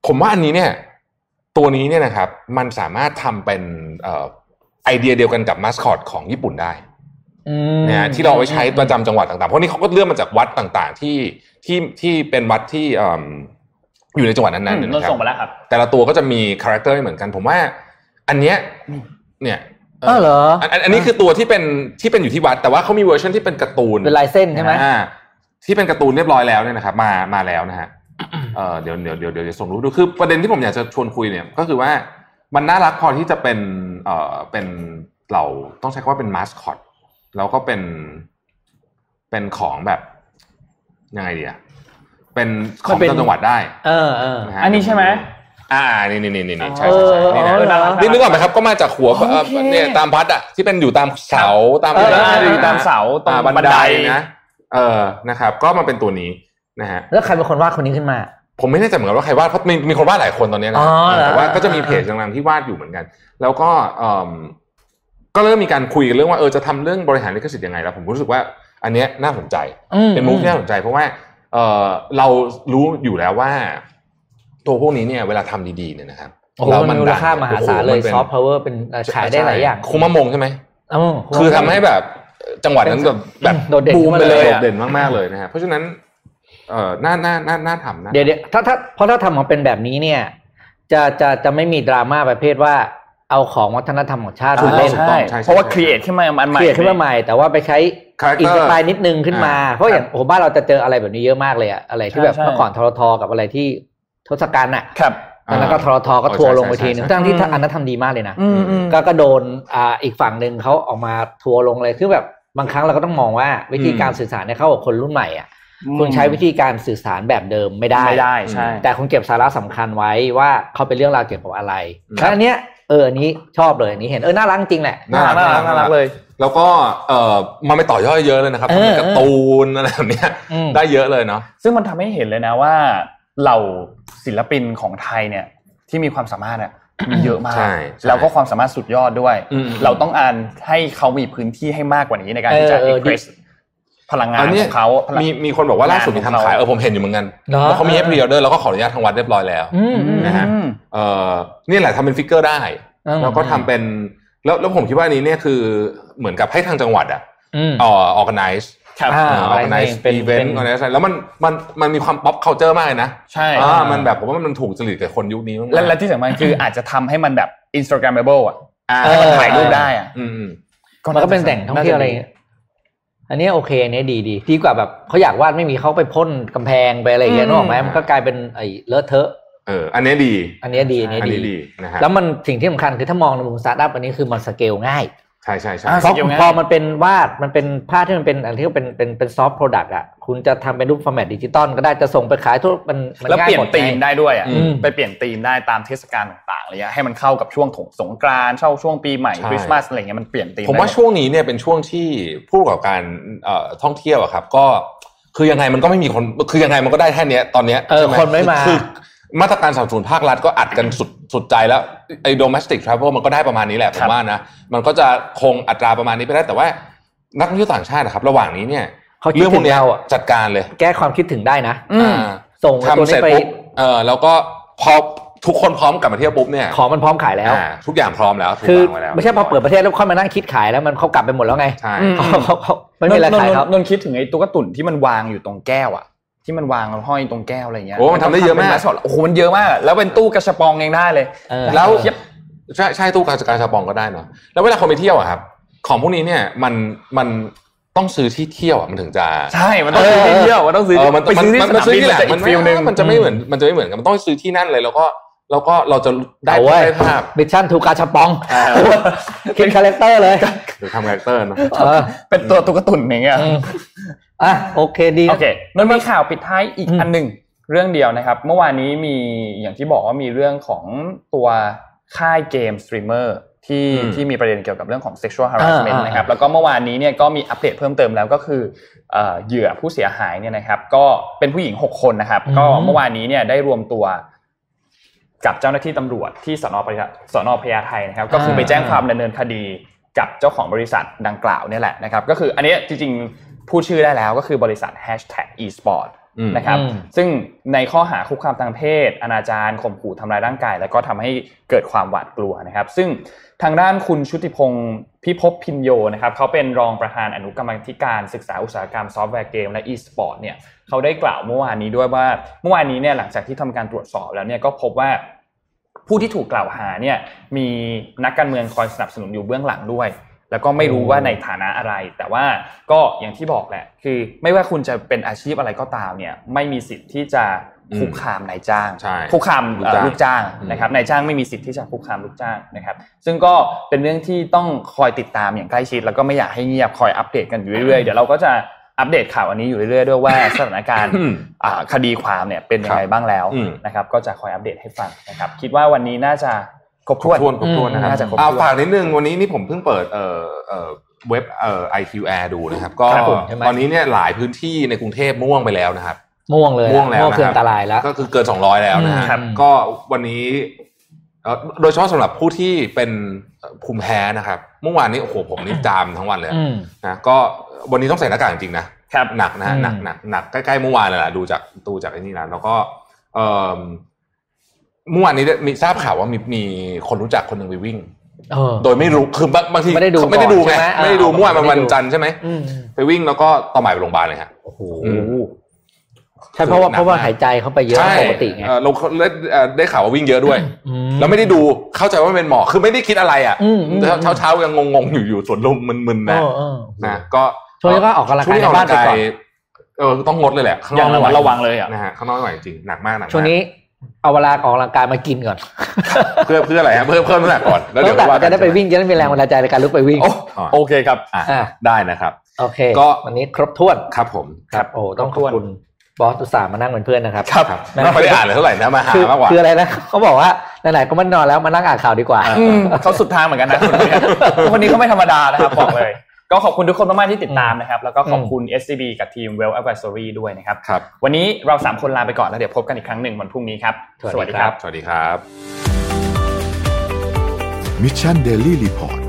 D: ผมว่าอันนี้เนี่ย ตัวนี้เนี่ยนะครับ มันสามารถทำเป็นเอ่อไอเดียเดียวกันกับมาสคอตของญี่ปุ่นได้
C: อืม
D: นะฮะที่เราเอาไว้ใช้ประจำจังหวัดต่างๆ เพราะนี่เขาก็เลื่อนมาจากวัดต่างๆ ที่ที่ที่เป็นวัดที่เอิ่มอยู่ในจังหวัดนั้นๆ
B: อืม
D: นะ
B: นนท์
D: ครับ
B: ส่งมาแล้วครับ
D: แต่ละตัวก็จะมีคาแรคเตอร์ไม่เหมือนกัน ผมว่า อันเนี้ยเนี่ย
C: เออเหรอ
D: อันอันอันนี้คือตัวที่เป็นที่เป็นอยู่ที่วัด แต่ว่าเขามีเวอร์ชันที่เป็นการ์ตูน
C: เป็นลายเส้นใช่ไหม
D: อ่าที่เป็นการ์ตูนเรียบร้อยแล้วเนี่ยนะครับมามาแล้วนะฮะเอ่อเดี๋ยวเดี๋ยวเดี๋ยวเดี๋ยวจะส่งรูปดูคือประเด็นที่ผมอยากจะชวนคุยเนี่ย ก็คือว่ามันน่ารักพอที่จะเป็นเอ่อเป็นเหล่าต้องใช้คำว่าเป็นมาสคอตแล้วก็เป็นเป็นของแบบยังไงดีอะเป็นของ
B: มันเป็น
D: ต่างจังหวัดได้
C: เออเออ
D: ะฮะ
B: อันนี้ใช่ไหม
D: อ่านี่นี่นี่นี่นี่ใช่
C: เอ
D: ใช่
C: อ
D: ใช่นี่นะ
C: เออเหรอ
D: นี่นึกออกไหมครับก็มาจากหัวเอ่อ
B: โอเค
D: เนี่ยตามพัดอะที่เป็นอยู่ตามเสาตาม
B: เออ
D: ไร
B: อ
D: นะ
B: ยู่
D: ฮะ
B: ตามเสาตรง
D: อ่า
B: บั
D: บั
B: น
D: น
B: ได
D: ไดนะเออนะครับ ก็มันเป็นตัวนี้นะฮะ
C: แล้วใครเป็นคนวาดคนนี้ขึ้นมา
D: ผมไม่แน่ใจเหมือนกันว่าใครวาดเพราะมีมีคนวาดหลายคนตอนเนี้ยนะ
C: อ๋อเหรอ
D: แต่ว่าก็จะมีเพจดังๆที่วาดอยู่เหมือนกัน แล้วก็เอมก็เริ่มมีการคุยกันเรื่องว่าเออจะทำเรื่องบริหารลิขสิทธิ์ยังไงแล้วผมรู้สึกว่าอันเนี้ยน่าสนใจ
C: อื
D: เป็นมุกที่น่าสนใจเพราะว่าเออเรารู้อยู่แล้วว่า ตัวพวกนี้เนี่ยเวลาทำดีๆเนี่ยนะครับ
C: โอ้โห
D: แล้ว
C: มันมูล
D: ดัง
C: ค่ามหาศาลเลย
D: โโนป็น
C: ซอฟต์พาวเวอร์เป็นเอ่อขายได้หลายอย่าง
D: คุมะมงใช่ไหม
C: เอ้า
D: คือทำให้แบบจังหวัดนั้นแบบแบบ
C: โดดเด่น
D: บูมไปเลย
C: ขึ้นมาเลยอะ
D: โดดเด่นมากๆเลยนะฮะเพราะฉะนั้นเอ่อน่าน่าน่าน่าทำนะ
C: เดี๋ยวเดี๋ยวถ้าถ้าเพราะถ้าทำออกมาเป็นแบบนี้เนี่ย จะจะจะไม่มีดราม่าประเภทว่าเอาของวัฒนธรรมของชาติ
D: ถู
C: มา
D: กต้อ
C: เล่
D: ง
C: น
D: ถูกต้องใช่ใช่
B: เพราะว่าค
D: ใช่
B: รีเอทขึ้นมาอันใหม่
C: เปลี่ยนขึ้นมาใหม่แต่ว่าไปใช้
D: Character
C: อินสปายนิดนึงขึ้นมา เพราะอย่างโอ้โหบ้านเราจะเจออะไรแบบนี้เยอะมากเลยอะอะไรที่แบบเมื่อก่อนทรทกับอะไรที่ทศกัณฐ์อะ
B: ครับ
D: อ่า
C: แล้วก็ทรทก็
D: เออ
C: ทัวร์ลงไป
D: ใช่
C: ที
D: ใช่
C: นึง
D: ใช่
C: ทั้งที่
B: อืม
C: อันนั้นทำดีมากเลยนะ
B: อืมอืม
C: ก็ก็โดนอ่าอีกฝั่งหนึ่งเขาออกมาทัวร์ลงเลยคือแบบบางครั้งเราก็ต้องมองว่าวิธีการสื่อสารเนี่ยเข้ากับคนรุ่นใหม่อะคุณใช้วิธีการสื่อสารแบบเดิมไม่ได้
B: ไม่ได้ใช่
C: แต่คุณเก็บสาระสำคัญไว้ว่าเขาเป็นเรื่องราวเกี่ยวกับอะไร
D: ครับ
C: แล้วอันเนี้ยเอออันนี้ชอบเลยอันนี้เห็นเออน่ารักจริงแหละ
D: น่ารัก
B: น่ารักน่า
D: น่ารักน่า
B: รั
D: รั
B: กเล
D: กเลย ย แล้วก็เอ่อมันไปต่อยอดเยอะเลยนะครับ
C: เออ
D: ทำเป็นการ์ตูนอะไรแบบเนี้ย
C: อืม
D: ได้เยอะเลยเนาะ
B: ซึ่งมันทำให้เห็นเลยนะว่าเหล่าศิลปินของไทยเนี่ยที่มีความสามารถเนี่ยมีเยอะมาก
D: ใช่ใช่
B: แล้วก็ความสามารถสุดยอดด้วย
D: อืม
B: เราต้องอ่านให้เขามีพื้นที่ให้มากกว่านี้ในการที่จะ
C: เออเอ
B: เอ็
C: อ
B: กเพรสพลังงาน
D: อัน
B: ข
D: เนี้ย
B: องเขาพลัง
D: มีมีคนบอกว่าล่าสุดมี
B: งานของ
D: ทำขาย
B: เขา
D: เออผมเห็นอยู่เหมือนกัน
C: เหรอ
D: เพราะเขามีให้พรีออเดอร์แล้วก็ขออนุญาตทางวัดเรียบร้อยแล้ว
C: อืมอืม
D: นะฮะ
B: อืม
D: เออนี่แหละทำเป็นฟิกเกอร์ได้
C: อืม
D: แล้วก็ทำเป็นแล้วแล้วผมคิดว่าอันนี้เนี่ยคือเหมือนกับให้ทางจังหวัดอะ
C: อืม
D: เอ่อ organize
B: ครับ
D: เอ่อ
C: organize
D: organize
C: เป็น
D: event
C: เป็น
D: organize อะไรแล้วมันมันมันมีความ pop culture มากเลยนะ
B: ใช่
D: อ่ามันแบบผมว่ามันถูกจริตกับคนยุคนี้มากๆ
B: และและที่สำคัญคืออาจจะทำให้มันแบบ Instagrammable อ่ะ
D: อ่า
C: เอ
B: ให้มัน
C: อ
B: ถ่ายรูปได้อ่ะ
D: อืมอืม
C: มันก็เป็นแต่งท่องเที่ยวอะไรอย่าง
B: น่าจ
C: เงี้ยอันเนี้ยโอเคอันเนี้ยดีดีดีกว่าแบบเขาอยากวาดไม่มีเขาไปพ่นกำแพงไปอะไรอย่างเงี้ยนึกออกไหมมันก็กลายเป็นไอ้เลอะเทอะ
D: เออ อันเนี้ยดี
C: อันเนี้ยดีอันเนี้ย
D: อัน
C: ดี
D: นี้ดีนะฮะ
C: แล้วมันสิ่งที่สำคัญคือถ้ามองในมุมสตาร์ทอัพอันนี้คือมันสเกลง่าย
D: ใช่ใช่ใช่
B: อ่ะ
C: เพราะ
B: สกิลงาน
C: พอมันเป็นวาดมันเป็นภาพที่มันเป็นอันที่เป็นเป็นเป็นซอฟต์โปรดักต์อ่ะคุณจะทำเป็นรูปฟอร์แมตดิจิตอลก็ได้จะส่งไปขายทั่วมันมั
B: แล้ว
C: ง่า
B: เปลี่ย
C: หม
B: นธีม
C: ไง
B: ได้ด้วยอ่ะ
C: อืม
B: ไปเปลี่ยนธีมได้ตามเทศกาลต่างๆอะไรเงี้ยให้มันเข้ากับช่วงถงสงกรานต์เข้าช่วงปีใหม่คริสต์มาสอะไรเงี้ยมันเปลี่ยนธีม
D: ผมว่าช่วงนี้เนี่ยเป็นช่วงที่ผู้ประกอบการเอ่อท่องเที่ยวอะครับ ก็คือยังไงมันก็ไม่มีคนคือยังไงมันก็ได้แค่เนี้ยตอนเนี้ย
C: เออ
D: ใช่ห
C: คนไม่มา
D: คือมาตรการสนับสนุนภาครัฐก็อัดกันสุดสุดใจแล้วไอ้ domestic travel มันก็ได้ประมาณนี้แหละผมว่านะมันก็จะคงอัตราประมาณนี้ไปได้แต่ว่า นักท่องเที่ยวต่างชาตินะครับ ระหว่างนี้เนี่ย
C: เขาคิด
D: เรื่องพ
C: ถึ
D: วก
C: ง
D: เนี้ย
C: เราอ่ะ
D: จัดการเลย
C: แก้ความคิดถึงได้นะ
D: อ่า
C: ส่งไอ้ตัว
D: ทำเสร็
C: นี้
D: จ
C: ไป
D: ปุ๊บเออแล้วก็พอทุกคนพร้อมกลับมาเที่ยวปุ๊บเนี่ย
C: ของมันพร้อมขายแล้ว
D: อ่าทุกอย่างพร้อมแล้วถูก
C: คือ
D: วางไว้แล้ว
C: ไม่ใช่พอเปิดประเทศแล้วค่อยมานั่งคิดขายแล้วมันเขากลับไปหมดแล้วไง
D: ใช่
C: เขาเขาเขาไม่มีอะไรขายครับ
B: นนท์คิดถึงไอ้ตุ๊กตาตุ่นที่มันวางอยู่ตรงแก้วอ่ะ
E: ที่มันวางห้อยตรงแก้วอะไรเงี้ย
D: โอ้มันทำได้เยอะมาก
E: ป็นสอดโอ้โหมันเยอะมากอะแล้วเป็นตู้กระชบปองเองได้เลย
C: เออ
D: แล้ว
E: เย็บ
D: ใช่ใช่ตู้กาสกาชาปองก็ได้เนาะแล้วเวลาคนไปเที่ยวอะครับ ของพวกนี้เนี่ยมันมันต้องซื้อที่เที่ยวอะมันถึงจะ
E: ใช่มันต้องซื้อที่เที่ยวมันต้องซื้อ
D: เออมัน
E: ไปซื้อที่ส
D: มันมัน
E: นาม
D: ซื้อ
E: บิน
D: ที่แหละ
E: จะอี
D: มัน
E: ก
D: ไม่
E: ฟิลหนึ่ง
D: มันจะไม่เหมือนมันจะไม่เหมือนกันมันต้องซื้อที่นั่นเลยแล้วก็แล้วก็เราจะได้
C: เอาเว้ย
D: ได้ภาพ
C: มิชชั่นทูกาชาป องคิดคาแรคเตอร์เลย
D: หรือทำคาแรคเตอร์เนาะ
C: เออ
E: เป็นตัวตุ๊กตุ่นอย่างเงี้ย
C: อืมอ่ะโอเคดีนะ
B: โอเคมันมีข่าวปิดท้ายอีกอันหนึ่งเรื่องเดียวนะครับ เมื่อวานนี้มีอย่างที่บอกว่ามีเรื่องของตัวค่ายเกมสตรีมเมอร์ที่
D: อืม
B: ที่มีประเด็นเกี่ยวกับเรื่องของ sexual harassment
C: อ่าอ่า
B: นะครับแล้วก็เมื่อวานนี้เนี่ยก็มีอัปเดตเพิ่มเติมแล้วก็คือเอ่อเหยื่อผู้เสียหายเนี่ยนะครับ ก็เป็นผู้หญิง 6 คนนะครับ ก็เมื่อวานนี้เนี่ยได้รวมตัวกับเจ้าหน้าที่ตำรวจที่สนพญาสนพญาไทนะครับ ก็คือไปแจ้งความดำเนินคดีกับเจ้าของบริษัทดังกล่าวเนี่ยแหละนะครับ ก็คืออันเนี้ยจริงๆพูดชื่อได้แล้วก็คือบริษัท hashtag #esport
D: อืม
B: นะครับ
C: อืม
B: ซึ่งในข้อหาคุกคามทางเพศ อนาจารข่มขู่ทำร้ายร่างกาย แล้วก็ทำให้เกิดความหวาดกลัวนะครับ ซึ่งทางด้านคุณชุติพงศ์พิภพพินโยนะครับเขาเป็นรองประธานอนุกรรมาธิการศึกษาอุตสาหกรรมซอฟต์แวร์เกมและ e-sport เนี่ยเขาได้กล่าวเมื่อวานนี้ด้วยว่าเมื่อวานนี้เนี่ยหลังจากที่ทำการตรวจสอบแล้วเนี่ยก็พบว่า ผู้ที่ถูกกล่าวหาเนี่ยมีนักการเมืองคอยสนับสนุนอยู่เบื้องหลังด้วย แล้วก็ไม่รู้ว่าในฐานะอะไร แต่ว่าก็อย่างที่บอกแหละ คือไม่ว่าคุณจะเป็นอาชีพอะไรก็ตามเนี่ยไม่มีสิทธิ์ที่จะคุกคามนายจ้าง
D: ใช่
B: คุกคาม
D: ลูกจ้าง
B: ลูกจ้างนะครับนายจ้างไม่มีสิทธิ์ที่จะคุกคามลูกจ้างนะครับ ซึ่งก็เป็นเรื่องที่ต้องคอยติดตามอย่างใกล้ชิด แล้วก็ไม่อยากให้เงียบคอยอัปเดตกันอยู่เรื่อยๆเดี๋ยวเราก็จะอัปเดตข่าวอันนี้อยู่เรื่อยๆด้วยว่าสถานการ ณ์ อ่าคดีความเนี่ยเป็นยังไงบ้างแล้ว
D: อืม
B: นะครับ ก็จะคอยอัปเดตให้ฟังนะครับ คิดว่าวันนี้น่าจะครบถ้วน
D: ทวนครบถ้วนนะครับ
B: น่าจะครบถ้วน
D: เอาฝากนิดนึงวันนี้นี่ผมเพิ่งเปิดเอ่อเอ่อเว็บเอ่อ IQR ดูนะครับ ก็
C: ครับผมใช่ไหม
D: ตอนนี้เนี่ยหลายพื้นที่ในกรุงเทพม่วงไปแล้วนะครับ
C: ม่วงเลย
D: ม่วงแล้ว
C: ม่วงคือ
D: นะ
C: อั
D: รับ
C: นตรายแล้ว
D: ก็คือเกิน 200 แล้วนะฮะ
C: ครับ
D: ก็วันนี้เอ่อโดยเฉพาะสำหรับผู้ที่เป็นเอ่อภูมิแพ้นะครับเมื่อวานนี้โอ้โหผมนี่จามทั้งวันเลย
C: อืม
D: นะก็วันนี้ต้องใส่หน้ากากจริงๆนะครับ หนักนะฮะ
C: อืม
D: หนักหนักหนักใกล้ๆเมื่อวานเลยแหละดูจากดูจากไอ้นี่นะแล้วก็เอ่อเมื่อวานนี้ได้มีทราบข่าวว่ามีมีคนรู้จักคนหนึ่งไปวิ่ง
C: เออ
D: โดยไม่รู้คือบางบางที
C: ไม่ได้ดู
D: เขาไม่ได้ดู
C: ก่อน
D: ไง
C: ใช่ไหม
D: ไม่ได้ดู
C: อ่า
D: เมื่อวานมัน
C: ไม่ได้
D: วัน
C: ดู
D: จันทร์ใช่ไหม
C: อืม
D: ไปวิ่งแล้วก็ต่อหมายไปโรงพยาบาลเลยฮะ
C: โอ้โห
D: อืม
C: ใช่เพราะว่าเพราะว่าหายใจเข้าไปเยอะ
D: ใช่
C: ปกติไง
D: เอ่อเราเราเอ่อได้ข่าวว่าวิ่งเยอะด้วย
C: อื
D: แล้วไม่ได้ดูเข้าใจว่าเป็นหมอคือไม่ได้คิดอะไรอ่ะ
C: อืมอืม
D: เช้าเช้าๆยังงงๆอยู่อยู่สวนลมมึนๆนะ
C: เออเออ
D: นะก็
C: ช่วงนี้ก็ออกกำลังกาย
D: ช่วนี้ออกกำลัง
C: ในบ้านไป
D: กาย
C: ก่อน
D: เออต้องงดเลยแหละข้างน
B: อย่า
D: อก
B: ง
D: ไม่
B: ระมัดระ
D: ไหว
B: วังเลยอ่ะ
D: นะฮะข้างนอกไม่ไหวจริงหนักมากหนักมาก
C: ช่วงนี้เอาเวลาออกกำลังกายมากินก่อน
D: เพื่อเพื่ออะไรฮะเพื่อเพิ่มน้ำหนักก่อนแล้ว
C: ตั้
D: เดี๋ย
C: งแต่
D: วว่ากั
C: จะ
D: น
C: ได้ไปวิ่งจะได้มีแรงบันดาลใจในการลุกไปวิ่ง
D: โอ้อ๋อ
E: โอเคครับ
D: อ่ะ
C: อ่ะ
D: ได้นะครับ
C: โอเค
D: ก็
C: วันนี้ครบถ้วน
D: ครับผม
C: ครับโอ้ต้องขอบคุณบอสอุตส่าห์มานั่งเป็นเพื่อนนะครับ
D: ไม่ค่อยได้อ่านเลยเท่าไหร่นะมาหา
C: คือ
D: มากกว่า
C: คืออะไร นะ เขาบอกว่าไหนๆก็มันนอนแล้วมานั่งอ่านข่าวดีกว่า
E: อืมเขาสุดทางเหมือนกัน นะคนนี้คนนี้เขาไม่ธรรมดานะครับบอกเลย
B: ก็ขอบคุณทุกคนมากๆที่ติดตามนะครับ แล้วก็ขอบคุณ SCB กับทีม Well Advisory ด้วยนะครับ
D: ครับ
B: วันนี้เราสามคนลาไปก่อนแล้วเดี๋ยวพบกันอีกครั้งหนึ่งวันพรุ่งนี้ครับ
C: สวัสดีครับ
D: สวัสดีครับ
A: มิชชันเดลี่รีพอร์ต